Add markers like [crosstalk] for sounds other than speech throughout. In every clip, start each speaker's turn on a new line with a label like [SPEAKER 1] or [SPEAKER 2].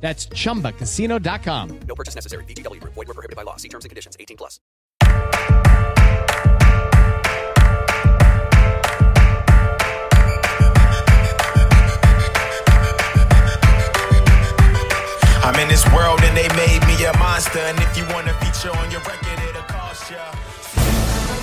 [SPEAKER 1] That's chumbacasino.com.
[SPEAKER 2] No purchase necessary. VGW Group. Void were prohibited by law. See terms and conditions. 18 plus.
[SPEAKER 3] I'm in this world and they made me a monster. And if you want a feature on your record, it'll cost ya.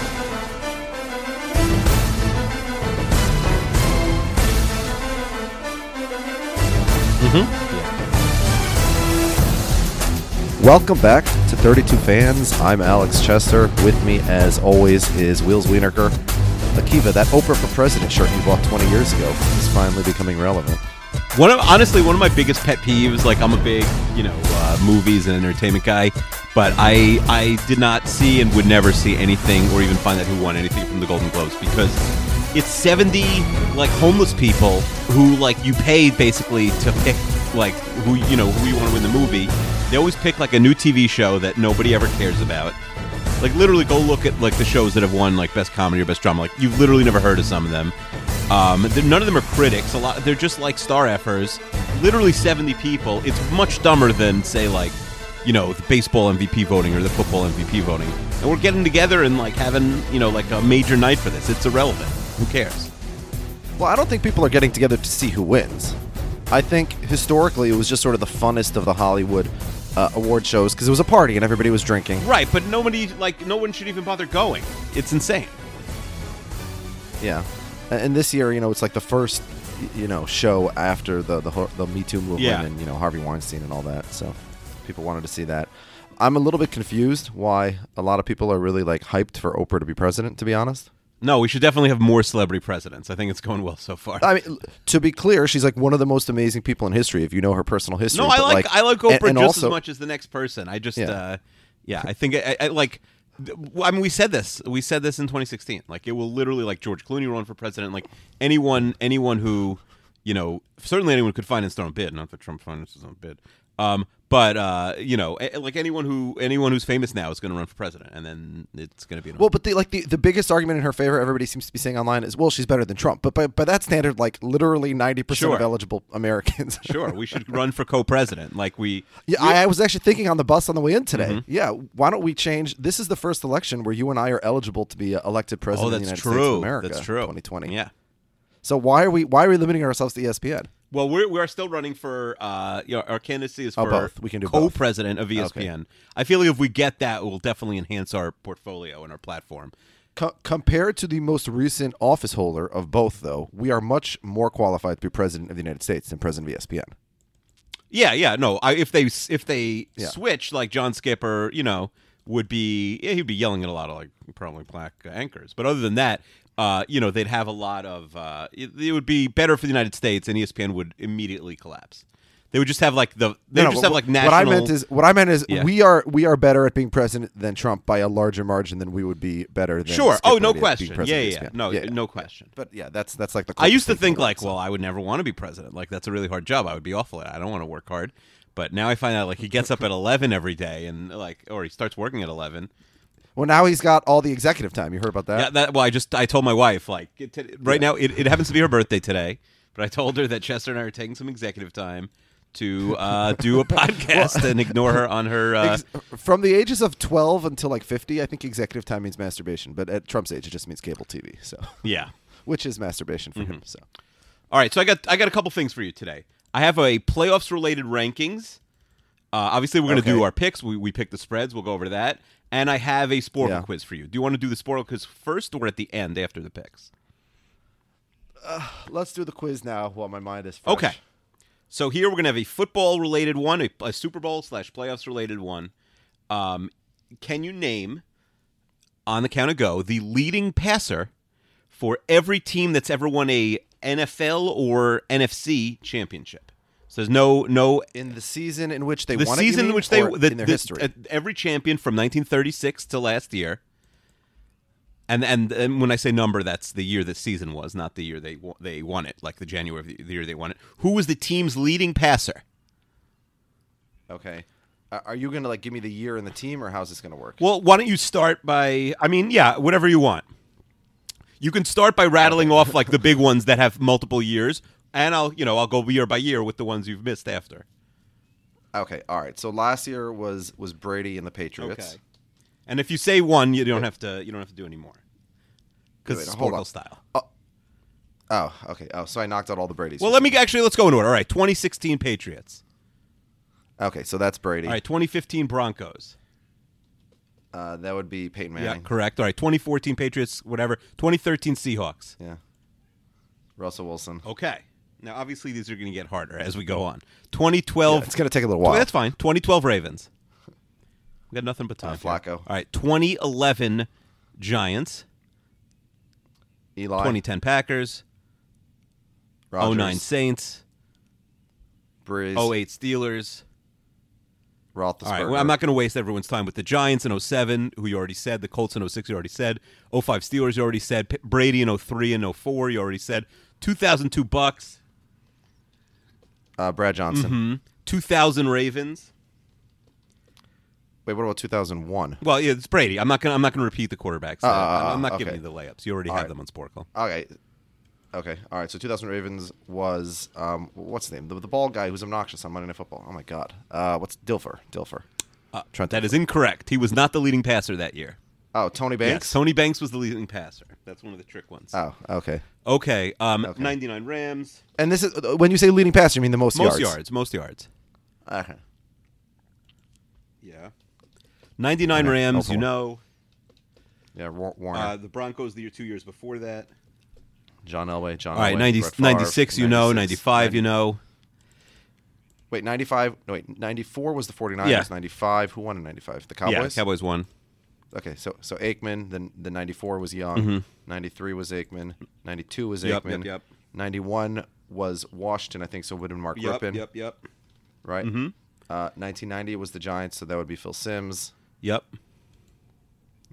[SPEAKER 4] Welcome back to 32 Fans. I'm Alex Chester. With me, as always, is Wheels Wienerker. Akiva, that Oprah for President shirt you bought 20 years ago is finally becoming relevant.
[SPEAKER 5] One of honestly, one of my biggest pet peeves. Like I'm a big, you know, uh, movies and entertainment guy, but I I did not see and would never see anything or even find out who won anything from the Golden Globes because it's 70 like homeless people who like you pay basically to pick like who you know who you want to win the movie. They always pick like a new TV show that nobody ever cares about like literally go look at like the shows that have won like best comedy or best drama like you've literally never heard of some of them um, they're- none of them are critics a lot they're just like star effers literally 70 people it's much dumber than say like you know the baseball mvp voting or the football mvp voting and we're getting together and like having you know like a major night for this it's irrelevant who cares
[SPEAKER 4] Well, I don't think people are getting together to see who wins. I think historically it was just sort of the funnest of the Hollywood uh, award shows because it was a party and everybody was drinking.
[SPEAKER 5] right but nobody like no one should even bother going it's insane
[SPEAKER 4] Yeah. A- And this year, you know, it's like the first, y- you know, show after the the, ho- the Me Too movement
[SPEAKER 5] Yeah.
[SPEAKER 4] and you know Harvey Weinstein and all that. So people wanted to see that. I'm a little bit confused why a lot of people are really like hyped for Oprah to be president. To be honest,
[SPEAKER 5] no we should definitely have more celebrity presidents i think it's going well so far
[SPEAKER 4] I mean, l- to be clear, she's like one of the most amazing people in history. If you know her personal history,
[SPEAKER 5] No, I
[SPEAKER 4] But,
[SPEAKER 5] like, I like
[SPEAKER 4] and-
[SPEAKER 5] Oprah
[SPEAKER 4] and
[SPEAKER 5] just
[SPEAKER 4] also-
[SPEAKER 5] as much as the next person. I just
[SPEAKER 4] Yeah.
[SPEAKER 5] yeah, uh, yeah I think I, I like. th- I mean, we said this. We said this in 2016. Like, it will literally like George Clooney run for president. Like anyone, anyone who, you know, certainly anyone could finance their own bid. Not that Trump finances his own bid. Um, but uh, you know, a- like anyone who anyone who's famous now is going to run for president, and then it's going to be an
[SPEAKER 4] Well, but the like the, the biggest argument in her favor, everybody seems to be saying online is, well, she's better than Trump. But by, by that standard, like literally ninety percent of
[SPEAKER 5] Sure.
[SPEAKER 4] eligible Americans
[SPEAKER 5] [laughs] sure we should run for co-president. Like we,
[SPEAKER 4] Yeah, I, I was actually thinking on the bus on the way in today.
[SPEAKER 5] Mm-hmm.
[SPEAKER 4] Yeah, why don't we change? This is the first election where you and I are eligible to be uh, elected
[SPEAKER 5] oh,
[SPEAKER 4] president of the United
[SPEAKER 5] that's
[SPEAKER 4] States of
[SPEAKER 5] true.
[SPEAKER 4] America.
[SPEAKER 5] That's true.
[SPEAKER 4] 2020.
[SPEAKER 5] Yeah.
[SPEAKER 4] So why are we why are we limiting ourselves to E ESPN?
[SPEAKER 5] Well, we're we are still running for uh, you know, our candidacy is
[SPEAKER 4] Oh,
[SPEAKER 5] for
[SPEAKER 4] both. We can do both.
[SPEAKER 5] co-president of E ESPN. I feel like if we get that, it will definitely enhance our portfolio and our platform.
[SPEAKER 4] Co- compared to the most recent office holder of both, though, we are much more qualified to be president of the United States than president of E ESPN.
[SPEAKER 5] Yeah, yeah. No, I, if they if they
[SPEAKER 4] Yeah.
[SPEAKER 5] switch, like John Skipper, you know, would be yeah, he'd be yelling at a lot of like probably black anchors. But other than that, uh, you know, they'd have a lot of uh, it, it would be better for the United States, and E ESPN would immediately collapse. They would just have like the they
[SPEAKER 4] No,
[SPEAKER 5] would just
[SPEAKER 4] but
[SPEAKER 5] have
[SPEAKER 4] wh-
[SPEAKER 5] like national.
[SPEAKER 4] What I meant is what I meant is
[SPEAKER 5] Yeah.
[SPEAKER 4] we are we are better at being president than Trump by a larger margin than we would be better than
[SPEAKER 5] sure.
[SPEAKER 4] Skipper
[SPEAKER 5] Oh,
[SPEAKER 4] at
[SPEAKER 5] no
[SPEAKER 4] being
[SPEAKER 5] question. Yeah,
[SPEAKER 4] president of E
[SPEAKER 5] yeah, yeah.
[SPEAKER 4] ESPN.
[SPEAKER 5] No, no question.
[SPEAKER 4] But yeah, that's that's like the.
[SPEAKER 5] I used to
[SPEAKER 4] culprit
[SPEAKER 5] think
[SPEAKER 4] thing,
[SPEAKER 5] like,
[SPEAKER 4] so.
[SPEAKER 5] well, I would never want to be president. Like that's a really hard job. I would be awful at it. I don't want to work hard. But now I find out like he gets up at eleven every day and like or he starts working at eleven.
[SPEAKER 4] Well, now he's got all the executive time. You heard about that?
[SPEAKER 5] yeah, that well, I just I told my wife like it, t- right now it, it happens to be her birthday today, but I told her that Chester and I are taking some executive time to uh,
[SPEAKER 4] [laughs]
[SPEAKER 5] do a podcast and ignore her on her. Uh,
[SPEAKER 4] Ex- From the ages of 12 until like 50, I think executive time means masturbation, but at Trump's age, it just means cable TV. So, [laughs]
[SPEAKER 5] yeah.
[SPEAKER 4] which is masturbation for
[SPEAKER 5] Mm-hmm.
[SPEAKER 4] him. So,
[SPEAKER 5] All right, so I got I got a couple things for you today. I have a playoffs related rankings, Uh, obviously, we're going to
[SPEAKER 4] Okay.
[SPEAKER 5] do our picks. We, we pick the spreads. We'll go over to that. And I have a Sporkle
[SPEAKER 4] Yeah.
[SPEAKER 5] quiz for you. Do you want to do the Sporkle quiz first or at the end after the picks?
[SPEAKER 4] Let's do the quiz now while my mind is fresh.
[SPEAKER 5] Okay. So here we're gonna have a football related one, a, a Super Bowl slash playoffs related one. Um, can you name on the count of go the leading passer for every team that's ever won a NFL or NFC championship? So there's no no
[SPEAKER 4] In the season in which they
[SPEAKER 5] the
[SPEAKER 4] won it, you
[SPEAKER 5] season in
[SPEAKER 4] mean,
[SPEAKER 5] which they
[SPEAKER 4] or
[SPEAKER 5] the,
[SPEAKER 4] in their
[SPEAKER 5] the-
[SPEAKER 4] history.
[SPEAKER 5] uh, every champion from 1936 to last year. And, and and when I say number, that's the year the season was, not the year they wo- they won it, like the January of the, the year they won it. Who was the team's leading passer?
[SPEAKER 4] okay. Are are you gonna like give me the year and the team, or how's this gonna work?
[SPEAKER 5] Well, why don't you start by? I mean, yeah, whatever you want. You can start by rattling off like the big ones that have multiple years, and I'll you know I'll go year by year with the ones you've missed after.
[SPEAKER 4] Okay, all right. So last year was was Brady and the Patriots.
[SPEAKER 5] And if you say one, you don't have to you don't have to do any more because
[SPEAKER 4] Wait,
[SPEAKER 5] it's
[SPEAKER 4] hold
[SPEAKER 5] Sporkle
[SPEAKER 4] on.
[SPEAKER 5] style.
[SPEAKER 4] Oh, okay. Oh, so I knocked out all the Brady's.
[SPEAKER 5] Well, let me actually let's go in order. All right, 2016 Patriots.
[SPEAKER 4] Okay, so that's Brady.
[SPEAKER 5] All right, 2015 Broncos.
[SPEAKER 4] Uh, that would be Peyton
[SPEAKER 5] Yeah,
[SPEAKER 4] Manning.
[SPEAKER 5] correct. All right, 2014 Patriots. Whatever. 2013 Seahawks.
[SPEAKER 4] Yeah. Russell Wilson.
[SPEAKER 5] Okay. Now, obviously, these are going to get harder as we go on. 2012.
[SPEAKER 4] Yeah, it's gonna take a little while.
[SPEAKER 5] That's fine. 2012 Ravens. We got nothing but time.
[SPEAKER 4] Uh,
[SPEAKER 5] here.
[SPEAKER 4] Flacco.
[SPEAKER 5] All right. 2011 Giants.
[SPEAKER 4] Eli.
[SPEAKER 5] 2010 Packers.
[SPEAKER 4] Rodgers,
[SPEAKER 5] 09 Saints.
[SPEAKER 4] Breeze.
[SPEAKER 5] 08 Steelers.
[SPEAKER 4] Roethlisberger.
[SPEAKER 5] Oh All right. Well, I'm not going to waste everyone's time with the Giants in 07, who you already said. The Colts in 06, you already said. 05 Steelers, you already said. P- Brady in 03 and 04, you already said. 2002 Bucks.
[SPEAKER 4] Uh, Brad Johnson.
[SPEAKER 5] Mm-hmm. 2000 Ravens.
[SPEAKER 4] Wait, what about 2001?
[SPEAKER 5] Well, yeah, it's Brady. I'm not gonna. I'm not gonna repeat the quarterbacks.
[SPEAKER 4] Uh,
[SPEAKER 5] I'm, I'm not
[SPEAKER 4] okay.
[SPEAKER 5] giving you the layups. You already have
[SPEAKER 4] right.
[SPEAKER 5] them on Sporkle.
[SPEAKER 4] Okay. Okay. All right. So 2000 Ravens was um, what's his name? The, the bald guy who's obnoxious on Monday Night Football. Oh my God. Uh, what's Dilfer? Dilfer. Uh, Trent.
[SPEAKER 5] Uh, That is incorrect. He was not the leading passer that year.
[SPEAKER 4] Oh, Tony
[SPEAKER 5] Yes,
[SPEAKER 4] Banks.
[SPEAKER 5] Tony Banks was the leading passer. That's one of the trick ones.
[SPEAKER 4] oh, okay.
[SPEAKER 5] okay, um, 99 Rams.
[SPEAKER 4] And this is when you say leading passer, you mean the most,
[SPEAKER 5] Most yards.
[SPEAKER 4] yards.
[SPEAKER 5] Most yards.
[SPEAKER 4] Okay.
[SPEAKER 5] Yeah. 99 Rams,
[SPEAKER 4] helpful.
[SPEAKER 5] you know.
[SPEAKER 4] Yeah, War- Warner,
[SPEAKER 5] Uh, the Broncos the year two years before that.
[SPEAKER 4] John Elway, John.
[SPEAKER 5] All right,
[SPEAKER 4] Elway,
[SPEAKER 5] 90,
[SPEAKER 4] Brett Favre,
[SPEAKER 5] 96, you know.
[SPEAKER 4] 96,
[SPEAKER 5] 95, you know.
[SPEAKER 4] Wait, 95. No, wait, 94 was the 49ers.
[SPEAKER 5] Yeah.
[SPEAKER 4] 95. Who won in 95? The Cowboys?
[SPEAKER 5] Yeah, Cowboys won.
[SPEAKER 4] Okay, so so Aikman, then the 94 was Young.
[SPEAKER 5] Mm-hmm.
[SPEAKER 4] 93 was Aikman. 92 was
[SPEAKER 5] Yep,
[SPEAKER 4] Aikman.
[SPEAKER 5] yep, yep.
[SPEAKER 4] 91 was Washington, I think, so it would have been Mark
[SPEAKER 5] Yep,
[SPEAKER 4] Rippon.
[SPEAKER 5] yep, yep.
[SPEAKER 4] Right? Mm-hmm. Uh, 1990 was the Giants, so that would be Phil Sims.
[SPEAKER 5] Yep.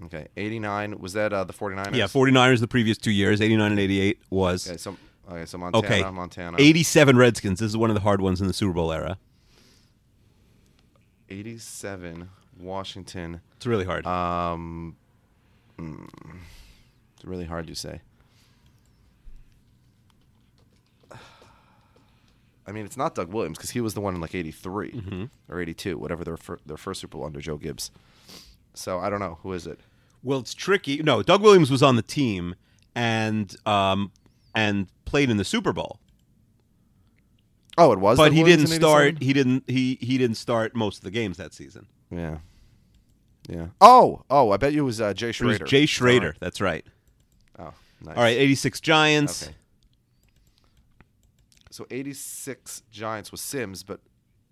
[SPEAKER 4] Okay, 89, was that uh, the 49ers?
[SPEAKER 5] Yeah, 49ers the previous two years. 89 and 88 was.
[SPEAKER 4] Okay, so, okay, so Montana,
[SPEAKER 5] Okay.
[SPEAKER 4] Montana.
[SPEAKER 5] 87 Redskins. This is one of the hard ones in the Super Bowl era.
[SPEAKER 4] 87, Washington.
[SPEAKER 5] It's really hard.
[SPEAKER 4] Uh, It's really hard to say. I mean, it's not Doug Williams because he was the one in like '83
[SPEAKER 5] Mm-hmm.
[SPEAKER 4] or '82, whatever their fir- their first Super Bowl under Joe Gibbs. So I don't know who is it.
[SPEAKER 5] Well, it's tricky. No, Doug Williams was on the team and um and played in the Super Bowl,
[SPEAKER 4] Oh, it was.
[SPEAKER 5] but
[SPEAKER 4] Doug
[SPEAKER 5] he
[SPEAKER 4] Williams
[SPEAKER 5] didn't
[SPEAKER 4] in
[SPEAKER 5] start.
[SPEAKER 4] 87?
[SPEAKER 5] He didn't. He he didn't start most of the games that season.
[SPEAKER 4] Yeah, yeah. Oh, oh, I bet you it was uh, Jay
[SPEAKER 5] It was
[SPEAKER 4] Schrader. Is
[SPEAKER 5] Jay
[SPEAKER 4] that
[SPEAKER 5] Schrader.
[SPEAKER 4] right?
[SPEAKER 5] That's right.
[SPEAKER 4] Oh, nice.
[SPEAKER 5] All right, eighty six Giants.
[SPEAKER 4] Okay. So '86 Giants was Sims, but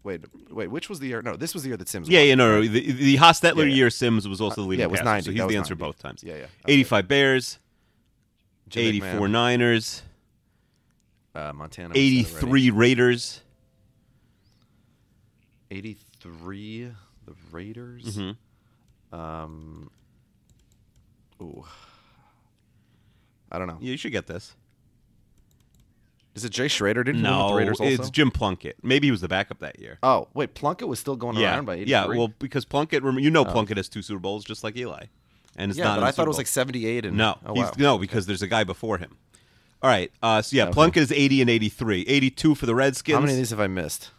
[SPEAKER 4] wait, wait, which was the year? No, this was the year that Sims.
[SPEAKER 5] Yeah,
[SPEAKER 4] won.
[SPEAKER 5] yeah, no, no. The, the Hostetler
[SPEAKER 4] Yeah, yeah.
[SPEAKER 5] year Sims was also the leading.
[SPEAKER 4] yeah, it was
[SPEAKER 5] passer,
[SPEAKER 4] 90.
[SPEAKER 5] So
[SPEAKER 4] That
[SPEAKER 5] he's
[SPEAKER 4] was
[SPEAKER 5] the answer
[SPEAKER 4] 90.
[SPEAKER 5] both times.
[SPEAKER 4] Yeah, yeah. Okay.
[SPEAKER 5] Eighty five Bears.
[SPEAKER 4] Jim
[SPEAKER 5] Eighty
[SPEAKER 4] McMahon.
[SPEAKER 5] four Niners.
[SPEAKER 4] Uh, Montana. was
[SPEAKER 5] Eighty
[SPEAKER 4] that already.
[SPEAKER 5] three Raiders.
[SPEAKER 4] 83, the Raiders.
[SPEAKER 5] Mm-hmm.
[SPEAKER 4] Um, ooh. I don't know.
[SPEAKER 5] Yeah, you should get this.
[SPEAKER 4] Is it Jay Schrader? Didn't he win with the
[SPEAKER 5] No,
[SPEAKER 4] Raiders also?
[SPEAKER 5] it's Jim Plunkett. Maybe he was the backup that year.
[SPEAKER 4] oh, wait, Plunkett was still going around by 83.
[SPEAKER 5] Yeah, well, because Plunkett, rem- you know, Plunkett has two Super Bowls just like Eli, and it's
[SPEAKER 4] Oh. yeah,
[SPEAKER 5] not.
[SPEAKER 4] but
[SPEAKER 5] in
[SPEAKER 4] I
[SPEAKER 5] the
[SPEAKER 4] thought
[SPEAKER 5] Super
[SPEAKER 4] it was
[SPEAKER 5] Bowl.
[SPEAKER 4] like 78 and
[SPEAKER 5] No,
[SPEAKER 4] Oh,
[SPEAKER 5] he's,
[SPEAKER 4] wow.
[SPEAKER 5] no, because there's a guy before him. All right, uh, so yeah, Plunkett is 80 and 83, 82 for the Redskins.
[SPEAKER 4] How many of these have I missed?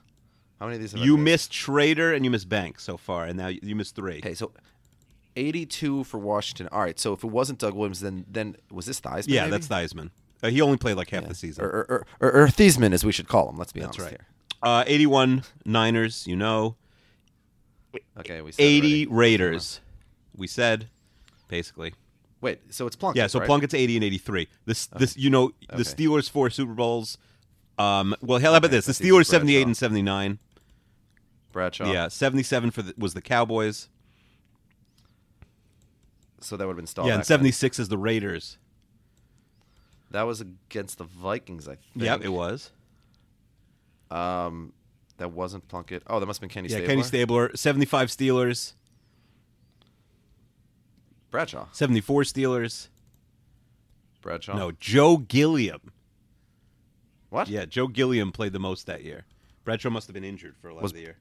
[SPEAKER 4] How many of these have
[SPEAKER 5] You
[SPEAKER 4] I missed?
[SPEAKER 5] missed Schrader and you missed Banks so far, and now you, you missed three.
[SPEAKER 4] Okay, so 82 for Washington. All right, so if it wasn't Doug Williams, then then was this Theismann?
[SPEAKER 5] yeah,
[SPEAKER 4] maybe? Er,
[SPEAKER 5] that's Theismann. Uh, he only played like half the season.
[SPEAKER 4] Or, or, or, or Theismann, as we should call him, let's be
[SPEAKER 5] That's
[SPEAKER 4] honest
[SPEAKER 5] right.
[SPEAKER 4] here.
[SPEAKER 5] Uh, 81 Niners, you know.
[SPEAKER 4] Okay, we said
[SPEAKER 5] eighty
[SPEAKER 4] already.
[SPEAKER 5] Raiders. We said basically.
[SPEAKER 4] Wait, so it's Plunkett.
[SPEAKER 5] Yeah, so
[SPEAKER 4] right?
[SPEAKER 5] Plunkett's eighty and eighty-three. This, this, you know, the
[SPEAKER 4] Okay.
[SPEAKER 5] Steelers four Super Bowls. Um, well, hell, how about
[SPEAKER 4] Okay,
[SPEAKER 5] this? The
[SPEAKER 4] that's easy,
[SPEAKER 5] Steelers seventy-eight
[SPEAKER 4] Bradshaw.
[SPEAKER 5] and seventy-nine.
[SPEAKER 4] Bradshaw.
[SPEAKER 5] Yeah, seventy-seven for the, was the Cowboys.
[SPEAKER 4] So that would have been Staubach.
[SPEAKER 5] yeah, and
[SPEAKER 4] then.
[SPEAKER 5] seventy-six is the Raiders.
[SPEAKER 4] That was against the Vikings, I think.
[SPEAKER 5] Yep, it was.
[SPEAKER 4] That wasn't Plunkett. Oh, that must have been Kenny
[SPEAKER 5] Yeah,
[SPEAKER 4] Stabler.
[SPEAKER 5] Kenny Stabler, seventy-five Steelers,
[SPEAKER 4] Bradshaw.
[SPEAKER 5] seventy-four Steelers.
[SPEAKER 4] Bradshaw.
[SPEAKER 5] No, Joe Gilliam.
[SPEAKER 4] What?
[SPEAKER 5] Yeah, Joe Gilliam played the most that year. Bradshaw must have been injured for a lot
[SPEAKER 4] Was-
[SPEAKER 5] of the year.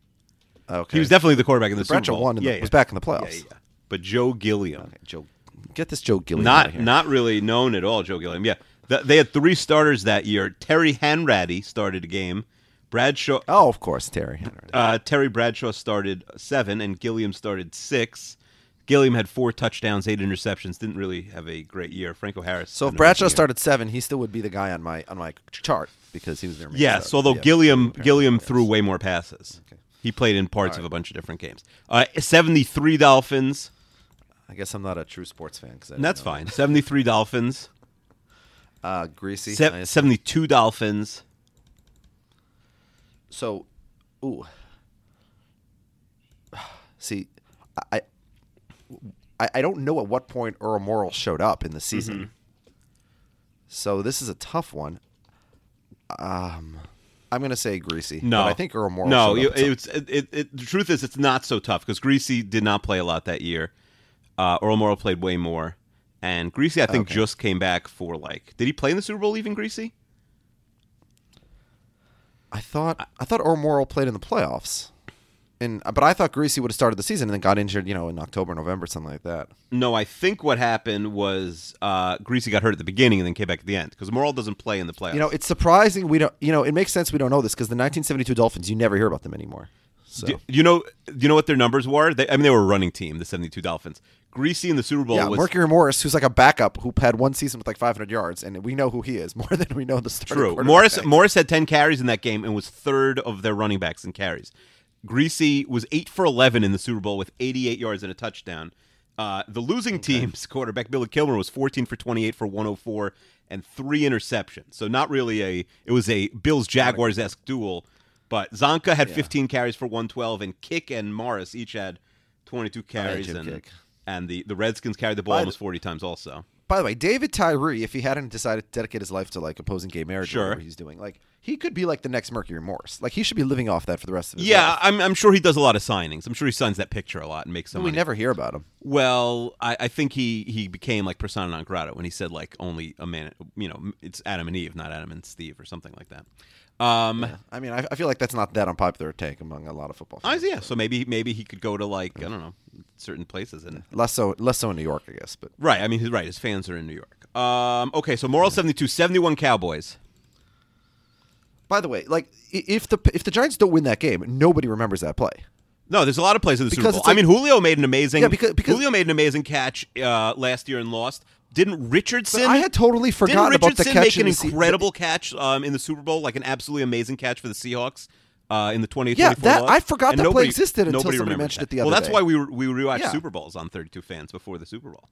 [SPEAKER 4] Okay.
[SPEAKER 5] He was definitely the quarterback in the Super
[SPEAKER 4] Bradshaw
[SPEAKER 5] Bowl.
[SPEAKER 4] won in the-
[SPEAKER 5] Yeah, yeah.
[SPEAKER 4] was back in the
[SPEAKER 5] Yeah,
[SPEAKER 4] playoffs.
[SPEAKER 5] yeah. But Joe Gilliam.
[SPEAKER 4] Okay, Joe. Get this Joe Gilliam. outta
[SPEAKER 5] not
[SPEAKER 4] here.
[SPEAKER 5] not really known at all, Joe Gilliam. Yeah, Th- they had three starters that year. Terry Hanratty started a game. Bradshaw,
[SPEAKER 4] Oh, of course, Terry Henry.
[SPEAKER 5] uh, Terry Bradshaw started seven, and Gilliam started six. Gilliam had four touchdowns, eight interceptions. Didn't really have a great year. Franco Harris.
[SPEAKER 4] So
[SPEAKER 5] had
[SPEAKER 4] if
[SPEAKER 5] an
[SPEAKER 4] Bradshaw
[SPEAKER 5] amazing year.
[SPEAKER 4] started seven, he still would be the guy on my on my chart because he was their main.
[SPEAKER 5] yes,
[SPEAKER 4] starter.
[SPEAKER 5] although
[SPEAKER 4] Yeah,
[SPEAKER 5] Gilliam
[SPEAKER 4] apparently,
[SPEAKER 5] Gilliam
[SPEAKER 4] yes.
[SPEAKER 5] threw way more passes. He played in parts of a bunch of different games. Uh, Seventy-three Dolphins.
[SPEAKER 4] I guess I'm not a true sports fan because
[SPEAKER 5] And that's fine. Seventy-three Dolphins.
[SPEAKER 4] Uh, greasy.
[SPEAKER 5] Se-
[SPEAKER 4] nice.
[SPEAKER 5] Seventy-two Dolphins.
[SPEAKER 4] so, ooh. [sighs] See, I, I, I don't know at what point Earl Morrill showed up in the season.
[SPEAKER 5] Mm-hmm.
[SPEAKER 4] So this is a tough one. Um, I'm gonna say greasy.
[SPEAKER 5] No,
[SPEAKER 4] but I think Earl Morrill.
[SPEAKER 5] No,
[SPEAKER 4] showed up
[SPEAKER 5] you-
[SPEAKER 4] at some-
[SPEAKER 5] it's it, it, The truth is, it's not so tough because Greasy did not play a lot that year. Uh, Earl Morrow played way more, and Greasy I think just came back for like. Did he play in the Super Bowl? Even Greasy?
[SPEAKER 4] I thought I thought Earl Morrill played in the playoffs, and uh, but I thought Greasy would have started the season and then got injured, you know, in October, November, something like that.
[SPEAKER 5] No, I think what happened was uh, Greasy got hurt at the beginning and then came back at the end because Morrill doesn't play in the playoffs.
[SPEAKER 4] You know, it's surprising we don't. You know, it makes sense we don't know this because the 1972 Dolphins, you never hear about them anymore. So
[SPEAKER 5] Do- you know, do you know what their numbers were? They, I mean, they were a running team, the '72 Dolphins. Greasy in the Super Bowl
[SPEAKER 4] yeah,
[SPEAKER 5] was
[SPEAKER 4] Mercury Morris, who's like a backup who had one season with like 500 yards, and we know who he is [laughs] more than we know the starting
[SPEAKER 5] True.
[SPEAKER 4] quarterback.
[SPEAKER 5] Morris Morris had ten carries in that game and was third of their running backs in carries. Greasy was eight for eleven in the Super Bowl with eighty eight yards and a touchdown. Uh, the losing team's [laughs] quarterback Billy Kilmer was fourteen for twenty eight for one hundred four and three interceptions. So not really a it was a Bills Jaguars esque duel, but Zonka had fifteen carries for one twelve and Kick and Morris each had twenty two carries
[SPEAKER 4] Jim
[SPEAKER 5] and.
[SPEAKER 4] Kick.
[SPEAKER 5] And the, the Redskins carried the ball
[SPEAKER 4] By the-
[SPEAKER 5] almost 40 times also.
[SPEAKER 4] By the way, David Tyree, if he hadn't decided to dedicate his life to like opposing gay marriage,
[SPEAKER 5] Sure.
[SPEAKER 4] or whatever he's doing, like he could be like the next Mercury Morris. Like he should be living off that for the rest of his
[SPEAKER 5] Yeah,
[SPEAKER 4] life.
[SPEAKER 5] I'm, I'm sure he does a lot of signings. I'm sure he signs that picture a lot and makes some
[SPEAKER 4] But we
[SPEAKER 5] money.
[SPEAKER 4] never hear about him.
[SPEAKER 5] Well, I, I think he he became like persona non grata when he said like only a man. You know, it's Adam and Eve, not Adam and Steve, or something like that. Um,
[SPEAKER 4] I mean, I, I feel like that's not that unpopular a take among a lot of football.
[SPEAKER 5] I
[SPEAKER 4] Fans.
[SPEAKER 5] yeah. So maybe maybe he could go to like I don't know certain places and
[SPEAKER 4] Less so, less so in New York, I guess. But
[SPEAKER 5] right. I mean, he's right. His fans are in New York. Um, okay, so moral 72, 71 Cowboys.
[SPEAKER 4] by the way, like i- if the if the Giants don't win that game, nobody remembers that play.
[SPEAKER 5] No, there's a lot of plays in the
[SPEAKER 4] Because
[SPEAKER 5] Super Bowl.
[SPEAKER 4] it's like-
[SPEAKER 5] I mean, Julio made an amazing
[SPEAKER 4] Yeah, because- because-
[SPEAKER 5] Julio made an amazing catch uh, last year and lost. Didn't Richardson?
[SPEAKER 4] I had totally forgotten
[SPEAKER 5] didn't
[SPEAKER 4] about the
[SPEAKER 5] Richardson
[SPEAKER 4] catch
[SPEAKER 5] make
[SPEAKER 4] in
[SPEAKER 5] an
[SPEAKER 4] the se-
[SPEAKER 5] incredible catch um, in the Super Bowl, like an absolutely amazing catch for the Seahawks uh, in the 2024
[SPEAKER 4] Yeah, that-
[SPEAKER 5] loss?
[SPEAKER 4] I forgot
[SPEAKER 5] And
[SPEAKER 4] that play
[SPEAKER 5] nobody-
[SPEAKER 4] existed until
[SPEAKER 5] nobody
[SPEAKER 4] somebody
[SPEAKER 5] remembered
[SPEAKER 4] mentioned
[SPEAKER 5] that.
[SPEAKER 4] it the other
[SPEAKER 5] Well, that's
[SPEAKER 4] day.
[SPEAKER 5] why we we rewatch
[SPEAKER 4] Yeah.
[SPEAKER 5] Super Bowls on 32 fans before the Super Bowl.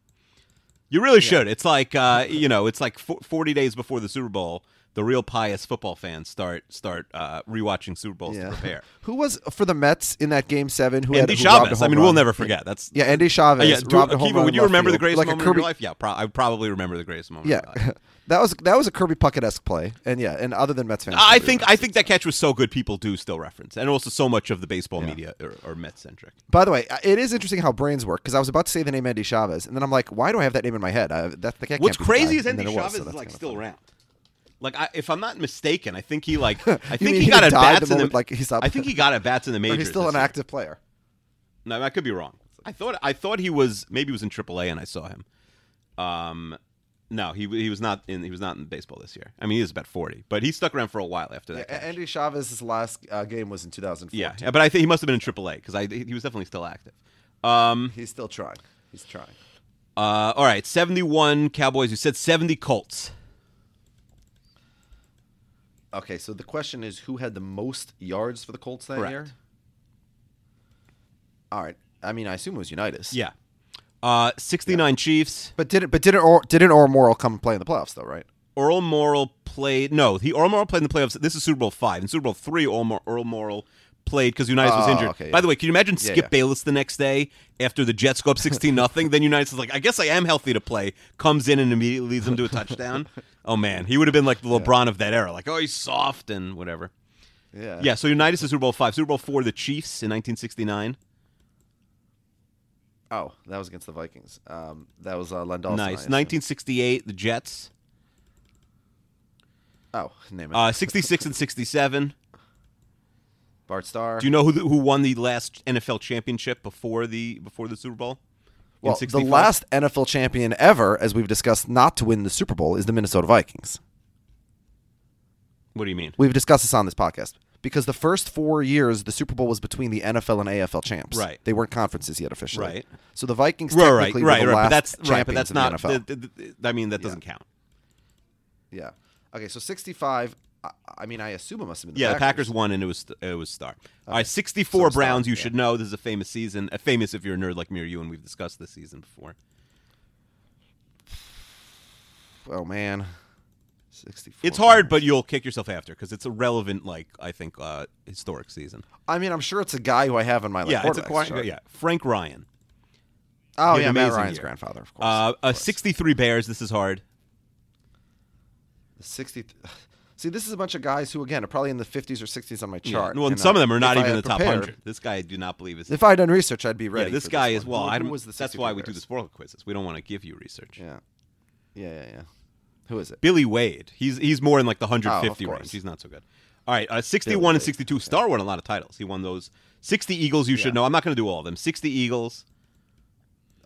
[SPEAKER 5] You really should. It's like uh, you know, it's like fo- 40 days before the Super Bowl, the real pious football fans start start uh, rewatching Super Bowls
[SPEAKER 4] [laughs]
[SPEAKER 5] to prepare.
[SPEAKER 4] Who was for the Mets in that game seven? Who
[SPEAKER 5] Andy
[SPEAKER 4] had who robbed a
[SPEAKER 5] Chavez.
[SPEAKER 4] home
[SPEAKER 5] I mean, we'll
[SPEAKER 4] run?
[SPEAKER 5] never forget. That's
[SPEAKER 4] Yeah, Andy
[SPEAKER 5] Uh,
[SPEAKER 4] Chavez.
[SPEAKER 5] yeah, do,
[SPEAKER 4] robbed a home
[SPEAKER 5] Akiva,
[SPEAKER 4] run
[SPEAKER 5] would
[SPEAKER 4] in
[SPEAKER 5] you
[SPEAKER 4] left
[SPEAKER 5] remember the
[SPEAKER 4] field.
[SPEAKER 5] greatest
[SPEAKER 4] like
[SPEAKER 5] moment
[SPEAKER 4] a Kirby,
[SPEAKER 5] of your life? Yeah, pro- I would probably remember the greatest moment. of my
[SPEAKER 4] Yeah, [laughs]
[SPEAKER 5] life.
[SPEAKER 4] that was that was a Kirby Puckett esque play, and yeah, and other than Mets fans,
[SPEAKER 5] I
[SPEAKER 4] nobody
[SPEAKER 5] think
[SPEAKER 4] remembers.
[SPEAKER 5] I think that catch was so good, people do still reference, and also so much of the baseball media are, are Met centric.
[SPEAKER 4] By the way, it is interesting how brains work because I was about to say the name Andy Chavez, and then I'm like, why do I have that name in my head? I, that, that can't
[SPEAKER 5] What's
[SPEAKER 4] be the guy.
[SPEAKER 5] crazy is
[SPEAKER 4] And
[SPEAKER 5] Andy
[SPEAKER 4] then it was,
[SPEAKER 5] Chavez
[SPEAKER 4] so
[SPEAKER 5] is
[SPEAKER 4] that's
[SPEAKER 5] like
[SPEAKER 4] kinda
[SPEAKER 5] still
[SPEAKER 4] funny.
[SPEAKER 5] around. Like I, if I'm not mistaken,
[SPEAKER 4] [laughs]
[SPEAKER 5] I think he like I think
[SPEAKER 4] mean
[SPEAKER 5] he,
[SPEAKER 4] he
[SPEAKER 5] got at
[SPEAKER 4] died the
[SPEAKER 5] bats in the
[SPEAKER 4] moment, like, he stopped-
[SPEAKER 5] I think he got at bats in the
[SPEAKER 4] [laughs] Or
[SPEAKER 5] majors.
[SPEAKER 4] he's still
[SPEAKER 5] this
[SPEAKER 4] an
[SPEAKER 5] year.
[SPEAKER 4] active player.
[SPEAKER 5] No, I could be wrong. I thought I thought he was maybe he was in AAA and I saw him. Um, no, he he was not in he was not in baseball this year. I mean, he is about forty, but he stuck around for a while after that.
[SPEAKER 4] A-
[SPEAKER 5] catch.
[SPEAKER 4] Andy Chavez's last uh, game was in 2004.
[SPEAKER 5] Yeah, yeah, but I think he must have been in AAA because I he was definitely still active. Um,
[SPEAKER 4] he's still trying. He's trying.
[SPEAKER 5] uh, all right, seventy-one Cowboys. You said seventy Colts.
[SPEAKER 4] Okay, so the question is, who had the most yards for the Colts that
[SPEAKER 5] Correct.
[SPEAKER 4] year? All right. I mean, I assume it was Unitas.
[SPEAKER 5] Yeah. Uh, 69 Chiefs.
[SPEAKER 4] But didn't but didn't or didn't Oral come and play in the playoffs though, right?
[SPEAKER 5] Earl Morrill played. No, he Earl Morrill played in the playoffs. This is Super Bowl five. In Super Bowl three, Earl, Mor- Earl Morrill played because Unitas was
[SPEAKER 4] Oh,
[SPEAKER 5] injured.
[SPEAKER 4] okay,
[SPEAKER 5] By
[SPEAKER 4] yeah.
[SPEAKER 5] the way, can you imagine
[SPEAKER 4] Yeah,
[SPEAKER 5] Skip
[SPEAKER 4] yeah.
[SPEAKER 5] Bayless the next day after the Jets go up sixteen nothing? Then Unitas is like, I guess I am healthy to play. Comes in and immediately leads them to
[SPEAKER 4] [laughs]
[SPEAKER 5] a touchdown. oh man, he would have been like the LeBron of that era. Like, oh, he's soft and whatever.
[SPEAKER 4] Yeah.
[SPEAKER 5] Yeah. So Unitas is Super Bowl five. Super Bowl four, the Chiefs in nineteen sixty nine.
[SPEAKER 4] Oh, that was against the Vikings. Um, that was uh, Lendl.
[SPEAKER 5] Nice. Nineteen sixty eight, the Jets.
[SPEAKER 4] Oh, name it.
[SPEAKER 5] Uh, sixty six and sixty seven.
[SPEAKER 4] Bart Starr.
[SPEAKER 5] Do you know who who won the last NFL championship before the before the Super Bowl? In
[SPEAKER 4] well,
[SPEAKER 5] 65?
[SPEAKER 4] the last NFL champion ever, as we've discussed, not to win the Super Bowl is the Minnesota Vikings.
[SPEAKER 5] What do you mean?
[SPEAKER 4] We've discussed this on this podcast because the first four years, the Super Bowl was between the NFL and AFL champs.
[SPEAKER 5] Right.
[SPEAKER 4] They weren't conferences yet officially.
[SPEAKER 5] Right.
[SPEAKER 4] So the Vikings
[SPEAKER 5] Right, right,
[SPEAKER 4] technically
[SPEAKER 5] right,
[SPEAKER 4] were the
[SPEAKER 5] right.
[SPEAKER 4] last
[SPEAKER 5] But that's right. But
[SPEAKER 4] champions
[SPEAKER 5] that's
[SPEAKER 4] of
[SPEAKER 5] not.
[SPEAKER 4] the NFL.
[SPEAKER 5] th- th- th- I mean, that doesn't count.
[SPEAKER 4] yeah. Okay, so 65. I, I mean, I assume it must have been the
[SPEAKER 5] yeah, the
[SPEAKER 4] Packers.
[SPEAKER 5] Packers won, and it was it was Star. All right, sixty-four
[SPEAKER 4] So Starr,
[SPEAKER 5] Browns. You
[SPEAKER 4] yeah.
[SPEAKER 5] should know this is a famous season. A famous if you're a nerd like me or you, and we've discussed this season before.
[SPEAKER 4] Oh, man. 64.
[SPEAKER 5] It's hard, but you'll kick yourself after because it's a relevant, like I think, uh, historic season.
[SPEAKER 4] I mean, I'm sure it's a guy who I have in my like,
[SPEAKER 5] yeah, it's a
[SPEAKER 4] quarterbacks
[SPEAKER 5] quite,
[SPEAKER 4] chart.
[SPEAKER 5] yeah. Frank Ryan,
[SPEAKER 4] Oh
[SPEAKER 5] He had
[SPEAKER 4] yeah,
[SPEAKER 5] an
[SPEAKER 4] Matt
[SPEAKER 5] amazing
[SPEAKER 4] Ryan's
[SPEAKER 5] year.
[SPEAKER 4] grandfather, of course.
[SPEAKER 5] uh, uh, sixty-three Bears. This is hard.
[SPEAKER 4] Sixty. [sighs] See, this is a bunch of guys who, again, are probably in the fifties or sixties on my
[SPEAKER 5] Yeah.
[SPEAKER 4] chart.
[SPEAKER 5] Well, and
[SPEAKER 4] uh,
[SPEAKER 5] some of them are not
[SPEAKER 4] if I
[SPEAKER 5] even in
[SPEAKER 4] had
[SPEAKER 5] the top
[SPEAKER 4] prepared-
[SPEAKER 5] hundred. This guy, I do not believe is.
[SPEAKER 4] If I had done research, I'd be ready.
[SPEAKER 5] yeah, this
[SPEAKER 4] for
[SPEAKER 5] guy
[SPEAKER 4] this
[SPEAKER 5] is
[SPEAKER 4] one.
[SPEAKER 5] well.
[SPEAKER 4] Who-
[SPEAKER 5] I
[SPEAKER 4] who
[SPEAKER 5] don't.
[SPEAKER 4] was the
[SPEAKER 5] that's
[SPEAKER 4] 63
[SPEAKER 5] why we do the
[SPEAKER 4] Bears?
[SPEAKER 5] spoiler quizzes. We don't want to give you research.
[SPEAKER 4] Yeah, yeah, yeah, yeah. Who is it?
[SPEAKER 5] Billy Wade. He's he's more in like the 150
[SPEAKER 4] Oh, course.
[SPEAKER 5] range. He's not so good. All right, uh, 61 and
[SPEAKER 4] Wade,
[SPEAKER 5] 62. Star won a lot of titles. He won those. 60 Eagles. You should know. I'm not going to do all of them. 60 Eagles.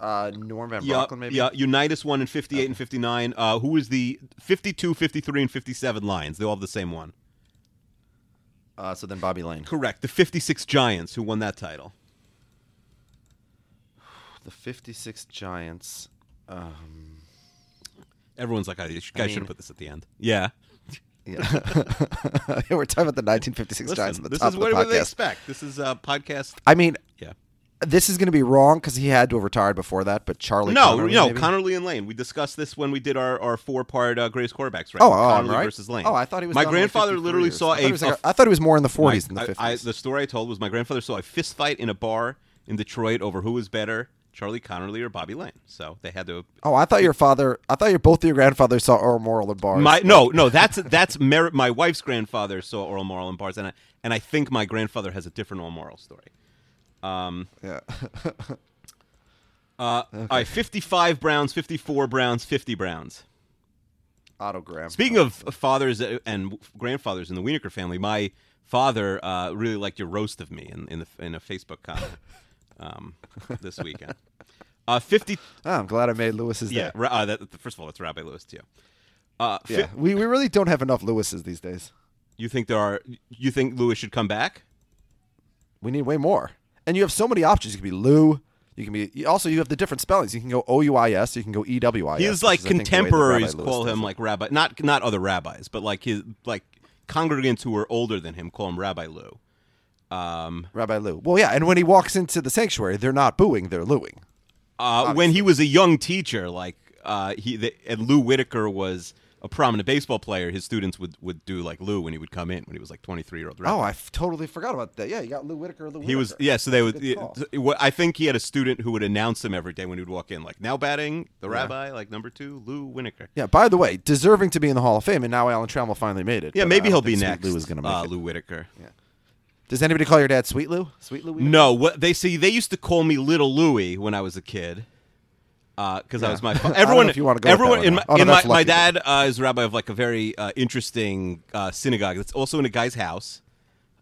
[SPEAKER 4] Uh, Norm Van
[SPEAKER 5] Yeah,
[SPEAKER 4] Brocklin, maybe.
[SPEAKER 5] yeah. Unitas won in 58 and 59. Uh, who was the 52, 53, and 57 Lions? They all have the same one.
[SPEAKER 4] Uh, so then Bobby Lane,
[SPEAKER 5] Correct. The 56 Giants. Who won that title?
[SPEAKER 4] the '56 Giants. [laughs] Um,
[SPEAKER 5] Everyone's like, I, you guys should
[SPEAKER 4] mean-
[SPEAKER 5] have put this at the end. Yeah.
[SPEAKER 4] yeah, [laughs] we're talking about the 1956 Giants at
[SPEAKER 5] Listen,
[SPEAKER 4] the
[SPEAKER 5] this
[SPEAKER 4] top
[SPEAKER 5] is
[SPEAKER 4] of
[SPEAKER 5] what
[SPEAKER 4] the
[SPEAKER 5] what they
[SPEAKER 4] podcast.
[SPEAKER 5] expect. This is a podcast.
[SPEAKER 4] I mean,
[SPEAKER 5] Yeah.
[SPEAKER 4] this is going to be wrong because he had to have retired before that. But Charlie,
[SPEAKER 5] no,
[SPEAKER 4] Connery,
[SPEAKER 5] no,
[SPEAKER 4] maybe?
[SPEAKER 5] Connerly and Lane. We discussed this when we did our, our four part uh, greatest quarterbacks. Right?
[SPEAKER 4] Oh, oh, I'm
[SPEAKER 5] Connerly
[SPEAKER 4] right.
[SPEAKER 5] versus Lane.
[SPEAKER 4] Oh, I thought he was.
[SPEAKER 5] My
[SPEAKER 4] done like
[SPEAKER 5] grandfather
[SPEAKER 4] 53
[SPEAKER 5] literally
[SPEAKER 4] years.
[SPEAKER 5] saw
[SPEAKER 4] I
[SPEAKER 5] a.
[SPEAKER 4] thought he was
[SPEAKER 5] a
[SPEAKER 4] like-
[SPEAKER 5] f-
[SPEAKER 4] I thought he was more in the 40s than
[SPEAKER 5] my-
[SPEAKER 4] the 50s.
[SPEAKER 5] I, the story I told was my grandfather saw a fist fight in a bar in Detroit over who was better, Charlie Connerly or Bobby Lane. So they had to.
[SPEAKER 4] oh, I thought your father. I thought your both of your grandfathers saw Earl Morrill at bars.
[SPEAKER 5] My no, no, that's that's Mer- my wife's grandfather saw Oral Moral in bars, and I, and I think my grandfather has a different Oral Moral story.
[SPEAKER 4] Yeah. [laughs]
[SPEAKER 5] Uh, All right, fifty-five Browns, fifty-four Browns, fifty Browns.
[SPEAKER 4] Otto Graham.
[SPEAKER 5] Speaking of fathers and grandfathers in the Wienerker family, my father uh, really liked your roast of me in in, the, in a Facebook comment um,
[SPEAKER 4] [laughs]
[SPEAKER 5] this weekend. Uh, Fifty,
[SPEAKER 4] Oh, I'm glad I made Lewis's.
[SPEAKER 5] yeah.
[SPEAKER 4] day.
[SPEAKER 5] ra- Uh, that, first of all, it's Rabbi Lewis too. Uh, fi-
[SPEAKER 4] Yeah. We we really don't have enough Lewis's these days.
[SPEAKER 5] You think there are? You think Lewis should come back?
[SPEAKER 4] We need way more. And you have so many options. You can be Lou. You can be. Also, you have the different spellings. You can go O U I S. You can go E W I S.
[SPEAKER 5] His
[SPEAKER 4] which
[SPEAKER 5] like
[SPEAKER 4] is, I think, the way that
[SPEAKER 5] contemporaries
[SPEAKER 4] Rabbi Lewis
[SPEAKER 5] call
[SPEAKER 4] does
[SPEAKER 5] him
[SPEAKER 4] it.
[SPEAKER 5] like Rabbi, not not other rabbis, but like his like congregants who are older than him call him Rabbi Lou. Um,
[SPEAKER 4] Rabbi Lou. Well, yeah. And when he walks into the sanctuary, they're not booing. They're looing.
[SPEAKER 5] uh, when he was a young teacher, like uh, he the, and Lou Whitaker was a prominent baseball player. His students would, would do like Lou when he would come in when he was like twenty three year old.
[SPEAKER 4] Oh, I f- totally forgot about that. Yeah, you got Lou Whitaker. Lou
[SPEAKER 5] he was
[SPEAKER 4] Whitaker.
[SPEAKER 5] yeah. So they
[SPEAKER 4] That's
[SPEAKER 5] would.
[SPEAKER 4] a good call.
[SPEAKER 5] yeah, what- I think he had a student who would announce him every day when he would walk in, like now batting the rabbi, like number two, Lou Whitaker.
[SPEAKER 4] Yeah. By the way, deserving to be in the Hall of Fame, and now Alan Trammell finally made it.
[SPEAKER 5] Yeah,
[SPEAKER 4] but I
[SPEAKER 5] maybe
[SPEAKER 4] don't
[SPEAKER 5] he'll be
[SPEAKER 4] think Sweet
[SPEAKER 5] next.
[SPEAKER 4] Lou is going to make
[SPEAKER 5] uh,
[SPEAKER 4] it.
[SPEAKER 5] Lou Whitaker.
[SPEAKER 4] Does anybody call your dad Sweet Lou? Sweet Lou. Whitaker?
[SPEAKER 5] No, what they see they used to call me Little Louie when I was a kid. Because uh, I
[SPEAKER 4] [laughs]
[SPEAKER 5] was my
[SPEAKER 4] I don't know
[SPEAKER 5] everyone.
[SPEAKER 4] if you wanna go with
[SPEAKER 5] everyone
[SPEAKER 4] that
[SPEAKER 5] in
[SPEAKER 4] one
[SPEAKER 5] my,
[SPEAKER 4] or not. Oh, no,
[SPEAKER 5] in my,
[SPEAKER 4] that's
[SPEAKER 5] my
[SPEAKER 4] lucky.
[SPEAKER 5] dad uh, is a rabbi of like a very uh, interesting uh, synagogue that's also in a guy's house.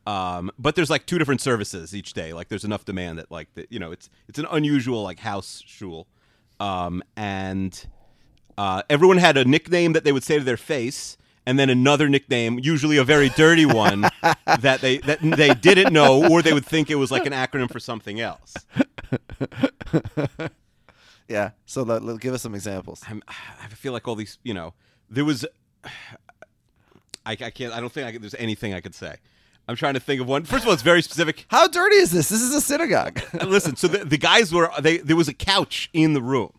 [SPEAKER 5] Um, but there's like two different services each day. Like there's enough demand that like that you know it's it's an unusual like house shul, um, and uh, everyone had a nickname that they would say to their face, and then another nickname, usually a very dirty one
[SPEAKER 4] [laughs]
[SPEAKER 5] that they that they didn't know, or they would think it was like an acronym for something else.
[SPEAKER 4] Yeah. So let, let- give us some examples.
[SPEAKER 5] I'm, [sighs] I feel like all these, you [sighs] know, there was, I, I can't, I don't think I could, there's anything I could say. I'm trying to think of one. First of all, it's very specific.
[SPEAKER 4] How dirty is this? This is a synagogue. [laughs]
[SPEAKER 5] Listen, so the, the guys were they there was a couch in the room.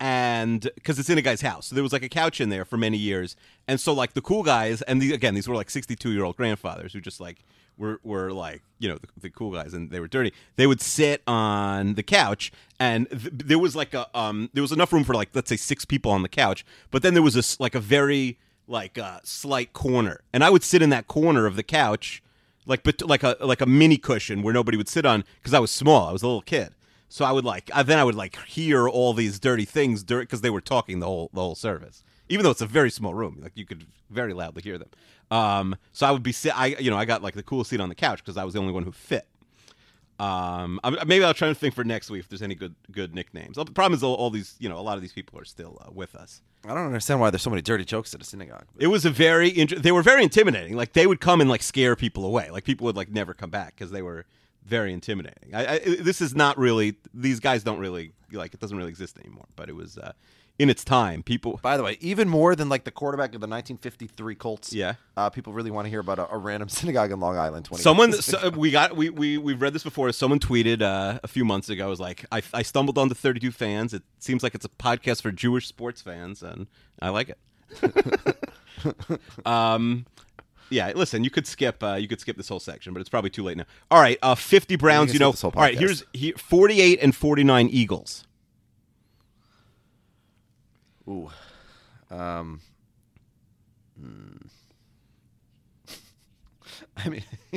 [SPEAKER 5] And because it's in a guy's house, so there was like a couch in there for many years, and so like the cool guys, and the, again, these were like sixty-two-year-old grandfathers who just like were were like you know the, the cool guys, and they were dirty. They would sit on the couch, and th- there was like a um there was enough room for like let's say six people on the couch, but then there was this like a very like a slight corner, and I would sit in that corner of the couch, like but like a like a mini cushion where nobody would sit on because I was small. I was a little kid, so I would like I, then I would like hear all these dirty things because they were talking the whole the whole service. Even though it's a very small room, like you could very loudly hear them. Um, so I would be sit. I you know I got like the cool seat on the couch because I was the only one who fit. Um, I'm, maybe I'll try and think for next week if there's any good good nicknames. The problem is all, all these you know a lot of these people are still uh, with us.
[SPEAKER 4] I don't understand why there's so many dirty jokes at a synagogue.
[SPEAKER 5] It was a very int- they were very intimidating. Like they would come and like scare people away. Like people would like never come back because they were very intimidating. I, I, this is not really these guys don't really like it doesn't really exist anymore. But it was uh, in its time. People
[SPEAKER 4] By the way, even more than like the quarterback of the 1953 Colts.
[SPEAKER 5] Yeah.
[SPEAKER 4] Uh, people really want to hear about a, a random [laughs] synagogue in Long Island. 20
[SPEAKER 5] Someone, so, we got, we, we, we've read this before. Someone tweeted uh, a few months ago, was like, I, I stumbled onto 32 fans. It seems like it's a podcast for Jewish sports fans, and I like it. [laughs] um, yeah, listen, you could skip, uh, you could skip this whole section, but it's probably too late now. All right, uh, 50 Browns,
[SPEAKER 4] can
[SPEAKER 5] you know.
[SPEAKER 4] skip this whole
[SPEAKER 5] all right,
[SPEAKER 4] podcast.
[SPEAKER 5] here's here, 48 and 49 Eagles.
[SPEAKER 4] Ooh. Um. hmm. [laughs] I mean, [laughs]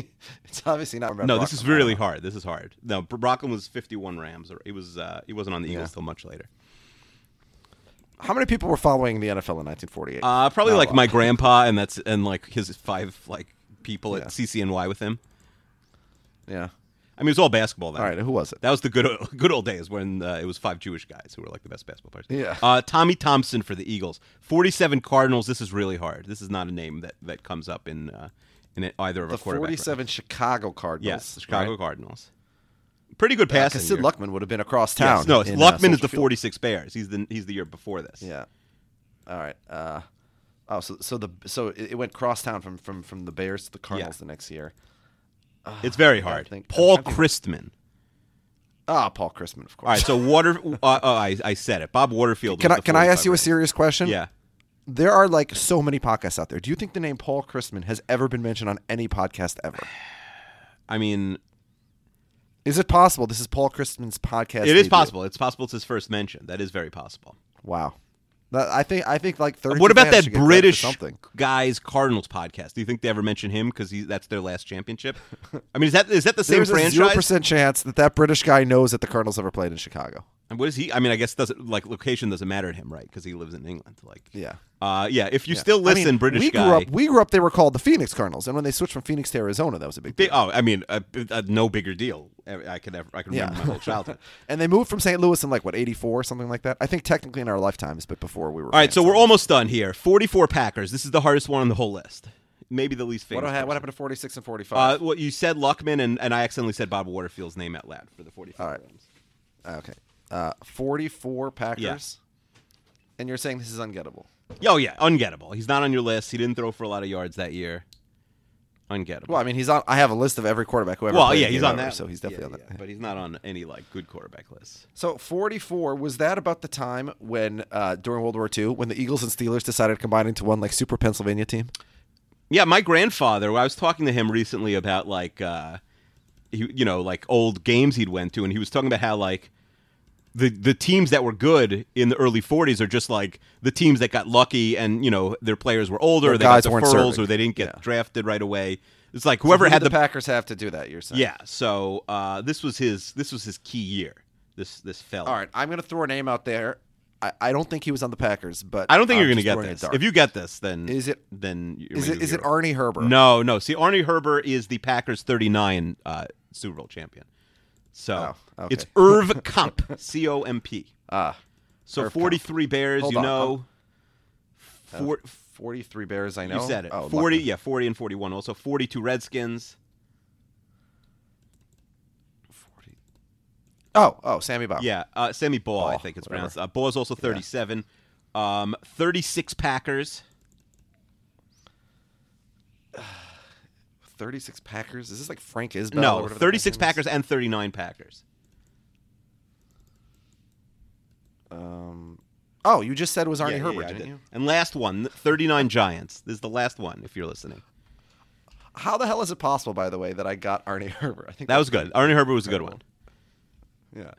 [SPEAKER 4] it's obviously not. Red
[SPEAKER 5] No,
[SPEAKER 4] Rock
[SPEAKER 5] this is
[SPEAKER 4] Island.
[SPEAKER 5] really hard. This is hard. No, Bro- Brocklin was 51 Rams. Or he was, uh, he wasn't on the Eagles till much later.
[SPEAKER 4] How many people were following the NFL in 1948?
[SPEAKER 5] Uh, probably
[SPEAKER 4] Not a
[SPEAKER 5] like
[SPEAKER 4] lot.
[SPEAKER 5] my grandpa, and that's and like his five like people at
[SPEAKER 4] Yeah.
[SPEAKER 5] CCNY with him.
[SPEAKER 4] yeah.
[SPEAKER 5] I mean, it was all basketball. Then.
[SPEAKER 4] All right, who was it?
[SPEAKER 5] That was the good [laughs] o- good old days when uh, it was five Jewish guys who were like the best basketball players.
[SPEAKER 4] Yeah.
[SPEAKER 5] Uh, Tommy Thompson for the Eagles, forty-seven Cardinals. This is really hard. This is not a name that that comes up in uh, in either of
[SPEAKER 4] The
[SPEAKER 5] our quarterbacks.
[SPEAKER 4] 47 Chicago Cardinals.
[SPEAKER 5] Yes, Chicago
[SPEAKER 4] right?
[SPEAKER 5] Cardinals. Pretty good
[SPEAKER 4] Yeah,
[SPEAKER 5] passing.
[SPEAKER 4] 'cause Sid
[SPEAKER 5] year.
[SPEAKER 4] Luckman would have been across town.
[SPEAKER 5] Yes, no,
[SPEAKER 4] in, uh,
[SPEAKER 5] Luckman is
[SPEAKER 4] Soldier
[SPEAKER 5] the
[SPEAKER 4] Field.
[SPEAKER 5] forty-six Bears. He's the he's the year before this.
[SPEAKER 4] Yeah. All right. Uh, oh, so so the so it, it went crosstown from from from the Bears to the Cardinals the next year.
[SPEAKER 5] it's very
[SPEAKER 4] I
[SPEAKER 5] hard.
[SPEAKER 4] think- I'm
[SPEAKER 5] Paul
[SPEAKER 4] trying to think.
[SPEAKER 5] Christman.
[SPEAKER 4] Ah, Paul Christman, of course.
[SPEAKER 5] All right, so Water. Uh,
[SPEAKER 4] [laughs]
[SPEAKER 5] oh, I, I said it. Bob Waterfield.
[SPEAKER 4] can
[SPEAKER 5] was
[SPEAKER 4] I
[SPEAKER 5] the
[SPEAKER 4] can I ask
[SPEAKER 5] 45
[SPEAKER 4] you a
[SPEAKER 5] Ravens.
[SPEAKER 4] serious question?
[SPEAKER 5] Yeah,
[SPEAKER 4] There are like so many podcasts out there. Do you think the name Paul Christman has ever been mentioned on any podcast ever?
[SPEAKER 5] I mean,
[SPEAKER 4] Is it possible this is Paul Christman's podcast?
[SPEAKER 5] it is
[SPEAKER 4] debut?
[SPEAKER 5] possible. It's possible it's his first mention. That is very possible.
[SPEAKER 4] Wow. That- I think I think like thirty.
[SPEAKER 5] What about
[SPEAKER 4] fans
[SPEAKER 5] that
[SPEAKER 4] should get credit for
[SPEAKER 5] British
[SPEAKER 4] something?
[SPEAKER 5] guys Cardinals podcast? Do you think they ever mention him because that's their last championship? I mean, is that is
[SPEAKER 4] [laughs]
[SPEAKER 5] that the same
[SPEAKER 4] There's a zero
[SPEAKER 5] franchise?
[SPEAKER 4] percent chance that that British guy knows that the Cardinals ever played in Chicago.
[SPEAKER 5] And what is he? I mean, I guess doesn't like location doesn't matter to him, right? Because he lives in England. Like,
[SPEAKER 4] Yeah.
[SPEAKER 5] uh, yeah. If you still
[SPEAKER 4] I
[SPEAKER 5] listen,
[SPEAKER 4] mean,
[SPEAKER 5] British
[SPEAKER 4] we
[SPEAKER 5] guy.
[SPEAKER 4] Grew up, we grew up. They were called the Phoenix Cardinals, and when they switched from Phoenix to Arizona, that was a big
[SPEAKER 5] they-
[SPEAKER 4] deal.
[SPEAKER 5] oh, I mean, uh, uh, no bigger deal. I I can ever, I can remember my
[SPEAKER 4] [laughs]
[SPEAKER 5] whole childhood.
[SPEAKER 4] and they moved from St. Louis in like what eighty four, something like that. I think technically in our lifetimes, but before we were.
[SPEAKER 5] All right,
[SPEAKER 4] fans.
[SPEAKER 5] so we're almost done here. Forty-four Packers. This is the hardest one on the whole list. Maybe the least
[SPEAKER 4] What,
[SPEAKER 5] famous.
[SPEAKER 4] ha- what
[SPEAKER 5] person.
[SPEAKER 4] happened to forty six and forty
[SPEAKER 5] Uh,
[SPEAKER 4] five?
[SPEAKER 5] well, you said Luckman, and, and I accidentally said Bob Waterfield's name out loud for the 45
[SPEAKER 4] All right.
[SPEAKER 5] Rams.
[SPEAKER 4] okay, uh, forty four Packers. And you're saying this is ungettable?
[SPEAKER 5] Oh, yeah, ungettable. He's not on your list. He didn't throw for a lot of yards that year. Ungettable.
[SPEAKER 4] Well, I mean, he's on. I have a list of every quarterback who ever.
[SPEAKER 5] Well,
[SPEAKER 4] played
[SPEAKER 5] yeah,
[SPEAKER 4] the
[SPEAKER 5] he's
[SPEAKER 4] game
[SPEAKER 5] on
[SPEAKER 4] ever,
[SPEAKER 5] that.
[SPEAKER 4] So he's
[SPEAKER 5] yeah,
[SPEAKER 4] definitely
[SPEAKER 5] yeah,
[SPEAKER 4] on that.
[SPEAKER 5] But he's not on any, like, good quarterback list.
[SPEAKER 4] So 44 was that about the time when uh, during World War II when the Eagles and Steelers decided to combine into one like super Pennsylvania team?
[SPEAKER 5] Yeah, my grandfather. I was talking to him recently about like, uh, he, you know, like old games he'd went to, and he was talking about how like the the teams that were good in the early '40s are just like the teams that got lucky, and you know their players were older,
[SPEAKER 4] Their
[SPEAKER 5] they got
[SPEAKER 4] guys weren't
[SPEAKER 5] deferrals,
[SPEAKER 4] serving.
[SPEAKER 5] or they didn't get
[SPEAKER 4] Yeah.
[SPEAKER 5] drafted right away. It's like whoever
[SPEAKER 4] Who
[SPEAKER 5] had
[SPEAKER 4] did
[SPEAKER 5] the,
[SPEAKER 4] Packers have to do that. You're saying?
[SPEAKER 5] yeah. So uh, this was his this was his key year. This this fell.
[SPEAKER 4] All right, I'm gonna throw a name out there. I, I don't think he was on the Packers, but
[SPEAKER 5] I don't think
[SPEAKER 4] I'm
[SPEAKER 5] you're gonna
[SPEAKER 4] just
[SPEAKER 5] get
[SPEAKER 4] throwing it
[SPEAKER 5] this.
[SPEAKER 4] dark.
[SPEAKER 5] If you get this, then
[SPEAKER 4] Is it-
[SPEAKER 5] then you're
[SPEAKER 4] is
[SPEAKER 5] maybe
[SPEAKER 4] it is it
[SPEAKER 5] you're-
[SPEAKER 4] Arnie Herbert?
[SPEAKER 5] No, no. See, Arnie Herber is the Packers 39 uh, Super Bowl champion. So
[SPEAKER 4] Oh, okay.
[SPEAKER 5] it's Irv Comp, C O M P.
[SPEAKER 4] [laughs] Ah,
[SPEAKER 5] So
[SPEAKER 4] Irv Kump.
[SPEAKER 5] 43 Bears,
[SPEAKER 4] Hold
[SPEAKER 5] you
[SPEAKER 4] on,
[SPEAKER 5] know. Four,
[SPEAKER 4] 43 Bears. I
[SPEAKER 5] you
[SPEAKER 4] know.
[SPEAKER 5] said it.
[SPEAKER 4] Oh,
[SPEAKER 5] 40,
[SPEAKER 4] Luckman.
[SPEAKER 5] yeah, 40 and 41. Also 42 Redskins.
[SPEAKER 4] 40. Oh, oh, Sammy Baugh.
[SPEAKER 5] Yeah, uh, Sammy Ball, I
[SPEAKER 4] Ball,
[SPEAKER 5] think it's
[SPEAKER 4] whatever.
[SPEAKER 5] pronounced. Uh, Ball is also 37. Um, 36 Packers.
[SPEAKER 4] 36 Packers? Is this like Frank Isbell? or
[SPEAKER 5] No,
[SPEAKER 4] whatever the guy's
[SPEAKER 5] 36
[SPEAKER 4] name is?
[SPEAKER 5] Packers and 39 Packers.
[SPEAKER 4] Oh, you just said it was Arnie
[SPEAKER 5] Yeah, yeah,
[SPEAKER 4] Herbert,
[SPEAKER 5] yeah, I
[SPEAKER 4] didn't
[SPEAKER 5] did.
[SPEAKER 4] you?
[SPEAKER 5] And last one, 39 Giants. This is the last one, if you're listening.
[SPEAKER 4] How the hell is it possible, by the way, that I got [laughs] Arnie Herbert? I think
[SPEAKER 5] That was good. Arnie Herbert was a good one.
[SPEAKER 4] Yeah.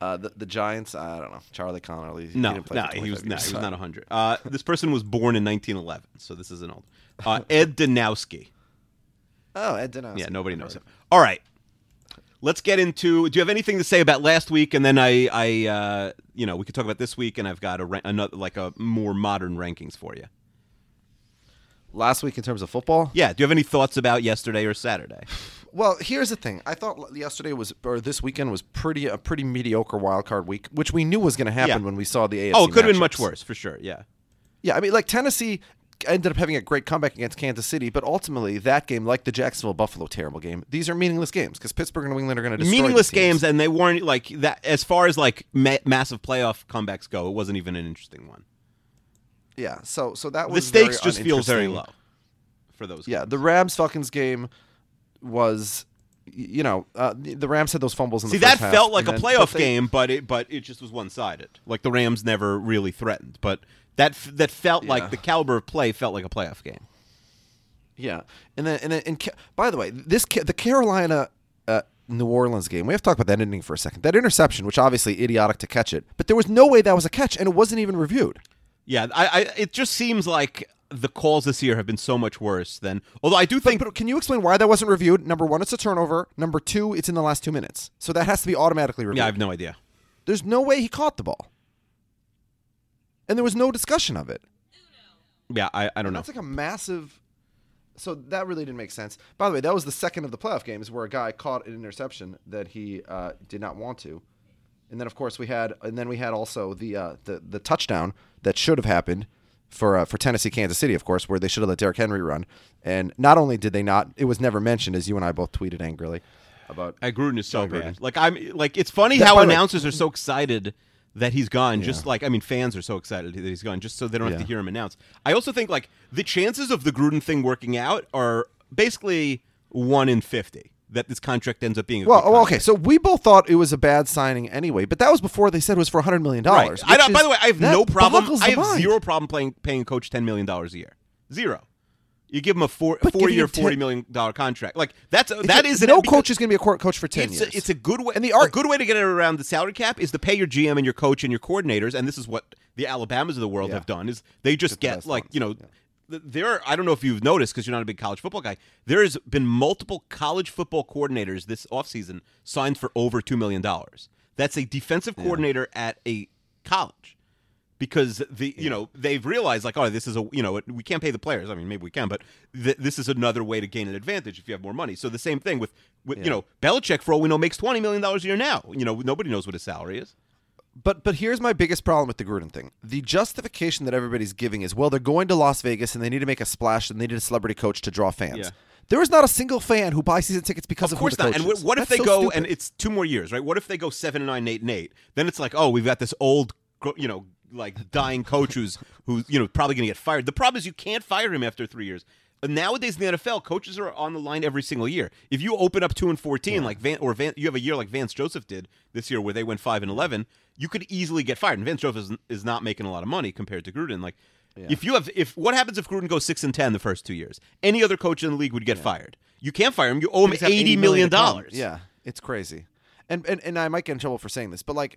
[SPEAKER 4] Uh, the, the Giants, I don't know. Charlie Connolly. he
[SPEAKER 5] No,
[SPEAKER 4] didn't play
[SPEAKER 5] no,
[SPEAKER 4] for
[SPEAKER 5] he was,
[SPEAKER 4] 25
[SPEAKER 5] no,
[SPEAKER 4] years,
[SPEAKER 5] he
[SPEAKER 4] so-
[SPEAKER 5] was not 100. Uh, this person was born in 1911, so this is an old. Uh, Ed Danowski.
[SPEAKER 4] [laughs] Oh, Ed Denowski.
[SPEAKER 5] Yeah, nobody knows him. All right. Let's get into. Do you have anything to say about last week? And then I, I, uh, you know, we could talk about this week, and I've got a ra- another, like a more modern rankings for you.
[SPEAKER 4] Last week in terms of football?
[SPEAKER 5] Yeah. Do you have any thoughts about yesterday or
[SPEAKER 4] [laughs]
[SPEAKER 5] Saturday?
[SPEAKER 4] Well, here's the thing. I thought l- yesterday was or this weekend was pretty a pretty mediocre wild card week, which we knew was going to happen
[SPEAKER 5] Yeah.
[SPEAKER 4] when we saw the AFC.
[SPEAKER 5] oh, it could have been
[SPEAKER 4] matchups.
[SPEAKER 5] much worse for sure. Yeah.
[SPEAKER 4] Yeah, I mean, like Tennessee ended up having a great comeback against Kansas City, but ultimately that game, like the Jacksonville Buffalo terrible game, these are meaningless games because Pittsburgh and New England are going to destroy
[SPEAKER 5] Meaningless
[SPEAKER 4] the teams.
[SPEAKER 5] games, and they weren't like that. As far as like ma- massive playoff comebacks go, it wasn't even an interesting one.
[SPEAKER 4] Yeah, so so that
[SPEAKER 5] The
[SPEAKER 4] was very
[SPEAKER 5] stakes just feel very
[SPEAKER 4] uninteresting.
[SPEAKER 5] low for those.
[SPEAKER 4] Yeah,
[SPEAKER 5] games.
[SPEAKER 4] the Rams Falcons game was, y- you know, uh, the the Rams had those fumbles in
[SPEAKER 5] See
[SPEAKER 4] the
[SPEAKER 5] that
[SPEAKER 4] first half,
[SPEAKER 5] felt like
[SPEAKER 4] and then-
[SPEAKER 5] a playoff
[SPEAKER 4] but they-
[SPEAKER 5] game, but it but it just was one sided. Like the Rams never really threatened, but that f- that felt
[SPEAKER 4] Yeah.
[SPEAKER 5] like the caliber of play felt like a playoff game.
[SPEAKER 4] Yeah, and then and then and Ca- by the way, this Ca- the Carolina uh, New Orleans game. We have to talk about that ending for a second. That interception, which obviously idiotic to catch it, but there was no way that was a catch, and it wasn't even reviewed.
[SPEAKER 5] Yeah, I, I it just seems like the calls this year have been so much worse than. Although I do
[SPEAKER 4] But,
[SPEAKER 5] think
[SPEAKER 4] but can you explain why that wasn't reviewed? Number one, it's a turnover. Number two, it's in the last two minutes, so that has to be automatically reviewed.
[SPEAKER 5] yeah, I have no idea.
[SPEAKER 4] There's no way he caught the ball, and there was no discussion of it.
[SPEAKER 5] Yeah, I, I don't know.
[SPEAKER 4] That's like a massive. So that really didn't make sense. By the way, that was the second of the playoff games where a guy caught an interception that he uh, did not want to, and then of course we had, and then we had also the uh, the the touchdown that should have happened for uh, for Tennessee Kansas City, of course, where they should have let Derrick Henry run. And not only did they not, it was never mentioned, as you and I both tweeted angrily about.
[SPEAKER 5] I, Gruden is so
[SPEAKER 4] John Gruden.
[SPEAKER 5] bad. Like I'm like it's funny
[SPEAKER 4] That-
[SPEAKER 5] how
[SPEAKER 4] by the way-
[SPEAKER 5] announcers are so excited that he's gone. Just like I mean, fans are so excited that he's gone, just so they don't have
[SPEAKER 4] Yeah.
[SPEAKER 5] to hear him announce. I also think like the chances of the Gruden thing working out are basically one in fifty that this contract ends up being. A
[SPEAKER 4] Well,
[SPEAKER 5] good
[SPEAKER 4] oh, okay.
[SPEAKER 5] contract.
[SPEAKER 4] So we both thought it was a bad signing anyway, but that was before they said it was for 100 million
[SPEAKER 5] right.
[SPEAKER 4] dollars.
[SPEAKER 5] I don't, by the way, I have no problem. I have
[SPEAKER 4] mind.
[SPEAKER 5] zero problem playing, paying a coach ten million dollars a year. Zero. You give him a four,
[SPEAKER 4] But giving
[SPEAKER 5] four-year,
[SPEAKER 4] him ten-
[SPEAKER 5] forty million dollar contract. Like that's
[SPEAKER 4] It's
[SPEAKER 5] that
[SPEAKER 4] a-
[SPEAKER 5] is an-
[SPEAKER 4] no
[SPEAKER 5] because-
[SPEAKER 4] coach is going to be a court coach for ten
[SPEAKER 5] it's
[SPEAKER 4] years.
[SPEAKER 5] A, it's a good way,
[SPEAKER 4] And the art,
[SPEAKER 5] a good way to get around the salary cap is to pay your GM and your coach and your coordinators, and this is what the Alabamas of the world
[SPEAKER 4] Yeah.
[SPEAKER 5] have done. Is they just
[SPEAKER 4] the
[SPEAKER 5] get
[SPEAKER 4] best
[SPEAKER 5] like
[SPEAKER 4] ones,
[SPEAKER 5] you know, th there. Are, I don't know if you've noticed because you're not a big college football guy. There has been multiple college football coordinators this offseason signed for over two million dollars. That's a defensive coordinator at a college because the you know they've realized like oh this is a you know we can't pay the players I mean maybe we can but th- this is another way to gain an advantage if you have more money so the same thing with, with you know Belichick for all we know makes twenty million dollars a year now you know nobody knows what his salary is
[SPEAKER 4] but but here's my biggest problem with the Gruden thing. The justification that everybody's giving is well, they're going to Las Vegas and they need to make a splash and they need a celebrity coach to draw fans.
[SPEAKER 5] Yeah.
[SPEAKER 4] There is not a single fan who buys season tickets because of,
[SPEAKER 5] of course
[SPEAKER 4] who the
[SPEAKER 5] not
[SPEAKER 4] coach
[SPEAKER 5] and what,
[SPEAKER 4] is.
[SPEAKER 5] what if
[SPEAKER 4] That's so
[SPEAKER 5] they go
[SPEAKER 4] stupid.
[SPEAKER 5] and it's two more years right what if they go seven and nine eight and eight then it's like oh we've got this old gro- you know like dying coach who's who's you know probably gonna get fired the problem is you can't fire him after three years. Nowadays in the NFL, coaches are on the line every single year. If you open up two and fourteen, like Van or Van, you have a year like Vance Joseph did this year, where they went five and eleven. You could easily get fired, and Vance Joseph is, is not making a lot of money compared to Gruden. Like, if you have, if what happens if Gruden goes six and ten the first two years, any other coach in the league would get fired. You can't fire him. You owe him
[SPEAKER 4] Just have
[SPEAKER 5] eighty million
[SPEAKER 4] to come.
[SPEAKER 5] dollars.
[SPEAKER 4] Yeah, it's crazy. And, and and I might get in trouble for saying this, but like,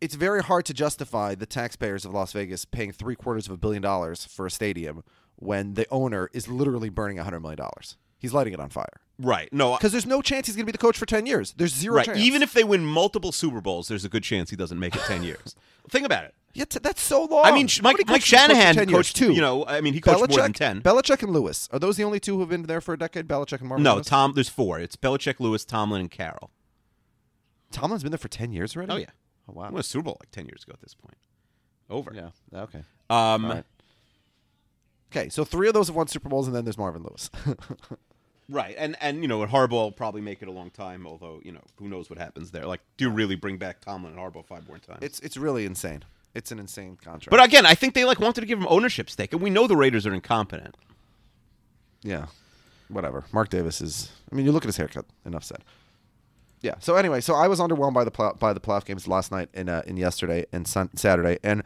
[SPEAKER 4] it's very hard to justify the taxpayers of Las Vegas paying three quarters of a billion dollars for a stadium when the owner is literally burning a hundred million dollars. He's lighting it on fire
[SPEAKER 5] Right. No. I-
[SPEAKER 4] because there's no chance he's going to be the coach for ten years. There's zero
[SPEAKER 5] Right.
[SPEAKER 4] chance.
[SPEAKER 5] Even if they win multiple Super Bowls, there's a good chance he doesn't make it
[SPEAKER 4] [laughs]
[SPEAKER 5] ten years. Think about it.
[SPEAKER 4] yeah, t- that's so long.
[SPEAKER 5] I mean, Sh- Mike,
[SPEAKER 4] Nobody
[SPEAKER 5] Mike
[SPEAKER 4] coaches the coach for
[SPEAKER 5] Shanahan
[SPEAKER 4] 10 years,
[SPEAKER 5] coached.
[SPEAKER 4] two.
[SPEAKER 5] You know, I mean, he coached more than
[SPEAKER 4] Belichick-
[SPEAKER 5] ten.
[SPEAKER 4] Belichick and Lewis are those the only two who've been there for a decade? Belichick and Marvin.
[SPEAKER 5] No,
[SPEAKER 4] Lewis?
[SPEAKER 5] Tom. There's four. It's Belichick, Lewis, Tomlin, and Carroll.
[SPEAKER 4] Tomlin's been there for ten years already.
[SPEAKER 5] Oh yeah.
[SPEAKER 4] Oh, wow.
[SPEAKER 5] Won a Super Bowl like ten years ago at this point. Over.
[SPEAKER 4] Yeah. Okay.
[SPEAKER 5] Um,
[SPEAKER 4] All right. Okay, so three of those have won Super Bowls, and then there's Marvin Lewis. [laughs]
[SPEAKER 5] Right, and and you know, and Harbaugh will probably make it a long time. Although you know, who knows what happens there? Like, do you really bring back Tomlin and Harbaugh five more times?
[SPEAKER 4] it's it's really insane. It's an insane contract.
[SPEAKER 5] but again, I think they like wanted to give him ownership stake, and we know the Raiders are incompetent.
[SPEAKER 4] yeah, whatever. Mark Davis is. I mean, you look at his haircut. Enough said. Yeah. So anyway, so I was underwhelmed by the pl- by the playoff games last night and uh, and yesterday and sun- Saturday, and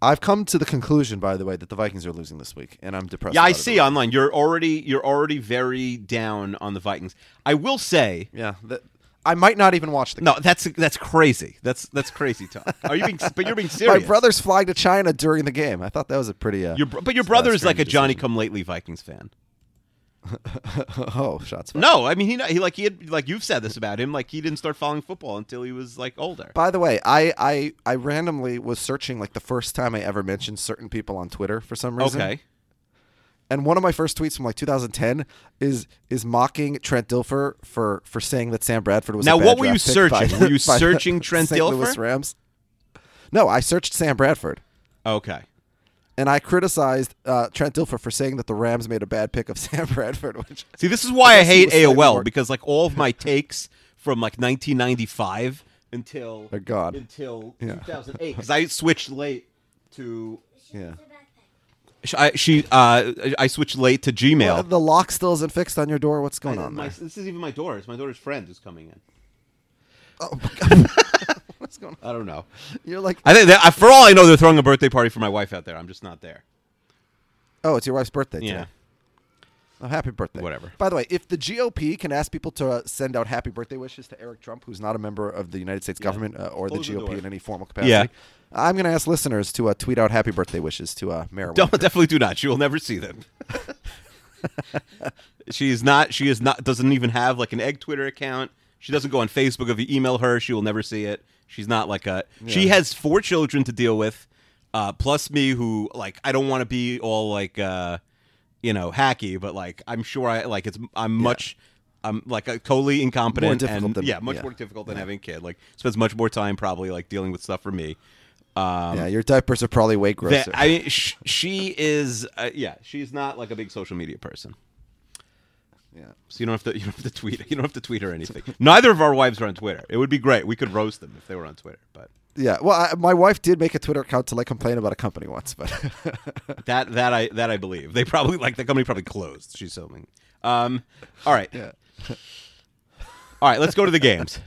[SPEAKER 4] I've come to the conclusion, by the way, that the Vikings are losing this week, and I'm depressed.
[SPEAKER 5] Yeah, I
[SPEAKER 4] about it.
[SPEAKER 5] see online. You're already you're already very down on the Vikings. I will say,
[SPEAKER 4] Yeah, that, I might not even watch the.
[SPEAKER 5] no, that's that's crazy. That's that's crazy talk. [laughs] Are you being? But you're being serious.
[SPEAKER 4] My brother's flying to China during the game. I thought that was a pretty. Uh,
[SPEAKER 5] Your, br- but your
[SPEAKER 4] uh,
[SPEAKER 5] brother is
[SPEAKER 4] strange
[SPEAKER 5] like a Johnny
[SPEAKER 4] decision.
[SPEAKER 5] Come Lately Vikings fan.
[SPEAKER 4] [laughs] oh, shots. fired.
[SPEAKER 5] No, I mean he not- he like he had like you've said this about him. Like he didn't start following football until he was like older.
[SPEAKER 4] By the way, I, I I randomly was searching like the first time I ever mentioned certain people on Twitter for some reason.
[SPEAKER 5] Okay.
[SPEAKER 4] And one of my first tweets from like 2010 is is mocking Trent Dilfer for for saying that Sam Bradford was a
[SPEAKER 5] Now,
[SPEAKER 4] bad
[SPEAKER 5] what were you
[SPEAKER 4] draft pick by-
[SPEAKER 5] searching? Were you
[SPEAKER 4] [laughs] by
[SPEAKER 5] searching
[SPEAKER 4] the
[SPEAKER 5] Trent
[SPEAKER 4] St. Louis
[SPEAKER 5] Dilfer?
[SPEAKER 4] Rams. No, I searched Sam Bradford
[SPEAKER 5] Okay.
[SPEAKER 4] and I criticized uh, Trent Dilfer for saying that the Rams made a bad pick of [laughs] Sam Bradford. Which
[SPEAKER 5] See, this is why I,
[SPEAKER 4] guess he
[SPEAKER 5] hate
[SPEAKER 4] was slightly
[SPEAKER 5] AOL
[SPEAKER 4] more-
[SPEAKER 5] because like all of my takes from like 1995 until
[SPEAKER 4] They're gone.
[SPEAKER 5] until
[SPEAKER 4] Yeah.
[SPEAKER 5] 2008 because I switched late to
[SPEAKER 4] yeah,
[SPEAKER 5] Sh- I she uh I switched late to Gmail.
[SPEAKER 4] Well, the lock still isn't fixed on your door. What's going
[SPEAKER 5] I-
[SPEAKER 4] on
[SPEAKER 5] my-
[SPEAKER 4] there?
[SPEAKER 5] this is even my daughter. It's my daughter's friend who's coming in.
[SPEAKER 4] Oh, [laughs] What's going on?
[SPEAKER 5] I don't know.
[SPEAKER 4] You're like,
[SPEAKER 5] I think that, I- for all I know, they're throwing a birthday party for my wife out there. I'm just not there.
[SPEAKER 4] oh, it's your wife's birthday.
[SPEAKER 5] Yeah.
[SPEAKER 4] Today. Oh, happy birthday.
[SPEAKER 5] Whatever.
[SPEAKER 4] By the way, if the GOP can ask people to uh, send out happy birthday wishes to Eric Trump, who's not a member of the United States government uh, or
[SPEAKER 5] Close the
[SPEAKER 4] the GOP
[SPEAKER 5] door.
[SPEAKER 4] in any formal capacity,
[SPEAKER 5] Yeah.
[SPEAKER 4] I'm going to ask listeners to uh, tweet out happy birthday wishes to uh, Mayor
[SPEAKER 5] Don't,
[SPEAKER 4] Whitaker.
[SPEAKER 5] [laughs] definitely do not. She will never see them. [laughs] she is not. She is not. Doesn't even have like an egg Twitter account. She doesn't go on Facebook. If you email her, she will never see it. She's not like a. She has four children to deal with, uh, plus me, who like I don't want to be all like, uh, you know, hacky, but like I'm sure I like it's. I'm much. I'm like a totally incompetent.
[SPEAKER 4] More difficult
[SPEAKER 5] and,
[SPEAKER 4] than-
[SPEAKER 5] yeah, much
[SPEAKER 4] yeah.
[SPEAKER 5] more difficult than having a kid. Like spends much more time probably like dealing with stuff for me.
[SPEAKER 4] yeah, your diapers are probably way grosser.
[SPEAKER 5] That, I mean, sh- she is. Uh, yeah, she's not like a big social media person.
[SPEAKER 4] yeah.
[SPEAKER 5] So you don't have to. [laughs] You don't have to tweet. You don't have to tweet her anything. Neither of our wives are on Twitter. It would be great. We could roast them if they were on Twitter. But
[SPEAKER 4] Yeah. Well, I, my wife did make a Twitter account to like complain about a company once, but [laughs]
[SPEAKER 5] that that I that I believe they probably like the company probably closed. She's so mean. Um. All right.
[SPEAKER 4] yeah.
[SPEAKER 5] All right. Let's go to
[SPEAKER 4] [laughs]
[SPEAKER 5] the games.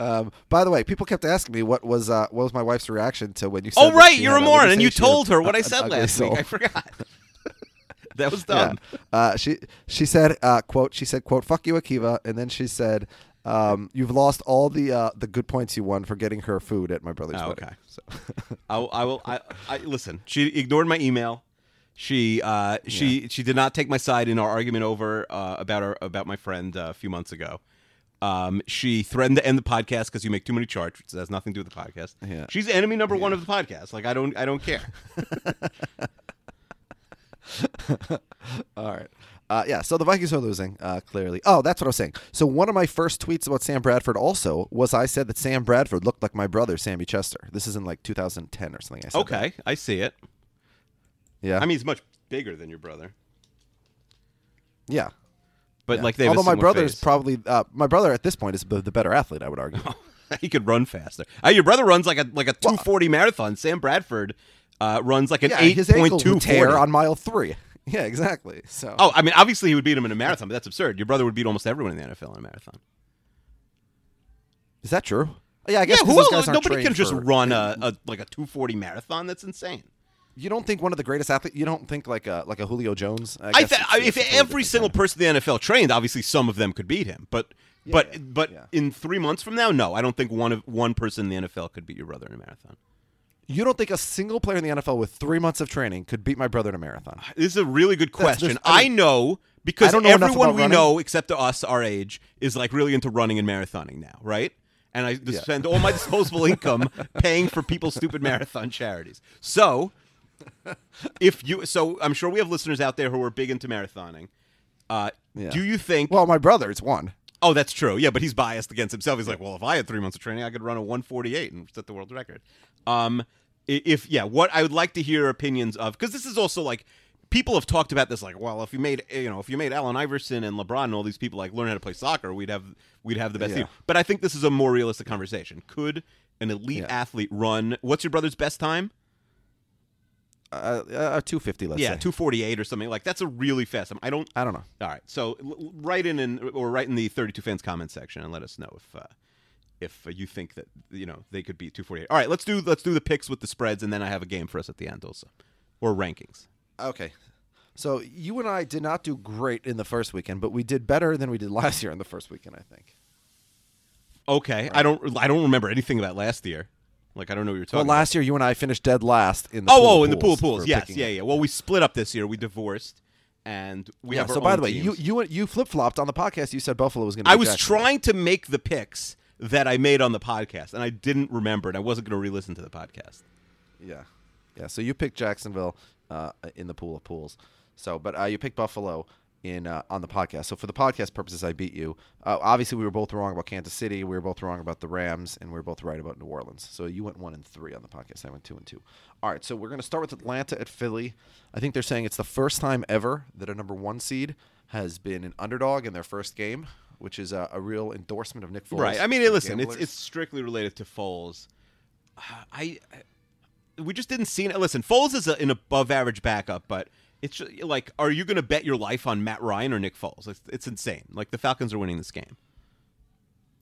[SPEAKER 4] Um, by the way, people kept asking me what was uh, what was my wife's reaction to when you said
[SPEAKER 5] oh
[SPEAKER 4] that
[SPEAKER 5] right,
[SPEAKER 4] she
[SPEAKER 5] you're
[SPEAKER 4] had
[SPEAKER 5] a moron, and you
[SPEAKER 4] what did say? She had
[SPEAKER 5] told her what
[SPEAKER 4] an-
[SPEAKER 5] I
[SPEAKER 4] an
[SPEAKER 5] said
[SPEAKER 4] ugly
[SPEAKER 5] last
[SPEAKER 4] soul.
[SPEAKER 5] week. I forgot. [laughs] that was
[SPEAKER 4] Yeah.
[SPEAKER 5] dumb.
[SPEAKER 4] Uh, she she said uh, quote she said quote fuck you Akiva and then she said um, you've lost all the uh, the good points you won for getting her food at my brother's
[SPEAKER 5] Oh,
[SPEAKER 4] wedding.
[SPEAKER 5] okay. So [laughs] I, will- I will. I, I listen. She ignored my email. She uh, she she did not take my side in our argument over uh, about our about my friend uh, a few months ago. Um, she threatened to end the podcast because you make too many charts, which has nothing to do with the podcast.
[SPEAKER 4] Yeah.
[SPEAKER 5] She's enemy number one of the podcast. Like I don't I
[SPEAKER 4] [laughs]
[SPEAKER 5] don't care.
[SPEAKER 4] All right. Uh, yeah, so the Vikings are losing, uh, clearly. Oh, that's what I was saying. So, one of my first tweets about Sam Bradford also was I said that Sam Bradford looked like my brother, Sammy Chester. This is in like 2010 or something. I said that.
[SPEAKER 5] okay, I see it.
[SPEAKER 4] Yeah.
[SPEAKER 5] I mean, he's much bigger than your brother,
[SPEAKER 4] yeah.
[SPEAKER 5] but
[SPEAKER 4] Yeah.
[SPEAKER 5] like they have
[SPEAKER 4] Although
[SPEAKER 5] a
[SPEAKER 4] my
[SPEAKER 5] similar
[SPEAKER 4] brother's
[SPEAKER 5] face.
[SPEAKER 4] probably uh, my brother at this point is the, the better athlete, I would argue.
[SPEAKER 5] [laughs] he could run faster. Uh, your brother runs like a like a two forty marathon. Sam Bradford uh, runs like [laughs] an
[SPEAKER 4] yeah,
[SPEAKER 5] eight
[SPEAKER 4] his ankle
[SPEAKER 5] point two
[SPEAKER 4] would tear on mile three. [laughs] Yeah, exactly. So
[SPEAKER 5] Oh, I mean, obviously he would beat him in a marathon, but that's absurd. Your brother would beat almost everyone in the NFL in a marathon.
[SPEAKER 4] is that true? Yeah, I guess 'cause
[SPEAKER 5] who
[SPEAKER 4] those
[SPEAKER 5] else-
[SPEAKER 4] guys aren't
[SPEAKER 5] nobody can
[SPEAKER 4] trained
[SPEAKER 5] just
[SPEAKER 4] for-
[SPEAKER 5] run a, a like a two forty marathon. That's insane.
[SPEAKER 4] You don't think one of the greatest athletes? You don't think like a like a Julio Jones? I,
[SPEAKER 5] I
[SPEAKER 4] guess
[SPEAKER 5] th-
[SPEAKER 4] it's-
[SPEAKER 5] I,
[SPEAKER 4] it's
[SPEAKER 5] if
[SPEAKER 4] a totally
[SPEAKER 5] every
[SPEAKER 4] different
[SPEAKER 5] single
[SPEAKER 4] kind
[SPEAKER 5] person in the NFL trained, obviously some of them could beat him. But but
[SPEAKER 4] yeah,
[SPEAKER 5] but
[SPEAKER 4] yeah.
[SPEAKER 5] in three months from now, no, I don't think one of one person in the NFL could beat your brother in a marathon.
[SPEAKER 4] of- you don't think a single player in the NFL with three months of training could beat my brother in a marathon?
[SPEAKER 5] This is a really good
[SPEAKER 4] That's-
[SPEAKER 5] question.
[SPEAKER 4] there's- I
[SPEAKER 5] I,
[SPEAKER 4] mean,
[SPEAKER 5] know because
[SPEAKER 4] I don't know enough
[SPEAKER 5] everyone
[SPEAKER 4] about
[SPEAKER 5] we
[SPEAKER 4] running.
[SPEAKER 5] know, except us our age, is like really into running and marathoning now, right? And I just spend all
[SPEAKER 4] [laughs]
[SPEAKER 5] my disposable income paying for people's stupid marathon charities. So, if you, so I'm sure we have listeners out there who are big into marathoning. Uh,
[SPEAKER 4] Yeah.
[SPEAKER 5] Do you think?
[SPEAKER 4] Well, my brother's one.
[SPEAKER 5] oh, that's true. Yeah, but he's biased against himself. He's like, well, if I had three months of training, I could run a 148 and set the world record. Um, i- if yeah, what I would like to hear opinions of because this is also like people have talked about this. Like, well, if you made you know if you made Allen Iverson and LeBron and all these people like learn how to play soccer, we'd have we'd have the best
[SPEAKER 4] Yeah.
[SPEAKER 5] team. But I think this is a more realistic conversation. Could an elite
[SPEAKER 4] Yeah.
[SPEAKER 5] athlete run? What's your brother's best time?
[SPEAKER 4] uh, uh, two fifty. Let's
[SPEAKER 5] yeah,
[SPEAKER 4] say.
[SPEAKER 5] two forty eight or something like that's a really fast. I don't.
[SPEAKER 4] I don't know.
[SPEAKER 5] All right, so l- l- write in and or write in the thirty two fans comment section and let us know if uh, if uh, you think that you know they could beat two forty eight. All right, let's do let's do the picks with the spreads and then I have a game for us at the end also, or rankings.
[SPEAKER 4] Okay. So you and I did not do great in the first weekend, but we did better than we did last year in the first weekend. I think.
[SPEAKER 5] Okay, I don't I don't remember anything about last year. Like I don't know what you're
[SPEAKER 4] Well,
[SPEAKER 5] talking.
[SPEAKER 4] last year you and I finished dead last in the
[SPEAKER 5] about.
[SPEAKER 4] pool
[SPEAKER 5] oh
[SPEAKER 4] of
[SPEAKER 5] oh in the pool of
[SPEAKER 4] pools
[SPEAKER 5] pools
[SPEAKER 4] for
[SPEAKER 5] yes
[SPEAKER 4] picking
[SPEAKER 5] yeah yeah. Well, we split up this year. We divorced and we
[SPEAKER 4] Yeah,
[SPEAKER 5] have. Our
[SPEAKER 4] so by
[SPEAKER 5] own
[SPEAKER 4] the way, you
[SPEAKER 5] teams.
[SPEAKER 4] you you flip flopped on the podcast. You said Buffalo was going to.
[SPEAKER 5] I was trying to make the picks that I made on the podcast, and I didn't remember, and I wasn't going to re-listen to the podcast.
[SPEAKER 4] Yeah, yeah. So you picked Jacksonville uh, in the pool of pools. So, but uh, you picked Buffalo in uh, on the podcast. So for the podcast purposes, I beat you. Uh, obviously, we were both wrong about Kansas City. We were both wrong about the Rams, and we were both right about New Orleans. So you went one and three on the podcast. I went two and two. All right. So we're going to start with Atlanta at Philly. I think they're saying it's the first time ever that a number one seed has been an underdog in their first game, which is a, a real endorsement of Nick Foles.
[SPEAKER 5] Right. I mean,
[SPEAKER 4] and the
[SPEAKER 5] listen, it's
[SPEAKER 4] Gamblers.
[SPEAKER 5] it's strictly related to Foles. [sighs] Uh, I, I we just didn't see it. Listen, Foles is a, an above average backup, but it's ju- like, are you going to bet your life on Matt Ryan or Nick Foles? It's, it's insane. Like the Falcons are winning this game.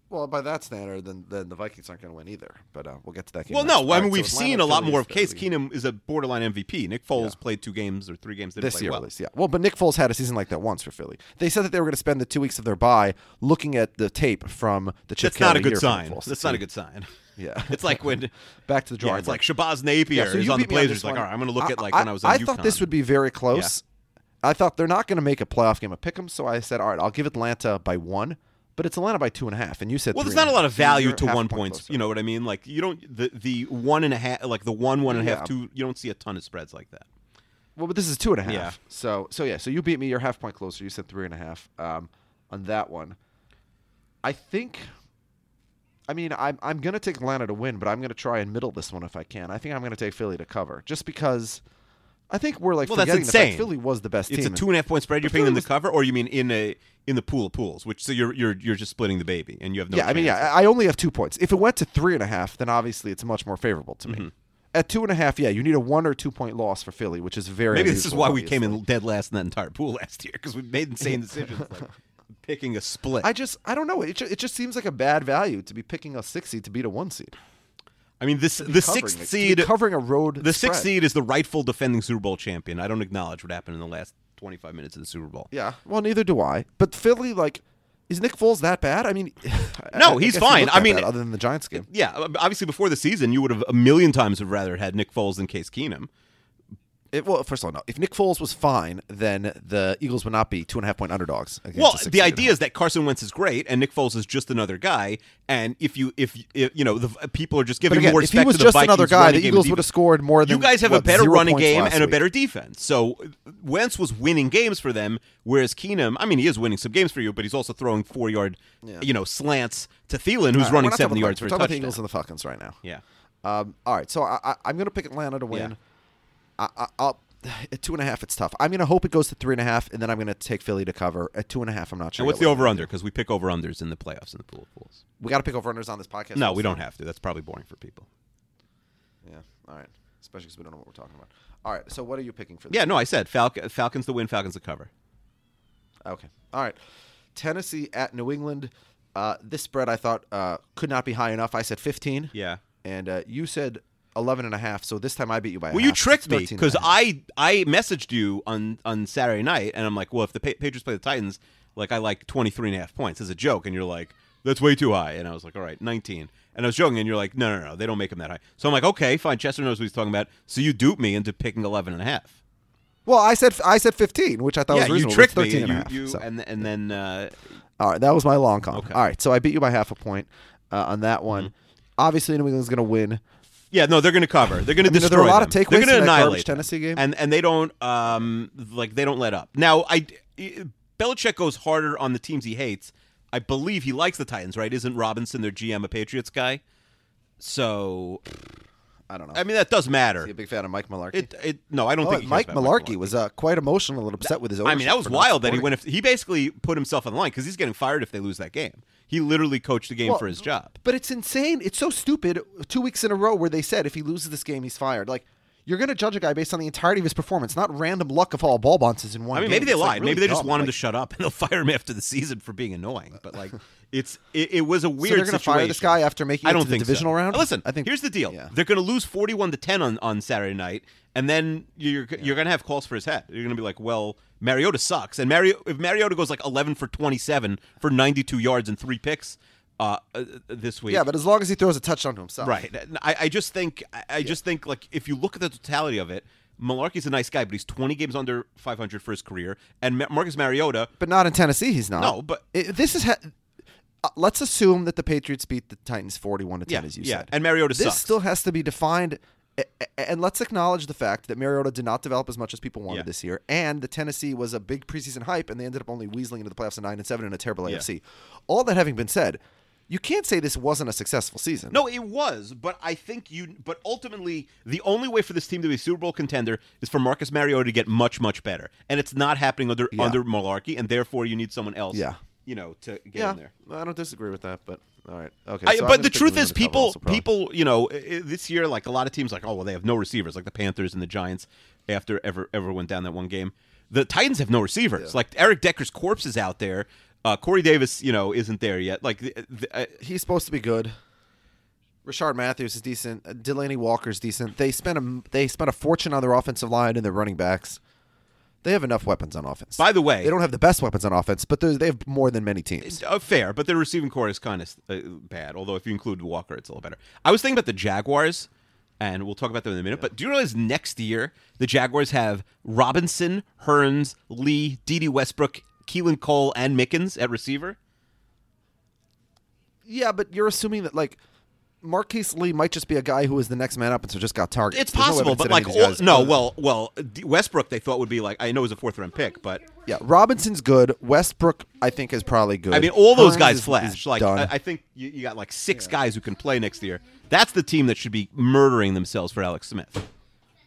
[SPEAKER 4] Well, by that standard, then then the Vikings aren't going to win either. But uh, we'll get to that. Game
[SPEAKER 5] Well,
[SPEAKER 4] next.
[SPEAKER 5] no,
[SPEAKER 4] All
[SPEAKER 5] I
[SPEAKER 4] right,
[SPEAKER 5] mean
[SPEAKER 4] so
[SPEAKER 5] we've
[SPEAKER 4] Atlanta,
[SPEAKER 5] seen a lot
[SPEAKER 4] Philly,
[SPEAKER 5] more of Case
[SPEAKER 4] Philly.
[SPEAKER 5] Keenum is a borderline MVP. Nick Foles played two games or three games that
[SPEAKER 4] this year,
[SPEAKER 5] well.
[SPEAKER 4] at least. Yeah. Well, but Nick Foles had a season like that once for Philly. They said that they were going to spend the two weeks of their bye looking at the tape from the Chip
[SPEAKER 5] That's not a
[SPEAKER 4] Kelly
[SPEAKER 5] good
[SPEAKER 4] year from
[SPEAKER 5] sign.
[SPEAKER 4] Foles.
[SPEAKER 5] That's not a good sign.
[SPEAKER 4] Yeah.
[SPEAKER 5] [laughs] it's like when
[SPEAKER 4] Back to [laughs] the drawing
[SPEAKER 5] Yeah, it's
[SPEAKER 4] board.
[SPEAKER 5] like Shabazz Napier
[SPEAKER 4] Yeah, so
[SPEAKER 5] is
[SPEAKER 4] you
[SPEAKER 5] on the
[SPEAKER 4] beat me on
[SPEAKER 5] Blazers.
[SPEAKER 4] this
[SPEAKER 5] like,
[SPEAKER 4] one.
[SPEAKER 5] all right, I'm going to look at like when I was on
[SPEAKER 4] I thought this
[SPEAKER 5] UConn.
[SPEAKER 4] would be very close. I thought they're not going to make a playoff game of pick'em, so I said, all right, I'll give Atlanta by one, but it's Atlanta by two and a half, and you said
[SPEAKER 5] Well,
[SPEAKER 4] three
[SPEAKER 5] there's not
[SPEAKER 4] and
[SPEAKER 5] a lot of
[SPEAKER 4] half. So
[SPEAKER 5] value
[SPEAKER 4] you're
[SPEAKER 5] to
[SPEAKER 4] half a
[SPEAKER 5] one
[SPEAKER 4] point
[SPEAKER 5] points.
[SPEAKER 4] closer.
[SPEAKER 5] You know what I mean? Like you don't the the one and a half, like the one one and a half
[SPEAKER 4] Yeah.
[SPEAKER 5] two. You don't see a ton of spreads like that.
[SPEAKER 4] Well, but this is two and a half.
[SPEAKER 5] Yeah.
[SPEAKER 4] So so yeah. So you beat me. You're half point closer. You said three and a half um, on that one. I think. I mean, I'm I'm gonna take Atlanta to win, but I'm gonna try and middle this one if I can. I think I'm gonna take Philly to cover, just because. I think we're like
[SPEAKER 5] Well, that's
[SPEAKER 4] forgetting the
[SPEAKER 5] insane.
[SPEAKER 4] fact Philly was the best
[SPEAKER 5] It's
[SPEAKER 4] team.
[SPEAKER 5] a two and a half point spread. You're paying them
[SPEAKER 4] Philly
[SPEAKER 5] to cover, or you mean in a in the pool of pools, which so you're you're you're just splitting the baby, and you have no.
[SPEAKER 4] yeah, I mean,
[SPEAKER 5] chance.
[SPEAKER 4] yeah, I I only have two points. If it went to three and a half, then obviously it's much more favorable to
[SPEAKER 5] Mm-hmm.
[SPEAKER 4] me. At two and a half, yeah, you need a one or two point loss for Philly, which is very.
[SPEAKER 5] Maybe this is
[SPEAKER 4] unusual,
[SPEAKER 5] why we came
[SPEAKER 4] obviously.
[SPEAKER 5] in dead last in that entire pool [laughs] last year because we made insane
[SPEAKER 4] [laughs]
[SPEAKER 5] decisions like picking a split.
[SPEAKER 4] I just I don't know. It just, it just seems like a bad value to be picking a six seed to beat a one seed.
[SPEAKER 5] I mean, this the
[SPEAKER 4] covering
[SPEAKER 5] sixth
[SPEAKER 4] it, to be
[SPEAKER 5] seed
[SPEAKER 4] covering a road
[SPEAKER 5] The sixth
[SPEAKER 4] spread.
[SPEAKER 5] seed is the rightful defending Super Bowl champion. I don't acknowledge what happened in the last 25 minutes of the Super Bowl.
[SPEAKER 4] Yeah. Well, neither do I. But Philly, like, is Nick Foles that bad? I mean, [sighs] I-
[SPEAKER 5] No,
[SPEAKER 4] I
[SPEAKER 5] he's
[SPEAKER 4] guess he
[SPEAKER 5] fine.
[SPEAKER 4] looked
[SPEAKER 5] I
[SPEAKER 4] that
[SPEAKER 5] mean-
[SPEAKER 4] bad other than the Giants game.
[SPEAKER 5] Yeah, ob- obviously before the season, you would have a million times have rather had Nick Foles than Case Keenum.
[SPEAKER 4] It, well, first of all, no. If Nick Foles was fine, then the Eagles would not be two and a half point underdogs. Against
[SPEAKER 5] Well,
[SPEAKER 4] a six
[SPEAKER 5] the
[SPEAKER 4] seed.
[SPEAKER 5] idea is that Carson Wentz is great and Nick Foles is just another guy. And if you if, if you know the v- people are just
[SPEAKER 4] But
[SPEAKER 5] giving
[SPEAKER 4] again,
[SPEAKER 5] more
[SPEAKER 4] if he
[SPEAKER 5] respect
[SPEAKER 4] was
[SPEAKER 5] to the
[SPEAKER 4] just
[SPEAKER 5] Vikings
[SPEAKER 4] another guy,
[SPEAKER 5] running
[SPEAKER 4] the
[SPEAKER 5] game and
[SPEAKER 4] Eagles would have
[SPEAKER 5] defense.
[SPEAKER 4] scored more than
[SPEAKER 5] you guys have a
[SPEAKER 4] what,
[SPEAKER 5] better
[SPEAKER 4] zero
[SPEAKER 5] running
[SPEAKER 4] points
[SPEAKER 5] game
[SPEAKER 4] last
[SPEAKER 5] and a
[SPEAKER 4] week.
[SPEAKER 5] better defense. So uh, Wentz was winning games for them, whereas Keenum, I mean, he is winning some games for you, but he's also throwing four yard, you know, slants to Thielen,
[SPEAKER 4] All
[SPEAKER 5] who's
[SPEAKER 4] right, we're
[SPEAKER 5] running
[SPEAKER 4] not
[SPEAKER 5] seventy
[SPEAKER 4] talking about
[SPEAKER 5] yards
[SPEAKER 4] the
[SPEAKER 5] for a
[SPEAKER 4] Vikings. We're talking about the
[SPEAKER 5] touchdown.
[SPEAKER 4] Eagles and the Falcons right now.
[SPEAKER 5] yeah.
[SPEAKER 4] Um, all right, so I, I, I'm going to pick Atlanta to win. I, I, I'll [sighs] at two and a half. It's tough. I'm going to hope it goes to three and a half, and then I'm going to take Philly to cover at two and a half. I'm not sure.
[SPEAKER 5] And what's
[SPEAKER 4] yet
[SPEAKER 5] the
[SPEAKER 4] what I'm
[SPEAKER 5] over
[SPEAKER 4] gonna
[SPEAKER 5] under? Because we pick over unders in the playoffs in the pool of pools.
[SPEAKER 4] do. We got to pick over unders on this podcast.
[SPEAKER 5] No,
[SPEAKER 4] also.
[SPEAKER 5] we don't have to. That's probably boring for people.
[SPEAKER 4] Yeah. All right. Especially because we don't know what we're talking about. All right. So what are you picking for? This?
[SPEAKER 5] Yeah, no, I said Falcon, Falcons to win, Falcons to cover.
[SPEAKER 4] Okay. All right. Tennessee at New England. Uh, this spread I thought uh, could not be high enough. I said 15.
[SPEAKER 5] Yeah.
[SPEAKER 4] And uh, you said 11 and a half. So this time I beat you by. a
[SPEAKER 5] Well, you
[SPEAKER 4] half.
[SPEAKER 5] tricked me
[SPEAKER 4] 13 and a
[SPEAKER 5] because
[SPEAKER 4] half.
[SPEAKER 5] I I messaged you on on Saturday night, and I'm like, well, if the pa- Patriots play the Titans, like I like 23 and a half points as a joke, and you're like, that's way too high, and I was like, all right, 19, and I was joking, and you're like, no, no, no, they don't make them that high. So I'm like, okay, fine. Chester knows what he's talking about, so you duped me into picking 11 and a half.
[SPEAKER 4] Well, I said I said 15, which I thought
[SPEAKER 5] yeah,
[SPEAKER 4] was reasonable.
[SPEAKER 5] you tricked
[SPEAKER 4] it's
[SPEAKER 5] me.
[SPEAKER 4] 13 and a
[SPEAKER 5] you,
[SPEAKER 4] half,
[SPEAKER 5] you-
[SPEAKER 4] so.
[SPEAKER 5] and and then uh,
[SPEAKER 4] All right, that was my long con.
[SPEAKER 5] Okay. Mm-hmm.
[SPEAKER 4] All right, so I beat you by half a point uh, on that one. Obviously, New England's going to win.
[SPEAKER 5] Yeah, no, they're going to cover. They're going to
[SPEAKER 4] I mean,
[SPEAKER 5] destroy.
[SPEAKER 4] there are a lot of
[SPEAKER 5] them.
[SPEAKER 4] takeaways
[SPEAKER 5] They're going
[SPEAKER 4] from
[SPEAKER 5] to
[SPEAKER 4] that garbage
[SPEAKER 5] annihilate them.
[SPEAKER 4] Tennessee game.
[SPEAKER 5] and and they don't um like they don't let up. Now, I Belichick goes harder on the teams he hates. I believe he likes the Titans, right? Isn't Robinson their GM a Patriots guy? So
[SPEAKER 4] I don't know.
[SPEAKER 5] I mean, that does
[SPEAKER 4] Is he
[SPEAKER 5] matter.
[SPEAKER 4] a big fan of Mike Malarkey?
[SPEAKER 5] It, it no, I don't
[SPEAKER 4] Oh,
[SPEAKER 5] think he cares
[SPEAKER 4] Mike
[SPEAKER 5] about
[SPEAKER 4] Malarkey was uh, quite emotional and upset with his
[SPEAKER 5] I
[SPEAKER 4] ownership
[SPEAKER 5] mean, that was
[SPEAKER 4] for not
[SPEAKER 5] wild that he
[SPEAKER 4] supporting
[SPEAKER 5] went.
[SPEAKER 4] him.
[SPEAKER 5] If, he basically put himself on the line because he's getting fired if they lose that game. He literally coached the game
[SPEAKER 4] Well,
[SPEAKER 5] for his job.
[SPEAKER 4] But it's insane. It's so stupid. Two weeks in a row where they said if he loses this game, he's fired. Like, You're going to judge a guy based on the entirety of his performance, not random luck of all ball bounces in one.
[SPEAKER 5] I mean,
[SPEAKER 4] game.
[SPEAKER 5] maybe they
[SPEAKER 4] It's, like,
[SPEAKER 5] lied.
[SPEAKER 4] really
[SPEAKER 5] maybe they just
[SPEAKER 4] dumb.
[SPEAKER 5] want him to
[SPEAKER 4] Like,
[SPEAKER 5] shut up, and they'll [laughs] fire him after the season for being annoying. But
[SPEAKER 4] [laughs]
[SPEAKER 5] like, it's it, it was a weird.
[SPEAKER 4] they're gonna
[SPEAKER 5] going to
[SPEAKER 4] fire this guy after making
[SPEAKER 5] I
[SPEAKER 4] it
[SPEAKER 5] don't
[SPEAKER 4] to the
[SPEAKER 5] think so.
[SPEAKER 4] divisional round?
[SPEAKER 5] Uh, Listen, I
[SPEAKER 4] I
[SPEAKER 5] think
[SPEAKER 4] think-
[SPEAKER 5] here's the deal.
[SPEAKER 4] yeah.
[SPEAKER 5] They're going to lose forty-one to ten on on Saturday night, and then you're you're going to have calls for his head. You're going to be like, well, Mariota sucks, and Mario if Mariota goes like eleven for twenty-seven for ninety-two yards and three picks uh, uh, this week,
[SPEAKER 4] Yeah, but as long as he throws a touchdown to himself,
[SPEAKER 5] Right. And I, I just think I, I just think like if you look at the totality of it, Malarkey's a nice guy, but he's 20 games under 500 for his career, and Ma- Marcus Mariota.
[SPEAKER 4] But not in Tennessee. He's not.
[SPEAKER 5] No, but-
[SPEAKER 4] I- this is. Ha- uh, let's assume that the Patriots beat the Titans forty-one to ten,
[SPEAKER 5] Yeah,
[SPEAKER 4] as you
[SPEAKER 5] yeah,
[SPEAKER 4] said.
[SPEAKER 5] and Mariota
[SPEAKER 4] This
[SPEAKER 5] sucks.
[SPEAKER 4] still has to be defined. a- a- And let's acknowledge the fact that Mariota did not develop as much as people wanted
[SPEAKER 5] Yeah.
[SPEAKER 4] this year, and the Tennessee was a big preseason hype, and they ended up only weaseling into the playoffs at nine and seven in a terrible
[SPEAKER 5] Yeah.
[SPEAKER 4] AFC. All that having been said, you can't say this wasn't a successful season.
[SPEAKER 5] No, it was, but I think you. But ultimately, the only way for this team to be a Super Bowl contender is for Marcus Mariota to get much, much better, and it's not happening under under Malarkey, and therefore you need someone else.
[SPEAKER 4] Yeah.
[SPEAKER 5] You know, to get
[SPEAKER 4] yeah,
[SPEAKER 5] in there.
[SPEAKER 4] I don't disagree with that, but all right, okay.
[SPEAKER 5] I,
[SPEAKER 4] so I'm
[SPEAKER 5] but
[SPEAKER 4] gonna
[SPEAKER 5] the
[SPEAKER 4] pick
[SPEAKER 5] truth
[SPEAKER 4] New
[SPEAKER 5] is,
[SPEAKER 4] England to cover
[SPEAKER 5] people,
[SPEAKER 4] also, probably.
[SPEAKER 5] people, you know, i- i- this year, like a lot of teams, like, oh well, they have no receivers, like the Panthers and the Giants. After ever ever went down that one game, the Titans have no receivers. Like Eric Decker's corpse is out there. Uh, Corey Davis, you know, isn't there yet. Like, the, the, uh,
[SPEAKER 4] he's supposed to be good. Richard Matthews is decent. Uh, Delaney Walker's decent. They spent a they spent a fortune on their offensive line and their running backs. They have enough weapons on offense.
[SPEAKER 5] By the way-
[SPEAKER 4] they don't have the best weapons on offense, but they're- they have more than many teams.
[SPEAKER 5] uh, fair, but their receiving core is kind of uh, bad. Although if you include Walker, it's a little better. I was thinking about the Jaguars, and we'll talk about them in a minute. But do you realize next year the Jaguars have Robinson, Hearns, Lee, D.D. Westbrook, Keelan Cole, and Mickens at receiver?
[SPEAKER 4] Yeah, but you're assuming that like Marquise Lee might just be a guy who is the next man up and so just got targeted.
[SPEAKER 5] It's
[SPEAKER 4] There's no
[SPEAKER 5] possible,
[SPEAKER 4] evidence
[SPEAKER 5] but
[SPEAKER 4] that any
[SPEAKER 5] like
[SPEAKER 4] of these
[SPEAKER 5] all,
[SPEAKER 4] guys-
[SPEAKER 5] no,
[SPEAKER 4] uh,
[SPEAKER 5] well, well, D- Westbrook they thought would be like I know it was a fourth round pick, but
[SPEAKER 4] yeah, Robinson's good. Westbrook, I think, is probably good.
[SPEAKER 5] I mean all those
[SPEAKER 4] Hearns
[SPEAKER 5] guys
[SPEAKER 4] is- is
[SPEAKER 5] flash. Like
[SPEAKER 4] done.
[SPEAKER 5] I, I think you, you got like six guys who can play next year. That's the team that should be murdering themselves for Alex Smith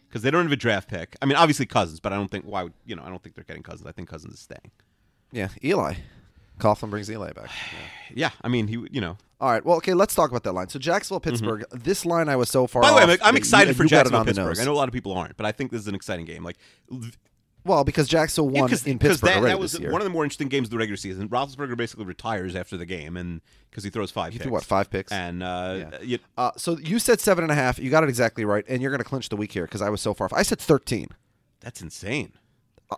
[SPEAKER 5] because they don't have a draft pick. I mean, obviously Cousins, but I don't think why would you know I don't think they're getting Cousins. I think Cousins is staying.
[SPEAKER 4] yeah, Eli. Coughlin brings Eli back. Yeah.
[SPEAKER 5] Yeah, I mean he would- you know
[SPEAKER 4] All right. Well, okay. Let's talk about that line. So Jacksonville, Pittsburgh. This line I was so far.
[SPEAKER 5] Mm-hmm. By the way,
[SPEAKER 4] off
[SPEAKER 5] I'm, I'm
[SPEAKER 4] that
[SPEAKER 5] excited
[SPEAKER 4] you,
[SPEAKER 5] for
[SPEAKER 4] you got it
[SPEAKER 5] Jacksonville
[SPEAKER 4] on the
[SPEAKER 5] Pittsburgh.
[SPEAKER 4] nose.
[SPEAKER 5] I know a lot of people aren't, but I think this is an exciting game. Like
[SPEAKER 4] Well, because Jacksonville won
[SPEAKER 5] because
[SPEAKER 4] in Pittsburgh
[SPEAKER 5] that,
[SPEAKER 4] already
[SPEAKER 5] that was
[SPEAKER 4] this year.
[SPEAKER 5] one of the more interesting games of the regular season. Roethlisberger basically retires after the game, and because he throws five, he
[SPEAKER 4] threw, what, five picks?
[SPEAKER 5] and uh,
[SPEAKER 4] Yeah.
[SPEAKER 5] you-
[SPEAKER 4] uh, so you said seven and a half. You got it exactly right, and you're going to clinch the week here because I was so far off. I said thirteen.
[SPEAKER 5] that's insane.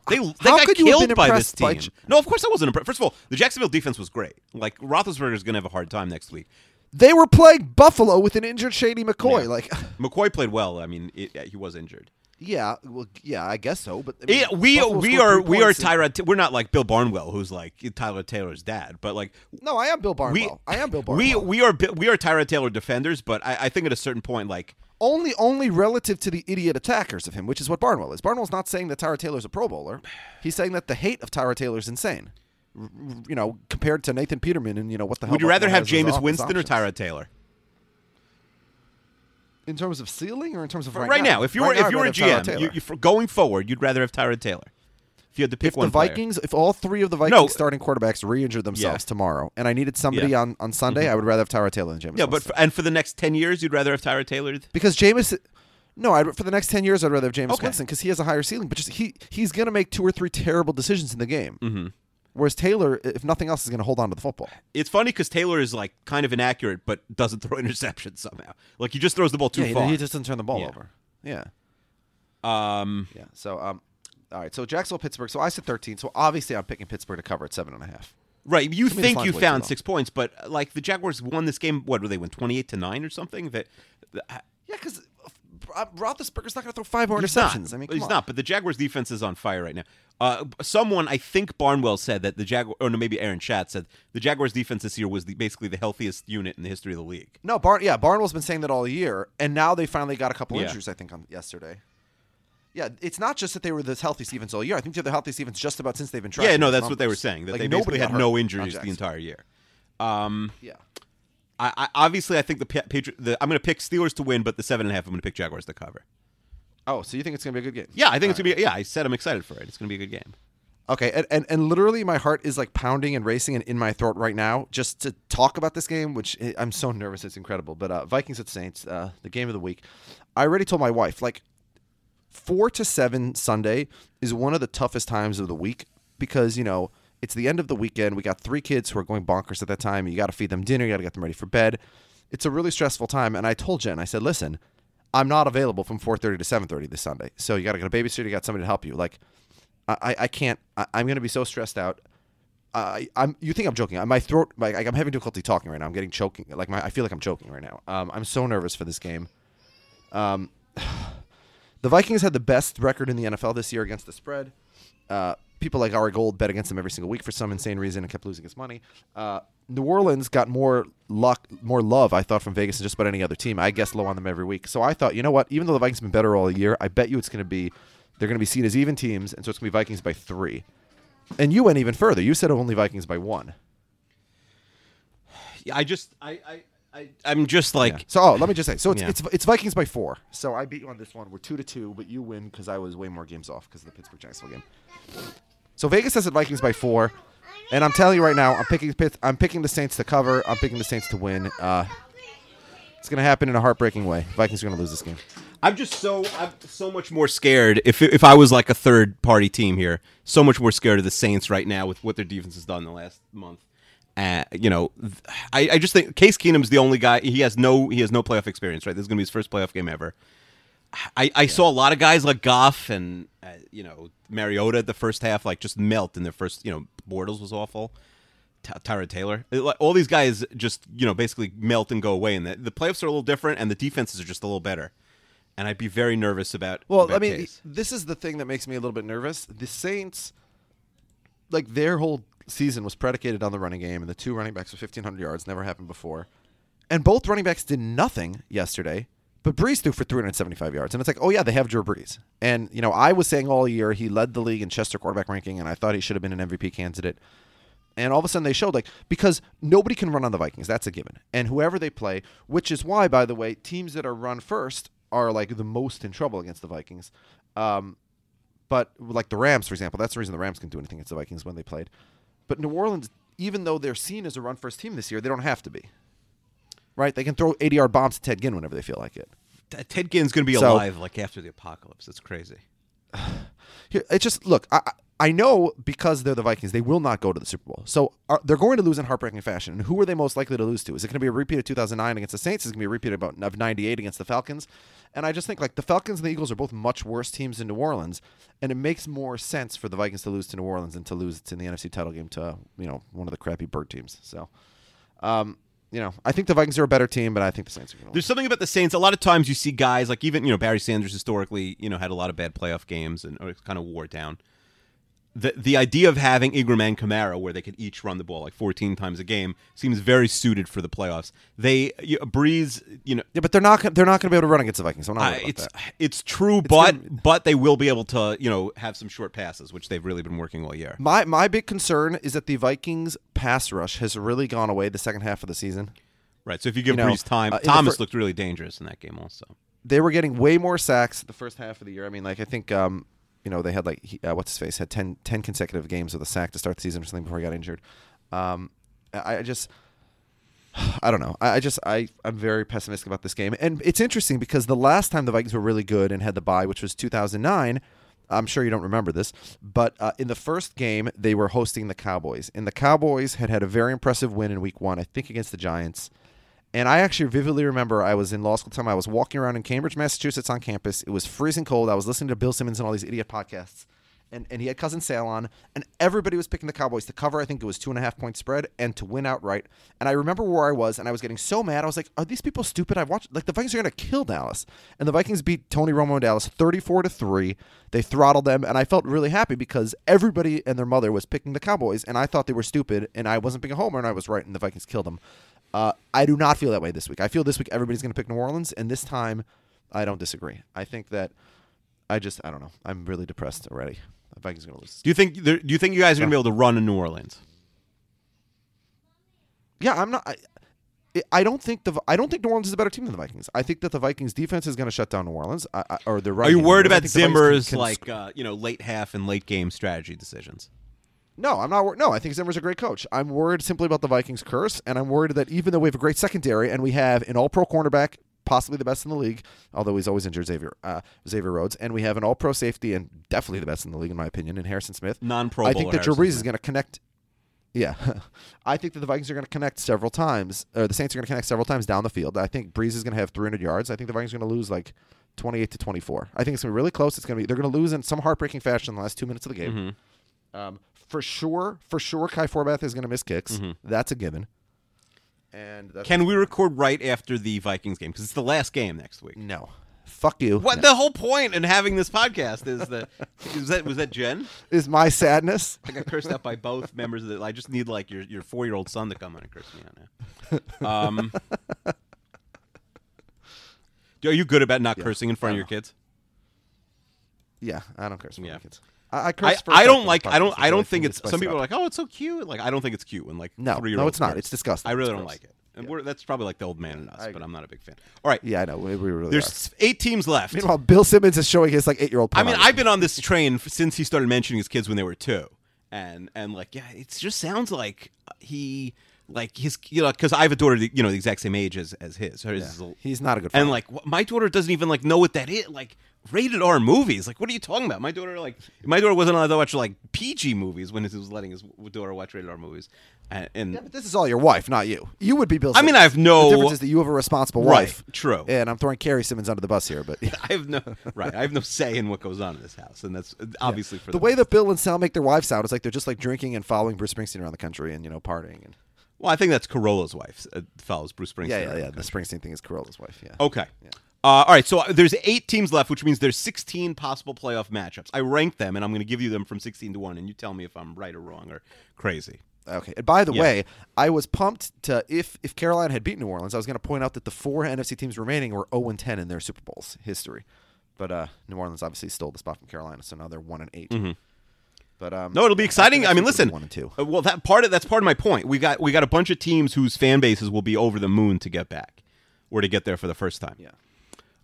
[SPEAKER 5] They, they
[SPEAKER 4] Uh, how
[SPEAKER 5] got
[SPEAKER 4] could you have
[SPEAKER 5] killed
[SPEAKER 4] been
[SPEAKER 5] by this
[SPEAKER 4] impressed by
[SPEAKER 5] team.
[SPEAKER 4] J-
[SPEAKER 5] no, of course I wasn't impressed. First of all, the Jacksonville defense was great. Like Roethlisberger's going to have a hard time next week.
[SPEAKER 4] They were playing Buffalo with an injured Shady McCoy.
[SPEAKER 5] Yeah.
[SPEAKER 4] Like, [laughs]
[SPEAKER 5] McCoy played well. I mean, it, he was injured.
[SPEAKER 4] yeah, well, yeah, I guess so. But I mean,
[SPEAKER 5] Yeah, we
[SPEAKER 4] Buffalo
[SPEAKER 5] we
[SPEAKER 4] scored
[SPEAKER 5] are
[SPEAKER 4] three
[SPEAKER 5] we are
[SPEAKER 4] points.
[SPEAKER 5] Tyrod. We're not like Bill Barnwell, who's like Tyler Taylor's dad, but like
[SPEAKER 4] No, I am Bill
[SPEAKER 5] we,
[SPEAKER 4] Barnwell. I am Bill Barnwell.
[SPEAKER 5] We we are Bi- we are Tyrod Taylor defenders, but I, I think at a certain point, like
[SPEAKER 4] only only relative to the idiot attackers of him, which is what Barnwell is. Barnwell's not saying that Tyra Taylor's a Pro Bowler. He's saying that the hate of Tyra Taylor's insane. R- r- You know, compared to Nathan Peterman and you know what the hell.
[SPEAKER 5] Would you rather
[SPEAKER 4] Buffalo
[SPEAKER 5] have
[SPEAKER 4] has as
[SPEAKER 5] Jameis
[SPEAKER 4] op- as
[SPEAKER 5] Winston or
[SPEAKER 4] options.
[SPEAKER 5] Tyrod Taylor?
[SPEAKER 4] In terms of ceiling or in terms of
[SPEAKER 5] Right,
[SPEAKER 4] right,
[SPEAKER 5] now, if you were
[SPEAKER 4] Right now,
[SPEAKER 5] if you were a
[SPEAKER 4] I'd rather have Tyrod
[SPEAKER 5] GM, you,
[SPEAKER 4] Taylor.
[SPEAKER 5] you, for going forward, you'd rather have Tyrod Taylor. If you had to pick
[SPEAKER 4] if
[SPEAKER 5] one,
[SPEAKER 4] the
[SPEAKER 5] player.
[SPEAKER 4] Vikings, if all three of the Vikings
[SPEAKER 5] No.
[SPEAKER 4] starting quarterbacks re-injured themselves
[SPEAKER 5] Yeah.
[SPEAKER 4] tomorrow, and I needed somebody
[SPEAKER 5] Yeah. Mm-hmm.
[SPEAKER 4] on on Sunday, I would rather have Tyra Taylor than Jameis.
[SPEAKER 5] yeah, but
[SPEAKER 4] Winston.
[SPEAKER 5] for, and for the next ten years, you'd rather have Tyrod Taylor.
[SPEAKER 4] because Jameis. No, I'd, for the next ten years, I'd rather have Jameis
[SPEAKER 5] Okay.
[SPEAKER 4] Winston because he has a higher ceiling. But just he he's going to make two or three terrible decisions in the game. Mm-hmm. Whereas Taylor, if nothing else, is going to hold on to the football.
[SPEAKER 5] It's funny because Taylor is like kind of inaccurate, but doesn't [laughs] throw interceptions somehow. Like he just throws the ball too
[SPEAKER 4] he,
[SPEAKER 5] far.
[SPEAKER 4] he just doesn't turn the ball
[SPEAKER 5] Yeah.
[SPEAKER 4] over. Yeah,
[SPEAKER 5] um,
[SPEAKER 4] yeah. So um, all right. So Jacksonville, Pittsburgh. So I said thirteen. So obviously, I'm picking Pittsburgh to cover at seven and a half.
[SPEAKER 5] right. You
[SPEAKER 4] mean, the
[SPEAKER 5] think
[SPEAKER 4] line's
[SPEAKER 5] you
[SPEAKER 4] way too
[SPEAKER 5] found
[SPEAKER 4] long.
[SPEAKER 5] six points, but uh, like the Jaguars won this game. What were they win twenty eight to nine or something? That. that-
[SPEAKER 4] Yeah, because uh, Roethlisberger's not going to throw five more
[SPEAKER 5] He's
[SPEAKER 4] interceptions.
[SPEAKER 5] not.
[SPEAKER 4] I mean, come
[SPEAKER 5] he's
[SPEAKER 4] on.
[SPEAKER 5] not. But the Jaguars' defense is on fire right now. Uh, b- someone, I think Barnwell said that the Jaguar, or no, maybe Aaron Schatz said the Jaguars' defense this year was the, basically the healthiest unit in the history of the league.
[SPEAKER 4] No, Barn. Yeah, Barnwell's been saying that all year, and now they finally got a couple
[SPEAKER 5] Yeah.
[SPEAKER 4] injuries. I think on yesterey. Yeah, it's not just that they were the healthiest defense all year. I think they're the healthiest defense just about since they've been tracking.
[SPEAKER 5] yeah, no,
[SPEAKER 4] those
[SPEAKER 5] that's what they were
[SPEAKER 4] numbers.
[SPEAKER 5] saying. That
[SPEAKER 4] Like,
[SPEAKER 5] they
[SPEAKER 4] nobody
[SPEAKER 5] basically
[SPEAKER 4] got
[SPEAKER 5] had
[SPEAKER 4] hurt
[SPEAKER 5] no
[SPEAKER 4] on
[SPEAKER 5] injuries the
[SPEAKER 4] Jackson.
[SPEAKER 5] entire year. Um,
[SPEAKER 4] Yeah,
[SPEAKER 5] I, I obviously I think the Pa- Patri- the I'm going to pick Steelers to win, but the seven and a half I'm going to pick Jaguars to cover.
[SPEAKER 4] Oh, so you think it's gonna be a good game?
[SPEAKER 5] Yeah, I think it's going to be. Yeah, I said I'm excited for it. It's going to be a good game.
[SPEAKER 4] Okay, and, and and literally my heart is like pounding and racing and in my throat right now just to talk about this game, which I- I'm so nervous. It's incredible. But uh, Vikings at Saints, uh, the game of the week. I already told my wife like four to seven Sunday is one of the toughest times of the week because you know it's the end of the weekend. We got three kids who are going bonkers at that time. You got to feed them dinner. You got to get them ready for bed. It's a really stressful time. And I told Jen, I said, listen, I'm not available from 4:30 to 7:30 this Sunday. So you got to get a babysitter. You got somebody to help you. Like, I- I, I can't. I, I'm going to be so stressed out. I, I'm. You think I'm joking? I- My throat. Like I'm having difficulty talking right now. I'm getting choking. Like my. I feel like I'm choking right now. Um, I'm so nervous for this game. Um, [sighs] The Vikings had the best record in the NFL this year against the spread. Uh, people like Ari Gold bet against them every single week for some insane reason and kept losing his money. Uh, New Orleans got more luck, more love, I thought, from Vegas than just about any other team. I guess low on them every week. So I thought, you know what? Even though the Vikings have been better all year, I bet you it's going to be they're going to be seen as even teams, and so it's going to be Vikings by three. And you went even further. You said only Vikings by one.
[SPEAKER 5] Yeah, I just I I, I I'm just like
[SPEAKER 4] So oh, let me just say, so it's,
[SPEAKER 5] Yeah.
[SPEAKER 4] it's it's Vikings by four. So I beat you on this one. We're two to two, but you win because I was way more games off because of the Pittsburgh Jacksonville game. So Vegas has it Vikings by four, and I'm telling you right now, I'm picking Pitt, I'm picking the Saints to cover. I'm picking the Saints to win. Uh, it's gonna happen in a heartbreaking way. Vikings are gonna lose this game.
[SPEAKER 5] I'm just so I'm so much more scared if if I was like a third party team here, so much more scared of the Saints right now with what their defense has done in the last month. Uh, you know, th- I, I just think Case Keenum's the only guy. He has no he has no playoff experience. Right, this is going to be his first playoff game ever. I, I saw a lot of guys like Goff and uh, you know Mariota at the first half like just melt in their first. You know, Bortles was awful. Ty- Tyra Taylor, It- like, all these guys just you know basically melt and go away. And the, the playoffs are a little different, and the defenses are just a little better. And I'd be very nervous about.
[SPEAKER 4] Well,
[SPEAKER 5] about
[SPEAKER 4] I mean,
[SPEAKER 5] Case.
[SPEAKER 4] this is the thing that makes me a little bit nervous. The Saints, like their whole season was predicated on the running game, and the two running backs were 1,500 yards, never happened before. And both running backs did nothing yesterday, but Brees threw for 375 yards. And it's like, oh, yeah, they have Drew Brees. And, you know, I was saying all year he led the league in Chester quarterback ranking, and I thought he should have been an MVP candidate. And all of a sudden they showed like because nobody can run on the Vikings, that's a given. And whoever they play, which is why, by the way, teams that are run first are like the most in trouble against the Vikings. Um, but like the Rams, for example, that's the reason the Rams can do anything against the Vikings when they played. But New Orleans, even though they're seen as a run first team this year, they don't have to be. Right? They can throw 80 yard bombs to Ted Ginn whenever they feel like it.
[SPEAKER 5] T- Ted Ginn's going to be
[SPEAKER 4] So-
[SPEAKER 5] alive like after the apocalypse. That's crazy.
[SPEAKER 4] Here- It's just look, I I I know because they're the Vikings, they will not go to the Super Bowl. So are, they're going to lose in heartbreaking fashion. And who are they most likely to lose to? Is it going to be a repeat of 2009 against the Saints? Is it going to be a repeat about of 98 against the Falcons? And I just think like the Falcons and the Eagles are both much worse teams in New Orleans, and it makes more sense for the Vikings to lose to New Orleans than to lose in the NFC title game to you know one of the crappy bird teams. So, um, you know, I think the Vikings are a better team, but I think the Saints are going to lose.
[SPEAKER 5] There's something about the Saints. A lot of times you see guys like even you know Barry Sanders historically you know had a lot of bad playoff games and or kind of wore down. The the idea of having Ingram and Kamara where they could each run the ball like 14 times a game seems very suited for the playoffs. They you, Breeze you know
[SPEAKER 4] Yeah, but they're not they're not going to be able to run against the Vikings. So I'm not
[SPEAKER 5] I-
[SPEAKER 4] worried about
[SPEAKER 5] it's
[SPEAKER 4] that.
[SPEAKER 5] it's true, but
[SPEAKER 4] gonna-
[SPEAKER 5] but they will be able to you know have some short passes which they've really been working all year.
[SPEAKER 4] My my big concern is that the Vikings pass rush has really gone away the second half of the season.
[SPEAKER 5] Right, so if you give
[SPEAKER 4] You know,
[SPEAKER 5] Breeze time,
[SPEAKER 4] uh, in the
[SPEAKER 5] Thomas
[SPEAKER 4] fir-
[SPEAKER 5] looked really dangerous in that game also.
[SPEAKER 4] They were getting way more sacks the first half of the year. I mean, like I think um, you know, they had like he, uh, what's his face had 10, 10 consecutive games with a sack to start the season or something before he got injured. Um, I, I just [sighs] I don't know. I, I just I I'm very pessimistic about this game, and it's interesting because the last time the Vikings were really good and had the bye, which was 2009. I'm sure you don't remember this, but uh, in the first game they were hosting the Cowboys, and the Cowboys had had a very impressive win in Week One, I think, against the Giants. And I actually vividly remember I was in law school time. I was walking around in Cambridge, Massachusetts, on campus. It was freezing cold. I was listening to Bill Simmons and all these idiot podcasts, and and he had cousin Sale on, and everybody was picking the Cowboys to cover. I think it was two and a half point spread and to win outright. And I remember where I was, and I was getting so mad. I was like, "Are these people stupid?" I watched like the Vikings are going to kill Dallas, and the Vikings beat Tony Romo and Dallas thirty four to three. They throttled them, and I felt really happy because everybody and their mother was picking the Cowboys, and I thought they were stupid, and I wasn't being a homer, and I was right, and the Vikings killed them. Uh, I do not feel that way this week. I feel this week everybody's going to pick New Orleans, and this time, I don't disagree. I think that. I just I don't know. I'm really depressed already. The Vikings are gonna lose.
[SPEAKER 5] Do you think there- do you think you guys are going to be able to run in New Orleans?
[SPEAKER 4] Yeah, I'm not. I, I don't think the I don't think New Orleans is a better team than the Vikings. I think that the Vikings defense is going to shut down New Orleans. I, I, or the
[SPEAKER 5] Are you worried about Zimmer's like uh, you know late half and late game strategy decisions?
[SPEAKER 4] No, I'm not. Wor- no, I think Zimmer's a great coach. I'm worried simply about the Vikings curse, and I'm worried that even though we have a great secondary and we have an All-Pro cornerback, po- possibly the best in the league, although he's always injured, Xavier uh, Xavier Rhodes. And we have an All Pro safety and definitely the best in the league in my opinion, in Harrison Smith.
[SPEAKER 5] Non-Pro
[SPEAKER 4] I
[SPEAKER 5] Bowler
[SPEAKER 4] think that Drew
[SPEAKER 5] Harrison
[SPEAKER 4] Brees is going to connect. Yeah, [laughs] I think that the Vikings are going to connect several times, or the Saints are going to connect several times down the field. I think Brees is going to have 300 yards. I think the Vikings are going to lose like 28 to 24. I think it's going to be really close. It's going to be they're going to lose in some heartbreaking fashion in the last two minutes of the game.
[SPEAKER 5] Mm-hmm.
[SPEAKER 4] Um, for sure, for sure, Kai Forbath is going to miss kicks.
[SPEAKER 5] Mm-hmm.
[SPEAKER 4] That's a given. And that's
[SPEAKER 5] Can we record right after the Vikings game? Because it's the last game next week.
[SPEAKER 4] no, fuck you.
[SPEAKER 5] What the whole point in having this podcast is that [laughs] is that was that Jen?
[SPEAKER 4] is my sadness?
[SPEAKER 5] I got cursed out by both members of the. I just need like your your four year old son to come on and curse me out now. Um, are you good about not cursing in front of your kids?
[SPEAKER 4] Yeah, I don't curse. for my
[SPEAKER 5] Yeah.
[SPEAKER 4] kids. I, I
[SPEAKER 5] I,
[SPEAKER 4] curse. for
[SPEAKER 5] I
[SPEAKER 4] sex
[SPEAKER 5] don't
[SPEAKER 4] on
[SPEAKER 5] like. I
[SPEAKER 4] podcasts.
[SPEAKER 5] don't.
[SPEAKER 4] It's
[SPEAKER 5] I
[SPEAKER 4] really
[SPEAKER 5] don't think
[SPEAKER 4] cool to
[SPEAKER 5] it's.
[SPEAKER 4] spice
[SPEAKER 5] Some
[SPEAKER 4] it
[SPEAKER 5] people
[SPEAKER 4] up.
[SPEAKER 5] are like, oh, it's so cute. Like I don't think it's cute when like
[SPEAKER 4] No,
[SPEAKER 5] three year
[SPEAKER 4] no,
[SPEAKER 5] olds
[SPEAKER 4] it's not.
[SPEAKER 5] curse.
[SPEAKER 4] It's disgusting.
[SPEAKER 5] I really
[SPEAKER 4] It's
[SPEAKER 5] don't
[SPEAKER 4] gross.
[SPEAKER 5] like it. And we're, that's probably like the old man in us, but I'm not a big fan. All right.
[SPEAKER 4] Yeah, I know. We, we really
[SPEAKER 5] There's
[SPEAKER 4] are.
[SPEAKER 5] s- eight teams left.
[SPEAKER 4] Meanwhile, Bill Simmons is showing his like eight year old.
[SPEAKER 5] I mean, I've been on this train f- since he started mentioning his kids when they were two, and and like yeah, it just sounds like uh, he like his you know because I have a daughter the- you know the exact same age as as his. Hers is a-
[SPEAKER 4] He's not a good.
[SPEAKER 5] and
[SPEAKER 4] father.
[SPEAKER 5] like wh- my daughter doesn't even like know what that is like rated R movies. Like what are you talking about? My daughter like my daughter wasn't allowed to watch like PG movies when he was letting his w- daughter watch rated R movies, and, and
[SPEAKER 4] But this is all your wife, not you. You would be Bill.
[SPEAKER 5] I mean,
[SPEAKER 4] Simmons.
[SPEAKER 5] I have no-
[SPEAKER 4] The difference is that you have a responsible
[SPEAKER 5] Right,
[SPEAKER 4] wife.
[SPEAKER 5] true.
[SPEAKER 4] And I'm throwing Carrie Simmons under the bus here, but [laughs]
[SPEAKER 5] [laughs] I have no right. I have no say in what goes on in this house, and that's uh, obviously for
[SPEAKER 4] the
[SPEAKER 5] them.
[SPEAKER 4] way that Bill and Sal make their wives sound is like they're just like drinking and following Bruce Springsteen around the country and you know partying and
[SPEAKER 5] Well, I think that's Corolla's wife uh, follows Bruce Springsteen.
[SPEAKER 4] yeah,
[SPEAKER 5] around
[SPEAKER 4] yeah,
[SPEAKER 5] the
[SPEAKER 4] yeah.
[SPEAKER 5] country.
[SPEAKER 4] The Springsteen thing is Corolla's wife. Yeah.
[SPEAKER 5] Okay. Uh, all right. So uh, there's eight teams left, which means there's 16 possible playoff matchups. I ranked them, and I'm going to give you them from 16 to one, and you tell me if I'm right or wrong or crazy.
[SPEAKER 4] Okay. And by the
[SPEAKER 5] Yeah.
[SPEAKER 4] way, I was pumped to if if Carolina had beaten New Orleans, I was going to point out that the four NFC teams remaining were 0 and 10 in their Super Bowls history. But uh, New Orleans obviously stole the spot from Carolina, so now they're 1 and 8. But um,
[SPEAKER 5] Mm-hmm. No, it'll be exciting. I mean,
[SPEAKER 4] next week
[SPEAKER 5] listen.
[SPEAKER 4] will be 1 and 2.
[SPEAKER 5] uh, well, that part of that's part of my point. We got we got a bunch of teams whose fan bases will be over the moon to get back, or to get there for the first time. Yeah.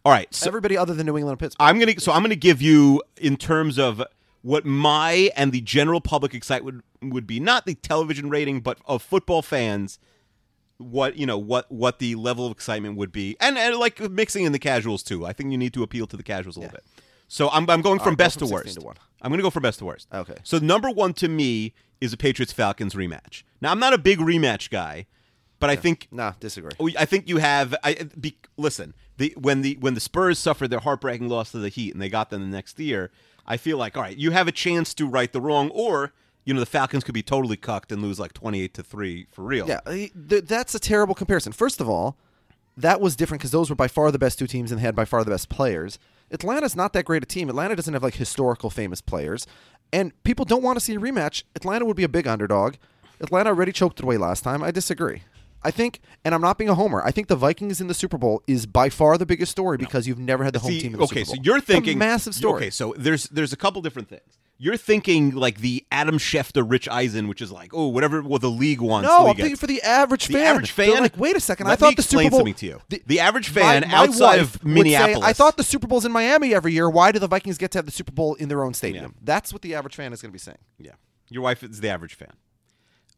[SPEAKER 5] All right. So
[SPEAKER 4] Everybody other than New England and Pittsburgh.
[SPEAKER 5] I'm gonna so I'm gonna give you in terms of what my and the general public excitement would be not the television rating but of football fans what you know what what the level of excitement would be and, and like mixing in the casuals too i think you need to appeal to the casuals a little bit so i'm, I'm going from
[SPEAKER 4] go
[SPEAKER 5] best
[SPEAKER 4] from
[SPEAKER 5] to
[SPEAKER 4] 16
[SPEAKER 5] worst
[SPEAKER 4] to one.
[SPEAKER 5] i'm gonna go from best to worst
[SPEAKER 4] Okay.
[SPEAKER 5] so number one to me is a patriots falcons rematch now i'm not a big rematch guy but i think
[SPEAKER 4] Nah, disagree.
[SPEAKER 5] Oh, I think you have. I be, listen. The when the when the Spurs suffered their heartbreaking loss to the Heat and they got them the next year, I feel like all right, you have a chance to right the wrong, or you know the Falcons could be totally cucked and lose like twenty eight to three for real.
[SPEAKER 4] Yeah, I- th- that's a terrible comparison. First of all, that was different because those were by far the best two teams and they had by far the best players. Atlanta's not that great a team. Atlanta doesn't have like historical famous players, and people don't want to see a rematch. Atlanta would be a big underdog. Atlanta already choked it away last time. I disagree. I think, and I'm not being a homer. I think the Vikings in the Super Bowl is by far the biggest story because you've never had the home
[SPEAKER 5] See,
[SPEAKER 4] team. In the
[SPEAKER 5] okay,
[SPEAKER 4] Super Bowl.
[SPEAKER 5] so you're
[SPEAKER 4] It's a
[SPEAKER 5] thinking
[SPEAKER 4] massive story.
[SPEAKER 5] Okay, so there's there's a couple different things. You're thinking like the Adam Schefter, Rich Eisen, which is like oh whatever well, the league wants.
[SPEAKER 4] No,
[SPEAKER 5] league
[SPEAKER 4] I'm thinking
[SPEAKER 5] gets.
[SPEAKER 4] for the average
[SPEAKER 5] The
[SPEAKER 4] fan.
[SPEAKER 5] average
[SPEAKER 4] They're
[SPEAKER 5] fan-
[SPEAKER 4] like, wait a second, I
[SPEAKER 5] Let me
[SPEAKER 4] thought the Super
[SPEAKER 5] explain
[SPEAKER 4] Bowl.
[SPEAKER 5] something to you. The average fan
[SPEAKER 4] my,
[SPEAKER 5] outside
[SPEAKER 4] wife
[SPEAKER 5] of
[SPEAKER 4] would say, I
[SPEAKER 5] Minneapolis-
[SPEAKER 4] thought the Super Bowl's in Miami every year. Why do the Vikings get to have the Super Bowl in their own stadium? That's what the average fan is going to be saying.
[SPEAKER 5] yeah, your wife is the average fan.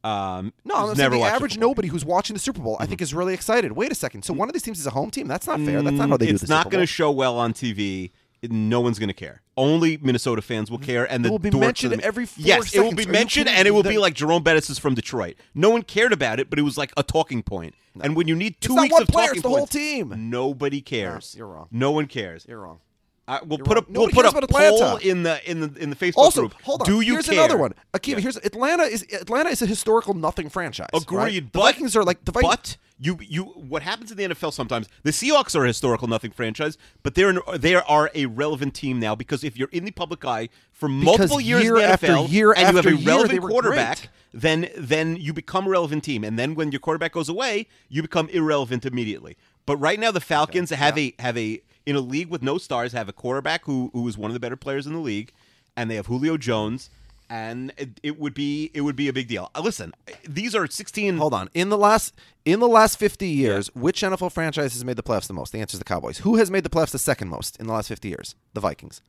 [SPEAKER 5] Um,
[SPEAKER 4] No,
[SPEAKER 5] who's
[SPEAKER 4] I'm
[SPEAKER 5] never
[SPEAKER 4] saying the
[SPEAKER 5] watched a
[SPEAKER 4] average
[SPEAKER 5] football game.
[SPEAKER 4] nobody who's watching the Super Bowl, I
[SPEAKER 5] Mm-hmm.
[SPEAKER 4] think, is really excited. Wait a second. So one of these teams is a home team. That's not fair. That's not how they do
[SPEAKER 5] Mm. it's
[SPEAKER 4] the
[SPEAKER 5] not
[SPEAKER 4] Super
[SPEAKER 5] going
[SPEAKER 4] Bowl.
[SPEAKER 5] to show well on TV. It- No one's going to care. Only Minnesota fans will care, and the
[SPEAKER 4] It will be
[SPEAKER 5] dorks of
[SPEAKER 4] mentioned
[SPEAKER 5] the-
[SPEAKER 4] every four
[SPEAKER 5] yes, it will be
[SPEAKER 4] seconds. Are you
[SPEAKER 5] mentioned,
[SPEAKER 4] kidding
[SPEAKER 5] and it
[SPEAKER 4] me?
[SPEAKER 5] will be
[SPEAKER 4] That-
[SPEAKER 5] like Jerome Bettis is from Detroit. No one cared about it, but it was like a talking point. And when you need two
[SPEAKER 4] not
[SPEAKER 5] weeks
[SPEAKER 4] one
[SPEAKER 5] of
[SPEAKER 4] player,
[SPEAKER 5] talking
[SPEAKER 4] it's the whole
[SPEAKER 5] points,
[SPEAKER 4] team.
[SPEAKER 5] nobody cares.
[SPEAKER 4] you're wrong.
[SPEAKER 5] No one cares.
[SPEAKER 4] You're wrong.
[SPEAKER 5] I, we'll
[SPEAKER 4] you're
[SPEAKER 5] put
[SPEAKER 4] wrong.
[SPEAKER 5] a we'll
[SPEAKER 4] Nobody
[SPEAKER 5] put
[SPEAKER 4] cares
[SPEAKER 5] a
[SPEAKER 4] about
[SPEAKER 5] poll
[SPEAKER 4] Atlanta.
[SPEAKER 5] in the in the in the Facebook
[SPEAKER 4] Also,
[SPEAKER 5] group.
[SPEAKER 4] hold on.
[SPEAKER 5] Do you
[SPEAKER 4] here's
[SPEAKER 5] care?
[SPEAKER 4] another one. Akiva, here's Atlanta is Atlanta is a historical nothing franchise. right?
[SPEAKER 5] Agreed. But
[SPEAKER 4] the Vikings are like the Vikings.
[SPEAKER 5] But you you what happens in the NFL sometimes? The Seahawks are a historical nothing franchise, but they're an, they are a relevant team now because if you're in the public eye for multiple years
[SPEAKER 4] year
[SPEAKER 5] in the
[SPEAKER 4] after
[SPEAKER 5] NFL
[SPEAKER 4] year
[SPEAKER 5] and you have
[SPEAKER 4] after
[SPEAKER 5] a
[SPEAKER 4] year,
[SPEAKER 5] relevant
[SPEAKER 4] they were
[SPEAKER 5] quarterback,
[SPEAKER 4] great.
[SPEAKER 5] then then you become a relevant team, and then when your quarterback goes away, you become irrelevant immediately. But right now, the Falcons have a have a in a league with no stars have a quarterback who who is one of the better players in the league, and they have Julio Jones. And it, it would be it would be a big deal. Uh, Listen, these are sixteen.
[SPEAKER 4] Hold on. In the last in the last 50 years, which NFL franchise has made the playoffs the most? The answer is the Cowboys. Who has made the playoffs the second most in the last 50 years? The Vikings.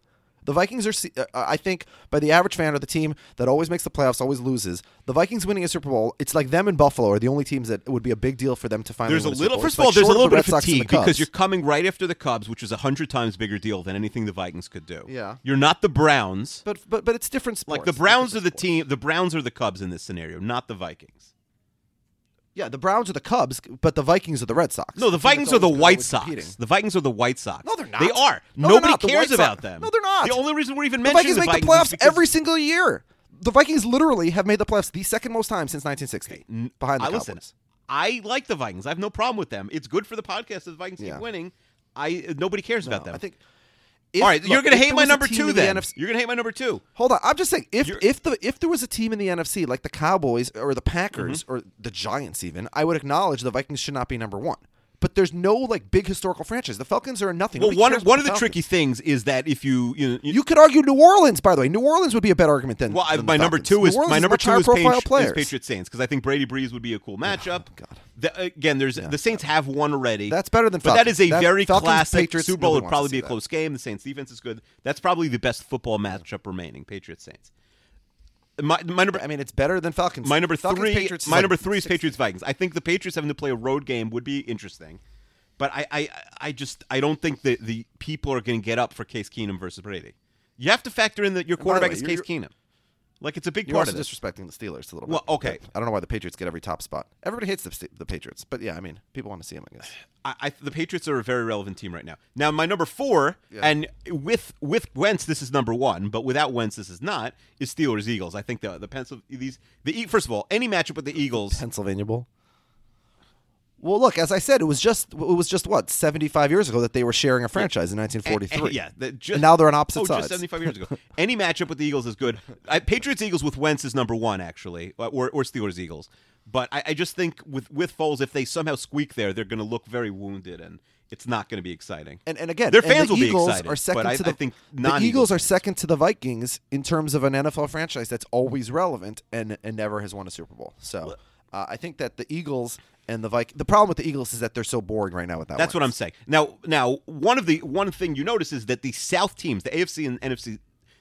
[SPEAKER 4] The Vikings are, se- uh, I think, by the average fan, are the team that always makes the playoffs, always loses. The Vikings winning a Super Bowl, it's like them and Buffalo are the only teams that it would be a big deal for them to finally.
[SPEAKER 5] There's a
[SPEAKER 4] win Super
[SPEAKER 5] little.
[SPEAKER 4] Bowl.
[SPEAKER 5] First
[SPEAKER 4] It's
[SPEAKER 5] of all,
[SPEAKER 4] like
[SPEAKER 5] there's a
[SPEAKER 4] short of
[SPEAKER 5] little
[SPEAKER 4] the
[SPEAKER 5] bit of
[SPEAKER 4] Red Sox and the
[SPEAKER 5] fatigue because
[SPEAKER 4] Cubs.
[SPEAKER 5] you're coming right after the Cubs, which is a hundred times bigger deal than anything the Vikings could do.
[SPEAKER 4] Yeah.
[SPEAKER 5] you're not the Browns.
[SPEAKER 4] But but but it's different sports.
[SPEAKER 5] like the
[SPEAKER 4] It's
[SPEAKER 5] Browns are
[SPEAKER 4] different
[SPEAKER 5] the
[SPEAKER 4] sports.
[SPEAKER 5] team. The Browns are the Cubs in this scenario, not the Vikings.
[SPEAKER 4] Yeah, the Browns are the Cubs, but the Vikings are the Red Sox.
[SPEAKER 5] No, the
[SPEAKER 4] team that's
[SPEAKER 5] Vikings are the
[SPEAKER 4] always-
[SPEAKER 5] White
[SPEAKER 4] always
[SPEAKER 5] Sox.
[SPEAKER 4] competing.
[SPEAKER 5] The Vikings are the White Sox.
[SPEAKER 4] No, they're not.
[SPEAKER 5] They are.
[SPEAKER 4] No, they're
[SPEAKER 5] Nobody
[SPEAKER 4] not. The
[SPEAKER 5] cares
[SPEAKER 4] White Sox-
[SPEAKER 5] about them.
[SPEAKER 4] No, they're not.
[SPEAKER 5] The only reason we're even
[SPEAKER 4] the
[SPEAKER 5] mentioning
[SPEAKER 4] Vikings make the,
[SPEAKER 5] Vikings
[SPEAKER 4] playoffs
[SPEAKER 5] is because-
[SPEAKER 4] every single year. The Vikings literally have made the playoffs the second most time since 1960, behind the
[SPEAKER 5] I
[SPEAKER 4] Cowboys.
[SPEAKER 5] listen. I like the Vikings. I have no problem with them. It's good for the podcast that the Vikings
[SPEAKER 4] Yeah.
[SPEAKER 5] keep winning. I nobody cares about
[SPEAKER 4] No,
[SPEAKER 5] them.
[SPEAKER 4] I think.
[SPEAKER 5] All right, you're going to hate my number two
[SPEAKER 4] two
[SPEAKER 5] then. You're going to hate my number two.
[SPEAKER 4] Hold on, I'm just saying if
[SPEAKER 5] You're-
[SPEAKER 4] if the if there was a team in the NFC like the Cowboys or the Packers
[SPEAKER 5] Mm-hmm.
[SPEAKER 4] or the Giants even, I would acknowledge the Vikings should not be number one. But there's no like big historical franchise. The Falcons are nothing.
[SPEAKER 5] Well,
[SPEAKER 4] Nobody
[SPEAKER 5] one
[SPEAKER 4] cares
[SPEAKER 5] one
[SPEAKER 4] about
[SPEAKER 5] of the tricky
[SPEAKER 4] Falcons.
[SPEAKER 5] things is that if you you, know, you
[SPEAKER 4] You could argue New Orleans, by the way. New Orleans would be a better argument than.
[SPEAKER 5] well, I,
[SPEAKER 4] than the
[SPEAKER 5] my number
[SPEAKER 4] Falcons.
[SPEAKER 5] two
[SPEAKER 4] New
[SPEAKER 5] is
[SPEAKER 4] Orleans
[SPEAKER 5] my number
[SPEAKER 4] much
[SPEAKER 5] two
[SPEAKER 4] higher
[SPEAKER 5] is,
[SPEAKER 4] profile
[SPEAKER 5] Patriots-
[SPEAKER 4] players. Oh,
[SPEAKER 5] is Patriot Saints because I think Brady Breeze would be a cool matchup.
[SPEAKER 4] God.
[SPEAKER 5] The- again, there's the Saints have one already.
[SPEAKER 4] That's better than
[SPEAKER 5] but that
[SPEAKER 4] Falcons.
[SPEAKER 5] is a
[SPEAKER 4] That-
[SPEAKER 5] very
[SPEAKER 4] Falcons,
[SPEAKER 5] classic
[SPEAKER 4] Patriots,
[SPEAKER 5] Super
[SPEAKER 4] nobody
[SPEAKER 5] Bowl. Would
[SPEAKER 4] wants to
[SPEAKER 5] probably be
[SPEAKER 4] see
[SPEAKER 5] a
[SPEAKER 4] that.
[SPEAKER 5] close game. The Saints defense is good. That's probably the best football matchup remaining. Patriots Saints. My, my number
[SPEAKER 4] I mean, it's better than Falcons.
[SPEAKER 5] My number
[SPEAKER 4] Falcons,
[SPEAKER 5] three.
[SPEAKER 4] Patriots
[SPEAKER 5] my
[SPEAKER 4] like
[SPEAKER 5] number three is
[SPEAKER 4] 16.
[SPEAKER 5] Patriots Vikings. I think the Patriots having to play a road game would be interesting, but I I, I just I don't think that the people are going to get up for Case Keenum versus Brady. You have to factor in that your
[SPEAKER 4] by the
[SPEAKER 5] quarterback
[SPEAKER 4] way,
[SPEAKER 5] is
[SPEAKER 4] you're-
[SPEAKER 5] Case Keenum. Like it's a big
[SPEAKER 4] You're
[SPEAKER 5] part
[SPEAKER 4] also
[SPEAKER 5] of this.
[SPEAKER 4] disrespecting the Steelers a little
[SPEAKER 5] Well,
[SPEAKER 4] bit.
[SPEAKER 5] okay.
[SPEAKER 4] I don't know why the Patriots get every top spot. Everybody hates the, Ste- the Patriots, but yeah, I mean, people want to see them. I guess.
[SPEAKER 5] I, I, the Patriots are a very relevant team right now. Now, my number four, and with with Wentz, this is number one, but without Wentz, this is not. Is Steelers Eagles? I think the the pencil these the E- first of all any matchup with the Eagles.
[SPEAKER 4] Pennsylvania Bowl. Well, look, as I said, it was just it was just what seventy five years ago that they were sharing a franchise in nineteen forty
[SPEAKER 5] And-
[SPEAKER 4] three.
[SPEAKER 5] and- [laughs] yeah, that ju-
[SPEAKER 4] and now they're on opposite
[SPEAKER 5] oh,
[SPEAKER 4] sides.
[SPEAKER 5] Just seventy-five years ago,
[SPEAKER 4] [laughs]
[SPEAKER 5] any matchup with the Eagles is good. I, Patriots Eagles with Wentz is number one, actually, uh, or or Steelers Eagles. But I, I just think with with Foles, if they somehow squeak there, they're going to look very wounded, and it's not going to be exciting.
[SPEAKER 4] And, and again,
[SPEAKER 5] their
[SPEAKER 4] and
[SPEAKER 5] fans
[SPEAKER 4] the
[SPEAKER 5] will
[SPEAKER 4] Eagles
[SPEAKER 5] be excited.
[SPEAKER 4] Are second
[SPEAKER 5] but I,
[SPEAKER 4] to the,
[SPEAKER 5] I think
[SPEAKER 4] the
[SPEAKER 5] non-Eagles
[SPEAKER 4] Eagles are second to the Vikings in terms of an NFL franchise that's always relevant and and never has won a Super Bowl. So uh, I think that the Eagles and the Vikings. The problem with the Eagles is that they're so boring right now without.
[SPEAKER 5] That's what I'm
[SPEAKER 4] Wentz.
[SPEAKER 5] saying. Now, now one of the one thing you notice is that the South teams, the AFC and NFC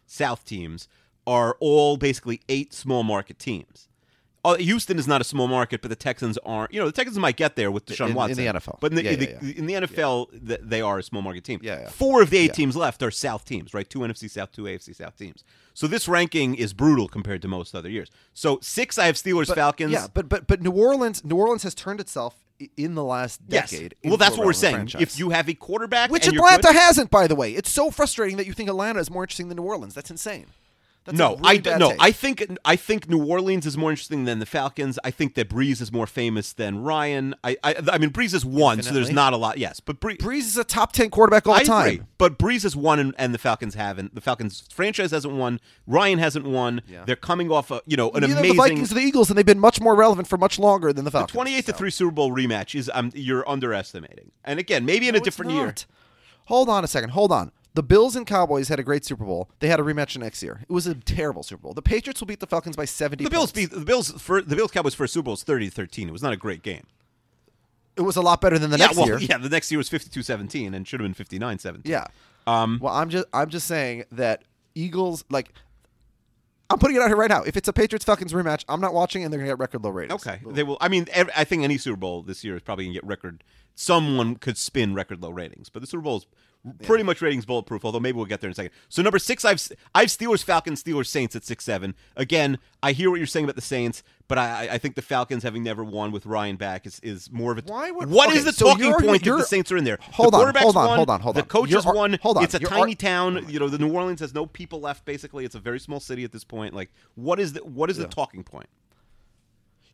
[SPEAKER 5] South teams, are all basically eight small market teams. Uh, Houston is not a small market, but the Texans aren't. You know, the Texans might get there with Deshaun
[SPEAKER 4] in the
[SPEAKER 5] Watson
[SPEAKER 4] NFL.
[SPEAKER 5] but in the,
[SPEAKER 4] Yeah,
[SPEAKER 5] in, the,
[SPEAKER 4] yeah, yeah.
[SPEAKER 5] in the NFL, th- they are a small market team.
[SPEAKER 4] Yeah, yeah.
[SPEAKER 5] Four of the eight teams left are South teams, right? Two NFC South, two AFC South teams. So this ranking is brutal compared to most other years. So six, I have Steelers,
[SPEAKER 4] But-
[SPEAKER 5] Falcons.
[SPEAKER 4] Yeah, but but but New Orleans, New Orleans has turned itself i- in the last
[SPEAKER 5] yes.
[SPEAKER 4] decade.
[SPEAKER 5] Well,
[SPEAKER 4] into
[SPEAKER 5] that's
[SPEAKER 4] a
[SPEAKER 5] what we're
[SPEAKER 4] relevant
[SPEAKER 5] saying.
[SPEAKER 4] franchise.
[SPEAKER 5] If you have a quarterback,
[SPEAKER 4] Which
[SPEAKER 5] and you're
[SPEAKER 4] Atlanta
[SPEAKER 5] good-
[SPEAKER 4] hasn't, by the way. It's so frustrating that you think Atlanta is more interesting than New Orleans. That's insane. That's a
[SPEAKER 5] no,
[SPEAKER 4] really
[SPEAKER 5] I d-
[SPEAKER 4] bad
[SPEAKER 5] no,
[SPEAKER 4] take.
[SPEAKER 5] I think I think New Orleans is more interesting than the Falcons. I think that Breeze is more famous than Ryan. I I, I mean Breeze is one, so there's
[SPEAKER 4] Definitely.
[SPEAKER 5] not a lot. Yes, but Breeze.
[SPEAKER 4] Breeze is a top ten quarterback all
[SPEAKER 5] I
[SPEAKER 4] time.
[SPEAKER 5] agree, but Breeze has won, and, and the Falcons haven't. The Falcons franchise hasn't won. Ryan hasn't won. They're coming off a you know an
[SPEAKER 4] Neither
[SPEAKER 5] amazing
[SPEAKER 4] the Vikings or the Eagles, and they've been much more relevant for much longer than the Falcons.
[SPEAKER 5] twenty-eight to
[SPEAKER 4] so.
[SPEAKER 5] three Super Bowl rematch. Is um, you're underestimating, and again maybe in
[SPEAKER 4] No,
[SPEAKER 5] a
[SPEAKER 4] it's
[SPEAKER 5] different year.
[SPEAKER 4] not. Hold on a second. Hold on. The Bills and Cowboys had a great Super Bowl. They had a rematch next year. It was a terrible Super Bowl. The Patriots will beat the Falcons by seventy.
[SPEAKER 5] The Bills
[SPEAKER 4] points.
[SPEAKER 5] beat the Bills for the Bills Cowboys first Super Bowl is 30-13. It was not a great game.
[SPEAKER 4] It was a lot better than the
[SPEAKER 5] yeah,
[SPEAKER 4] next
[SPEAKER 5] well,
[SPEAKER 4] year.
[SPEAKER 5] yeah, the next year was 52-17 and should have been 59-17.
[SPEAKER 4] Yeah.
[SPEAKER 5] Um,
[SPEAKER 4] well, I'm just I'm just saying that Eagles like I'm putting it out here right now. If it's a Patriots Falcons rematch, I'm not watching, and they're gonna get record low ratings.
[SPEAKER 5] Okay, they will. I mean, ev I think any Super Bowl this year is probably going to get record. Someone could spin record low ratings, but the Super Bowl is pretty much ratings bulletproof. Although maybe we'll get there in a second. So number six, I've I've Steelers, Falcons, Steelers, Saints at six seven. Again, I hear what you're saying about the Saints, but I I- I think the Falcons having never won with Ryan back is, is more of a.
[SPEAKER 4] Why would-
[SPEAKER 5] what is
[SPEAKER 4] okay,
[SPEAKER 5] the
[SPEAKER 4] so
[SPEAKER 5] talking
[SPEAKER 4] you're-
[SPEAKER 5] point if
[SPEAKER 4] you're-
[SPEAKER 5] the Saints are in there? The
[SPEAKER 4] Hold on,
[SPEAKER 5] quarterback's
[SPEAKER 4] hold on,
[SPEAKER 5] won,
[SPEAKER 4] hold on, hold
[SPEAKER 5] The
[SPEAKER 4] on.
[SPEAKER 5] coach
[SPEAKER 4] You're
[SPEAKER 5] is
[SPEAKER 4] ar-
[SPEAKER 5] one.
[SPEAKER 4] hold on,
[SPEAKER 5] It's a
[SPEAKER 4] you're
[SPEAKER 5] tiny
[SPEAKER 4] ar-
[SPEAKER 5] town. You know, the New Orleans has no people left. Basically, it's a very small city at this point. Like, what is the what is the talking point?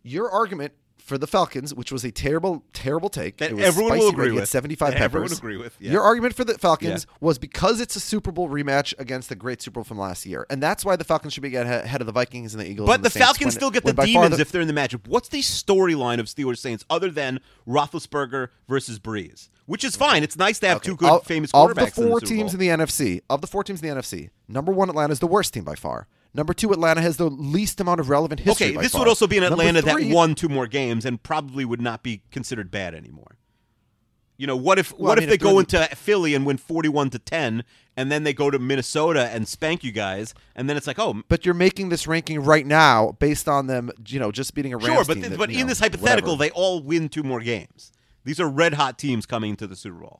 [SPEAKER 4] Your argument for the Falcons, which was a terrible, terrible take,
[SPEAKER 5] That
[SPEAKER 4] it was
[SPEAKER 5] everyone will
[SPEAKER 4] spicy
[SPEAKER 5] agree
[SPEAKER 4] gravy at
[SPEAKER 5] with.
[SPEAKER 4] 75
[SPEAKER 5] That
[SPEAKER 4] peppers.
[SPEAKER 5] everyone will agree with, yeah.
[SPEAKER 4] Your argument for the Falcons was because it's a Super Bowl rematch against the great Super Bowl from last year, and that's why the Falcons should be get ahe- ahead of the Vikings and the Eagles.
[SPEAKER 5] But
[SPEAKER 4] and
[SPEAKER 5] the,
[SPEAKER 4] Saints
[SPEAKER 5] Falcons
[SPEAKER 4] when-
[SPEAKER 5] still get the
[SPEAKER 4] when by far
[SPEAKER 5] demons if they're in the matchup. What's the storyline of Steelers Saints other than Roethlisberger versus Breeze? Which is fine. It's nice to have two good
[SPEAKER 4] of,
[SPEAKER 5] famous
[SPEAKER 4] of
[SPEAKER 5] quarterbacks.
[SPEAKER 4] the four
[SPEAKER 5] in the Super
[SPEAKER 4] teams
[SPEAKER 5] Bowl.
[SPEAKER 4] in the NFC. Of the four teams in the NFC, number one Atlanta is the worst team by far. Number two Atlanta has the least amount of relevant history.
[SPEAKER 5] okay,
[SPEAKER 4] by
[SPEAKER 5] this
[SPEAKER 4] far.
[SPEAKER 5] would also be an
[SPEAKER 4] Number
[SPEAKER 5] Atlanta
[SPEAKER 4] three-
[SPEAKER 5] that won two more games and probably would not be considered bad anymore. You know, what if
[SPEAKER 4] Well, I
[SPEAKER 5] what
[SPEAKER 4] mean,
[SPEAKER 5] if they
[SPEAKER 4] if
[SPEAKER 5] go
[SPEAKER 4] they're-
[SPEAKER 5] into Philly and win forty one to ten, and then they go to Minnesota and spank you guys, and then it's like, oh,
[SPEAKER 4] But you're making this ranking right now based on them, you know, just beating a Rams
[SPEAKER 5] sure, but
[SPEAKER 4] team
[SPEAKER 5] th-
[SPEAKER 4] that,
[SPEAKER 5] but
[SPEAKER 4] you
[SPEAKER 5] in
[SPEAKER 4] know,
[SPEAKER 5] this hypothetical,
[SPEAKER 4] whatever.
[SPEAKER 5] they all win two more games. These are red hot teams coming into the Super Bowl.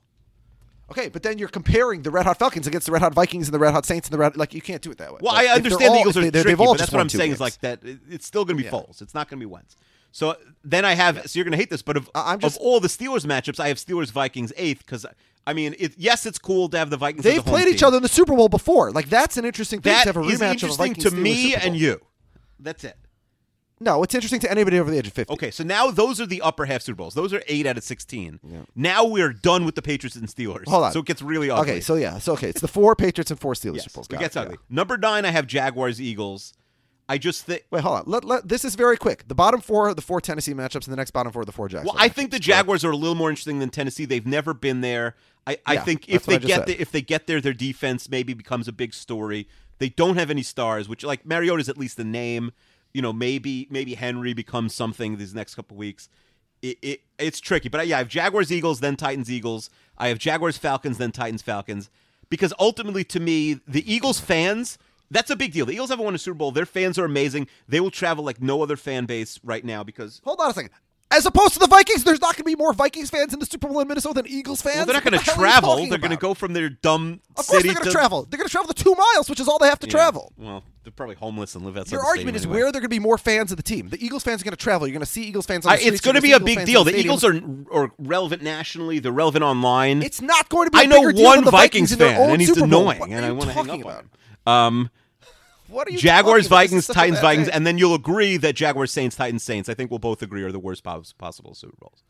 [SPEAKER 4] okay, but then you're comparing the Red Hot Falcons against the Red Hot Vikings and the Red Hot Saints and the Red like you can't do it that way.
[SPEAKER 5] Well,
[SPEAKER 4] Like,
[SPEAKER 5] I
[SPEAKER 4] if they're
[SPEAKER 5] understand the
[SPEAKER 4] all-
[SPEAKER 5] Eagles
[SPEAKER 4] if
[SPEAKER 5] are
[SPEAKER 4] they- they've
[SPEAKER 5] tricky,
[SPEAKER 4] all
[SPEAKER 5] but
[SPEAKER 4] just
[SPEAKER 5] that's what
[SPEAKER 4] won
[SPEAKER 5] I'm
[SPEAKER 4] two
[SPEAKER 5] saying
[SPEAKER 4] games.
[SPEAKER 5] is like that. it- It's still going to be
[SPEAKER 4] Yeah.
[SPEAKER 5] Foles. It's not going to be Wentz. So then I have. So you're going to hate this, but of
[SPEAKER 4] I- I'm just-
[SPEAKER 5] of all the Steelers matchups, I have Steelers Vikings eighth because I mean, it, yes, it's cool to have the Vikings. as
[SPEAKER 4] They've
[SPEAKER 5] the home
[SPEAKER 4] played each
[SPEAKER 5] team.
[SPEAKER 4] other in the Super Bowl before. Like that's an interesting thing
[SPEAKER 5] That
[SPEAKER 4] to have a
[SPEAKER 5] is
[SPEAKER 4] rematch of a
[SPEAKER 5] interesting
[SPEAKER 4] Vikings
[SPEAKER 5] to
[SPEAKER 4] Steelers
[SPEAKER 5] me
[SPEAKER 4] Super Bowl.
[SPEAKER 5] and you. That's it.
[SPEAKER 4] No, it's interesting to anybody over the age of fifty.
[SPEAKER 5] Okay, so now those are the upper half Super Bowls. Those are eight out of sixteen. Now we're done with the Patriots and Steelers.
[SPEAKER 4] Hold on.
[SPEAKER 5] So it gets really ugly.
[SPEAKER 4] Okay, so yeah, so okay, it's the four Patriots and four Steelers
[SPEAKER 5] yes,
[SPEAKER 4] Super Bowls.
[SPEAKER 5] it
[SPEAKER 4] Got
[SPEAKER 5] gets
[SPEAKER 4] it,
[SPEAKER 5] ugly.
[SPEAKER 4] yeah.
[SPEAKER 5] Number nine, I have Jaguars Eagles. I just think.
[SPEAKER 4] Wait, hold on. Let, let, this is very quick. The bottom four are the four Tennessee matchups, and the next bottom four are the four Jacksonville.
[SPEAKER 5] Well, I think the Jaguars are a little more interesting than Tennessee. They've never been there. I, I
[SPEAKER 4] Yeah,
[SPEAKER 5] think if
[SPEAKER 4] that's what
[SPEAKER 5] they
[SPEAKER 4] I just
[SPEAKER 5] get
[SPEAKER 4] said.
[SPEAKER 5] the, if they get there, their defense maybe becomes a big story. They don't have any stars, which like Mariota's at least the name. You know, maybe maybe Henry becomes something these next couple weeks. It, it it's tricky, but uh, yeah, I have Jaguars Eagles, then Titans Eagles. I have Jaguars Falcons, then Titans Falcons. Because ultimately, to me, the Eagles fans. That's a big deal. The Eagles haven't won a Super Bowl. Their fans are amazing. They will travel like no other fan base right now because
[SPEAKER 4] Hold on a second. As opposed to the Vikings, there's not going to be more Vikings fans in the Super Bowl in Minnesota than Eagles fans.
[SPEAKER 5] Well, they're not
[SPEAKER 4] What
[SPEAKER 5] going
[SPEAKER 4] the
[SPEAKER 5] to
[SPEAKER 4] hell are you
[SPEAKER 5] travel.
[SPEAKER 4] talking
[SPEAKER 5] They're going to
[SPEAKER 4] about?
[SPEAKER 5] go from their dumb
[SPEAKER 4] Of course,
[SPEAKER 5] city
[SPEAKER 4] they're going
[SPEAKER 5] to
[SPEAKER 4] to travel. They're going to travel the two miles, which is all they have to travel.
[SPEAKER 5] Well, they're probably homeless and live outside.
[SPEAKER 4] Your
[SPEAKER 5] the
[SPEAKER 4] argument
[SPEAKER 5] stadium
[SPEAKER 4] is
[SPEAKER 5] anyway.
[SPEAKER 4] where are there going to be more fans of the team? The Eagles fans are going to travel. You're going to see Eagles fans on
[SPEAKER 5] I,
[SPEAKER 4] the
[SPEAKER 5] it's going to be a big deal. The Eagles are, are relevant nationally. They're relevant online.
[SPEAKER 4] It's not going to be. a
[SPEAKER 5] I know
[SPEAKER 4] bigger deal
[SPEAKER 5] one
[SPEAKER 4] than the
[SPEAKER 5] Vikings,
[SPEAKER 4] in their
[SPEAKER 5] fan,
[SPEAKER 4] own
[SPEAKER 5] and he's
[SPEAKER 4] Super Bowl.
[SPEAKER 5] annoying,
[SPEAKER 4] What
[SPEAKER 5] and
[SPEAKER 4] are
[SPEAKER 5] I
[SPEAKER 4] you
[SPEAKER 5] want to hang up
[SPEAKER 4] talking
[SPEAKER 5] on
[SPEAKER 4] about?
[SPEAKER 5] him. Um,
[SPEAKER 4] What are you talking
[SPEAKER 5] Jaguars,
[SPEAKER 4] about? This
[SPEAKER 5] Vikings,
[SPEAKER 4] is such a
[SPEAKER 5] Titans,
[SPEAKER 4] bad
[SPEAKER 5] Vikings,
[SPEAKER 4] thing.
[SPEAKER 5] and then you'll agree that Jaguars, Saints, Titans, Saints. I think we'll both agree are the worst pos- possible Super Bowls.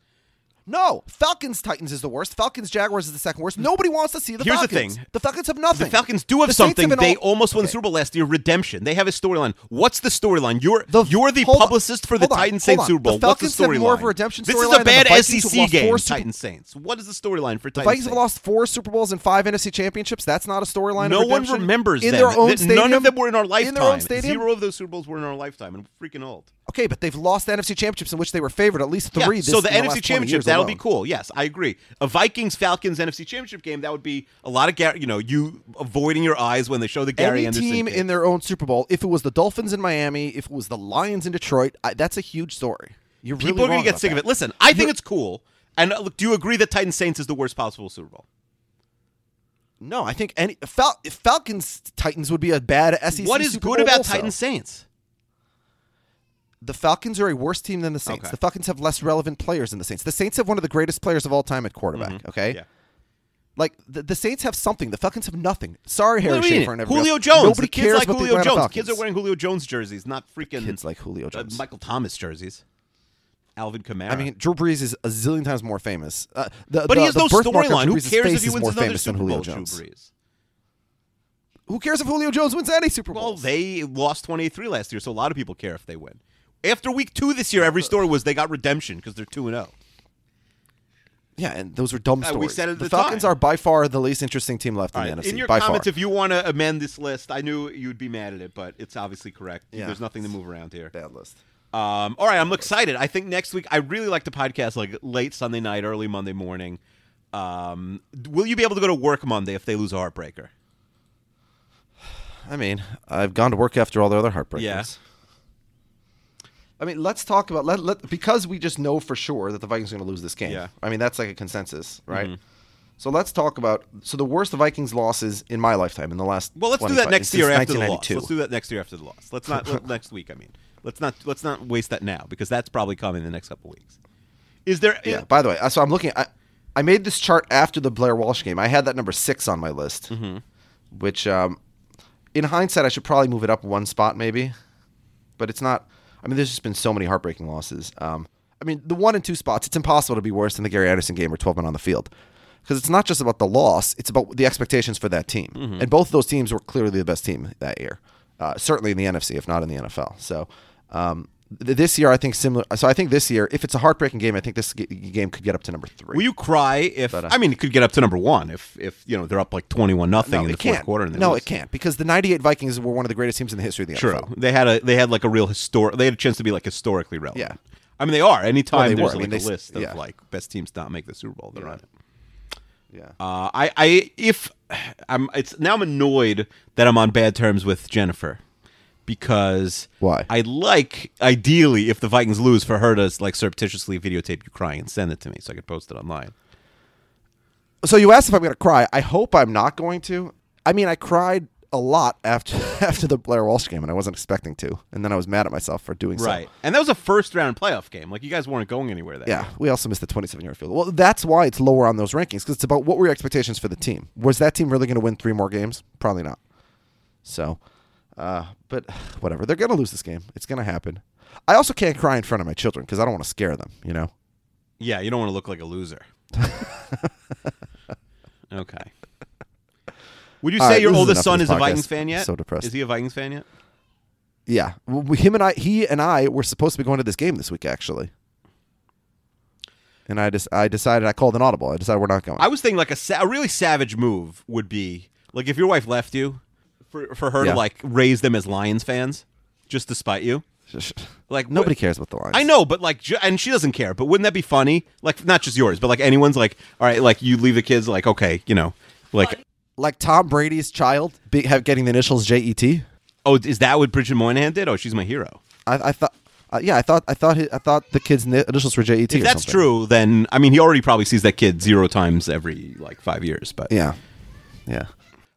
[SPEAKER 4] No, Falcons Titans is the worst. Falcons Jaguars is the second worst. Nobody wants to see the
[SPEAKER 5] Here's the
[SPEAKER 4] Falcons.
[SPEAKER 5] thing.
[SPEAKER 4] the Falcons have nothing.
[SPEAKER 5] The Falcons do have
[SPEAKER 4] The Saints
[SPEAKER 5] something.
[SPEAKER 4] an
[SPEAKER 5] they
[SPEAKER 4] all-
[SPEAKER 5] almost won the
[SPEAKER 4] Okay.
[SPEAKER 5] Super Bowl last year. Redemption. They have a storyline. What's the storyline? You're
[SPEAKER 4] The-
[SPEAKER 5] the, you're the
[SPEAKER 4] hold on,
[SPEAKER 5] publicist for the
[SPEAKER 4] hold on, hold
[SPEAKER 5] Titans Saints
[SPEAKER 4] on.
[SPEAKER 5] Super Bowl.
[SPEAKER 4] The
[SPEAKER 5] What's the
[SPEAKER 4] Falcons
[SPEAKER 5] storyline?
[SPEAKER 4] have more of a redemption
[SPEAKER 5] This
[SPEAKER 4] storyline
[SPEAKER 5] is a
[SPEAKER 4] than the
[SPEAKER 5] bad
[SPEAKER 4] Vikings, who've
[SPEAKER 5] SEC
[SPEAKER 4] lost
[SPEAKER 5] game.
[SPEAKER 4] four Super-
[SPEAKER 5] Titans Saints. What is the storyline
[SPEAKER 4] The
[SPEAKER 5] for Titans?
[SPEAKER 4] Vikings have
[SPEAKER 5] Saints?
[SPEAKER 4] lost four Super Bowls and five NFC championships. That's not a storyline.
[SPEAKER 5] No
[SPEAKER 4] of
[SPEAKER 5] one
[SPEAKER 4] redemption.
[SPEAKER 5] remembers
[SPEAKER 4] in
[SPEAKER 5] them.
[SPEAKER 4] their own
[SPEAKER 5] Th-
[SPEAKER 4] stadium.
[SPEAKER 5] None of them were in our lifetime.
[SPEAKER 4] In their own stadium.
[SPEAKER 5] Zero of those Super Bowls were in our lifetime. and I'm freaking old.
[SPEAKER 4] Okay, but they've lost NFC championships in which they were favored at least
[SPEAKER 5] Yeah,
[SPEAKER 4] three. this-
[SPEAKER 5] so the
[SPEAKER 4] in
[SPEAKER 5] NFC
[SPEAKER 4] last 20
[SPEAKER 5] Championship
[SPEAKER 4] years
[SPEAKER 5] that'll
[SPEAKER 4] alone.
[SPEAKER 5] be cool. Yes, I agree. A Vikings Falcons NFC Championship game that would be a lot of Gar- you know you avoiding your eyes when they show the Gary
[SPEAKER 4] Any
[SPEAKER 5] Anderson
[SPEAKER 4] team
[SPEAKER 5] tape.
[SPEAKER 4] in their own Super Bowl, if it was the Dolphins in Miami, if it was the Lions in Detroit, I, that's a huge story. You're really
[SPEAKER 5] People are
[SPEAKER 4] going to
[SPEAKER 5] get sick of it. Listen, I think it's cool. And uh, look, do you agree that Titans Saints is the worst possible Super Bowl?
[SPEAKER 4] No, I think any Fal- if Falcons Titans would be a bad SEC.
[SPEAKER 5] what is
[SPEAKER 4] Super
[SPEAKER 5] good
[SPEAKER 4] Bowl
[SPEAKER 5] about
[SPEAKER 4] also.
[SPEAKER 5] Titans Saints?
[SPEAKER 4] The Falcons are a worse team than the Saints.
[SPEAKER 5] Okay.
[SPEAKER 4] The Falcons have less relevant players than the Saints. The Saints have one of the greatest players of all time at quarterback. Okay,
[SPEAKER 5] Mm-hmm. Yeah.
[SPEAKER 4] like the, the Saints have something. The Falcons have nothing. Sorry, Harry
[SPEAKER 5] What do you mean?
[SPEAKER 4] Schaefer and everybody
[SPEAKER 5] Julio
[SPEAKER 4] else.
[SPEAKER 5] Jones.
[SPEAKER 4] Nobody
[SPEAKER 5] the kids
[SPEAKER 4] cares
[SPEAKER 5] like
[SPEAKER 4] about the
[SPEAKER 5] Julio
[SPEAKER 4] Atlanta
[SPEAKER 5] Jones.
[SPEAKER 4] Falcons.
[SPEAKER 5] Kids are wearing Julio Jones jerseys, not freaking
[SPEAKER 4] Kids like Julio
[SPEAKER 5] uh,
[SPEAKER 4] Jones.
[SPEAKER 5] Michael Thomas jerseys. Alvin Kamara.
[SPEAKER 4] I mean, Drew Brees is a zillion times more famous. Uh, the,
[SPEAKER 5] but
[SPEAKER 4] the,
[SPEAKER 5] he has
[SPEAKER 4] the
[SPEAKER 5] no
[SPEAKER 4] birthmark on
[SPEAKER 5] storyline.
[SPEAKER 4] Drew
[SPEAKER 5] Who
[SPEAKER 4] Brees'
[SPEAKER 5] cares
[SPEAKER 4] face
[SPEAKER 5] if he
[SPEAKER 4] is
[SPEAKER 5] wins
[SPEAKER 4] more
[SPEAKER 5] another
[SPEAKER 4] famous than
[SPEAKER 5] Super
[SPEAKER 4] Julio
[SPEAKER 5] Bowl? Drew
[SPEAKER 4] Jones.
[SPEAKER 5] Brees.
[SPEAKER 4] Who cares if Julio Jones wins any Super
[SPEAKER 5] Well,
[SPEAKER 4] Bowl?
[SPEAKER 5] they lost twenty three last year, so a lot of people care if they win. After week two this year, every story was they got redemption because they're two and oh. zero.
[SPEAKER 4] yeah, and those were dumb
[SPEAKER 5] Uh, we
[SPEAKER 4] stories.
[SPEAKER 5] said it at
[SPEAKER 4] the
[SPEAKER 5] the
[SPEAKER 4] Falcons
[SPEAKER 5] time.
[SPEAKER 4] are by far the least interesting team left in
[SPEAKER 5] All
[SPEAKER 4] the
[SPEAKER 5] right,
[SPEAKER 4] NFC.
[SPEAKER 5] In your
[SPEAKER 4] by
[SPEAKER 5] comments,
[SPEAKER 4] far.
[SPEAKER 5] if you want to amend this list, I knew you'd be mad at it, but it's obviously correct.
[SPEAKER 4] Yeah.
[SPEAKER 5] There's nothing to move around here.
[SPEAKER 4] bad list.
[SPEAKER 5] Um, all right, I'm excited. I think next week I really like the podcast, like late Sunday night, early Monday morning. Um, will you be able to go to work Monday if they lose a heartbreaker?
[SPEAKER 4] I mean, I've gone to work after all their other heartbreakers.
[SPEAKER 5] Yeah.
[SPEAKER 4] I mean, let's talk about let, let because we just know for sure that the Vikings are going to lose this game.
[SPEAKER 5] Yeah. Mm-hmm.
[SPEAKER 4] I mean, that's like a consensus, right? So let's talk about so the worst Vikings losses in my lifetime in the last.
[SPEAKER 5] Well, let's do
[SPEAKER 4] 25
[SPEAKER 5] that next
[SPEAKER 4] since
[SPEAKER 5] year after the loss.
[SPEAKER 4] 1992.
[SPEAKER 5] Let's do that next year after the loss. Let's
[SPEAKER 4] [laughs]
[SPEAKER 5] not let- next week. I mean, let's not let's not waste that now because that's probably coming in the next couple weeks. Is there?
[SPEAKER 4] Yeah. By the way, uh, so I'm looking. I, I made this chart after the Blair Walsh game. I had that number six on my list, which, um, in hindsight, I should probably move it up one spot maybe, but it's not. I mean, there's just been so many heartbreaking losses. Um, I mean, the one and two spots. It's impossible to be worse than the Gary Anderson game or 12 men on the field, because it's not just about the loss. It's about the expectations for that team,
[SPEAKER 5] Mm-hmm.
[SPEAKER 4] and both those teams were clearly the best team that year, uh, certainly in the NFC, if not in the NFL. So. Um, th- this year, I think similar. So I think this year, if it's a heartbreaking game, I think this g- game could get up to number three.
[SPEAKER 5] Will you cry if?
[SPEAKER 4] uh,
[SPEAKER 5] I mean, it could get up to number one if if you know they're up like twenty one nothing in the
[SPEAKER 4] it
[SPEAKER 5] fourth
[SPEAKER 4] can't.
[SPEAKER 5] quarter. And they
[SPEAKER 4] no,
[SPEAKER 5] lose.
[SPEAKER 4] it can't because the '98 Vikings were one of the greatest teams in the history of the
[SPEAKER 5] True.
[SPEAKER 4] NFL.
[SPEAKER 5] They had a they had like a real historic. They had a chance to be like historically relevant.
[SPEAKER 4] Yeah.
[SPEAKER 5] I mean, they are. Anytime
[SPEAKER 4] Well, they were.
[SPEAKER 5] there's
[SPEAKER 4] I
[SPEAKER 5] like
[SPEAKER 4] mean,
[SPEAKER 5] a
[SPEAKER 4] they s-
[SPEAKER 5] list of
[SPEAKER 4] yeah.
[SPEAKER 5] like best teams to not make the Super Bowl, they're on it.
[SPEAKER 4] Yeah.
[SPEAKER 5] Uh, I, I, if I'm, it's now I'm annoyed that I'm on bad terms with Jennifer because
[SPEAKER 4] Why?
[SPEAKER 5] I like ideally if the Vikings lose for her to like surreptitiously videotape you crying and send it to me so I could post it online.
[SPEAKER 4] So you asked if I'm going to cry. I hope I'm not going to. I mean, I cried a lot after [laughs] after the Blair Walsh game, and I wasn't expecting to. And then I was mad at myself for doing so.
[SPEAKER 5] and that was a first round playoff game. Like you guys weren't going anywhere that.
[SPEAKER 4] Yeah,
[SPEAKER 5] year.
[SPEAKER 4] we also missed the 27 yard field. Well, that's why it's lower on those rankings because it's about what were your expectations for the team. Was that team really going to win three more games? Probably not. So, uh, but [sighs] whatever. They're going to lose this game. It's going to happen. I also can't cry in front of my children because I don't want to scare them. You know.
[SPEAKER 5] yeah. You don't want to look like
[SPEAKER 4] [laughs]
[SPEAKER 5] a loser. okay. Would you
[SPEAKER 4] All
[SPEAKER 5] say
[SPEAKER 4] right,
[SPEAKER 5] your
[SPEAKER 4] this is
[SPEAKER 5] oldest
[SPEAKER 4] enough of
[SPEAKER 5] son
[SPEAKER 4] this
[SPEAKER 5] is a
[SPEAKER 4] podcast.
[SPEAKER 5] Vikings fan yet?
[SPEAKER 4] So depressed.
[SPEAKER 5] Is he a Vikings fan yet?
[SPEAKER 4] Yeah. Well, we- him and I, he and I were supposed to be going to this game this week, actually. And I just, I decided, I called an audible. I decided we're not going.
[SPEAKER 5] I was thinking like a, sa- a really savage move would be like if your wife left you for for her
[SPEAKER 4] Yeah.
[SPEAKER 5] to like raise them as Lions fans just to spite you. Like
[SPEAKER 4] Nobody
[SPEAKER 5] wh-
[SPEAKER 4] cares about the Lions.
[SPEAKER 5] I know, but like, ju- and she doesn't care. But wouldn't that be funny? Like, not just yours, but like anyone's. Like, all right, like you leave the kids. Like, okay, you know, like,
[SPEAKER 4] Like Tom Brady's child be, have getting the initials E JET.
[SPEAKER 5] oh, is that what Bridget Moynihan did? Oh, she's my hero.
[SPEAKER 4] I, I thought, uh, yeah, I thought, I thought, he, I thought the kid's ni- initials were JET.
[SPEAKER 5] If
[SPEAKER 4] or
[SPEAKER 5] that's
[SPEAKER 4] something.
[SPEAKER 5] true, then I mean, he already probably sees that kid zero times every like five years. But
[SPEAKER 4] Yeah. Yeah.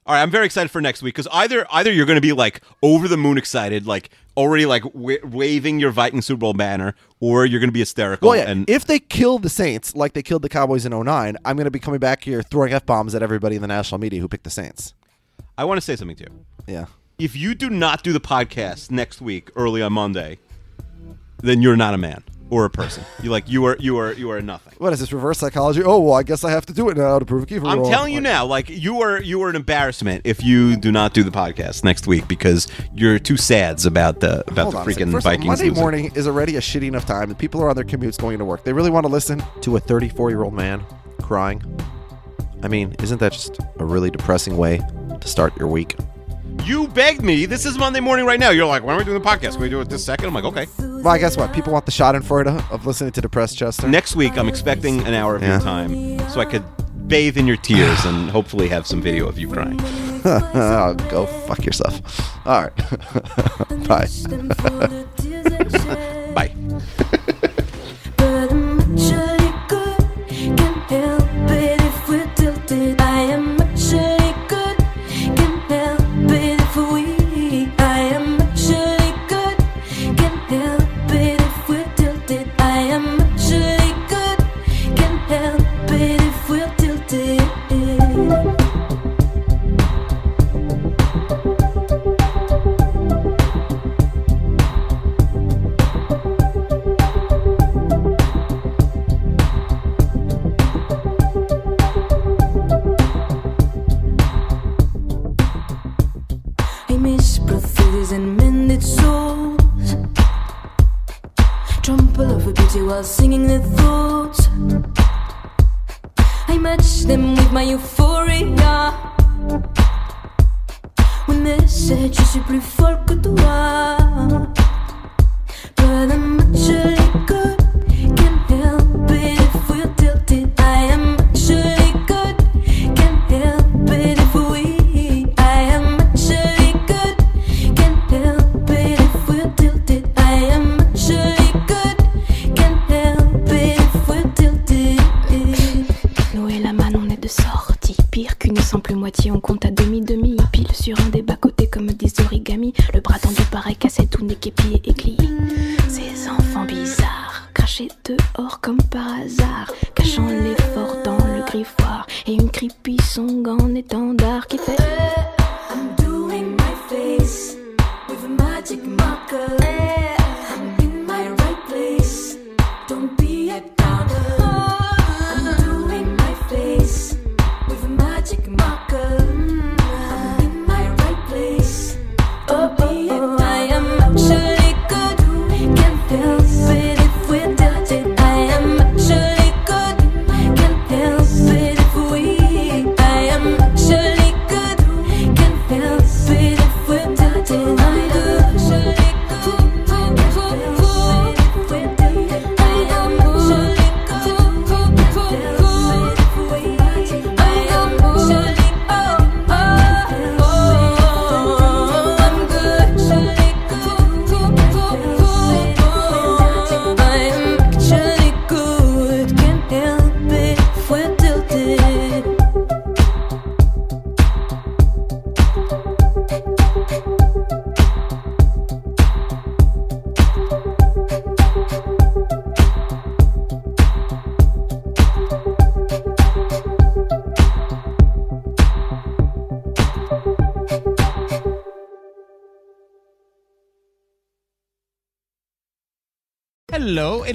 [SPEAKER 5] All right, I'm very excited for next week because either either you're going to be like over the moon excited, like already like wa waving your Viking Super Bowl banner, or you're going to be hysterical.
[SPEAKER 4] Well, yeah.
[SPEAKER 5] and
[SPEAKER 4] if they kill the Saints like they killed the Cowboys in 09, I'm going to be coming back here throwing f bombs at everybody in the national media who picked the Saints.
[SPEAKER 5] I want to say something to you.
[SPEAKER 4] Yeah.
[SPEAKER 5] If you do not do the podcast next week early on Monday, then you're not a man or a person. you like you are you are you are nothing.
[SPEAKER 4] What is this reverse psychology? Oh well, I guess I have to do it now to prove a keeper.
[SPEAKER 5] I'm
[SPEAKER 4] rule.
[SPEAKER 5] telling you
[SPEAKER 4] Like-
[SPEAKER 5] now, like you are you are an embarrassment if you do not do the podcast next week because you're too sads about the about
[SPEAKER 4] Hold
[SPEAKER 5] the
[SPEAKER 4] on a second.
[SPEAKER 5] freaking
[SPEAKER 4] First of all,
[SPEAKER 5] Vikings.
[SPEAKER 4] Monday
[SPEAKER 5] losing.
[SPEAKER 4] morning is already a shitty enough time. that People are on their commutes going to work. They really want to listen to a 34 year old man crying. I mean, isn't that just a really depressing way to start your week?
[SPEAKER 5] You begged me. This is Monday morning right now. You're like, when are we doing the podcast? Can we do it this second? I'm like, okay.
[SPEAKER 4] Well, guess what? People want the shot in Florida of listening to depressed Chester.
[SPEAKER 5] Next week, I'm expecting an hour of
[SPEAKER 4] Yeah.
[SPEAKER 5] your time so I could bathe in your tears and hopefully have some video of you crying.
[SPEAKER 4] oh, go fuck yourself. All right, [laughs] bye.
[SPEAKER 5] Bye.
[SPEAKER 6] But I'm actually good. Can't help it if we're tilted. I am actually good. Can't help it if we're weak. I am actually good. Can't help it if we're tilted. I am actually good. Can't help it if we're tilted. I miss brothels and mended souls. Trample over beauty while singing their thoughts. I match them with my euphoria. When they said je suis plus fort que toi. But I'm actually good. Can't help it if we're tilted. I am actually good. Can't help it if we're weak. I am actually good. Can't help it if we're tilted. I am actually good. Can't help it if we're tilted.
[SPEAKER 7] Noé la manne, on est de sortie. Pire qu'une simple moitié, on compte à demi-demi. Pile sur un des bas-côtés comme des origamis. Le bras tendu pareil cassé, tout niqué, pied et plié. Ces enfants bizarres, crachés dehors comme par hasard. Cachant l'effort dans le griffoir. Et une creepy song en étendard qui fait.
[SPEAKER 6] I'm doing my face with a magic marker. I'm in my right place. Don't be a downer. I'm doing my face with a magic marker. I'm in my right place. Don't be a downer. I am actually good. Can't help it if we're dirty. I am actually good. Can't help it if we're weak. I am actually good. Can't help it if we're dirty. I'm actually good.
[SPEAKER 1] Hello, it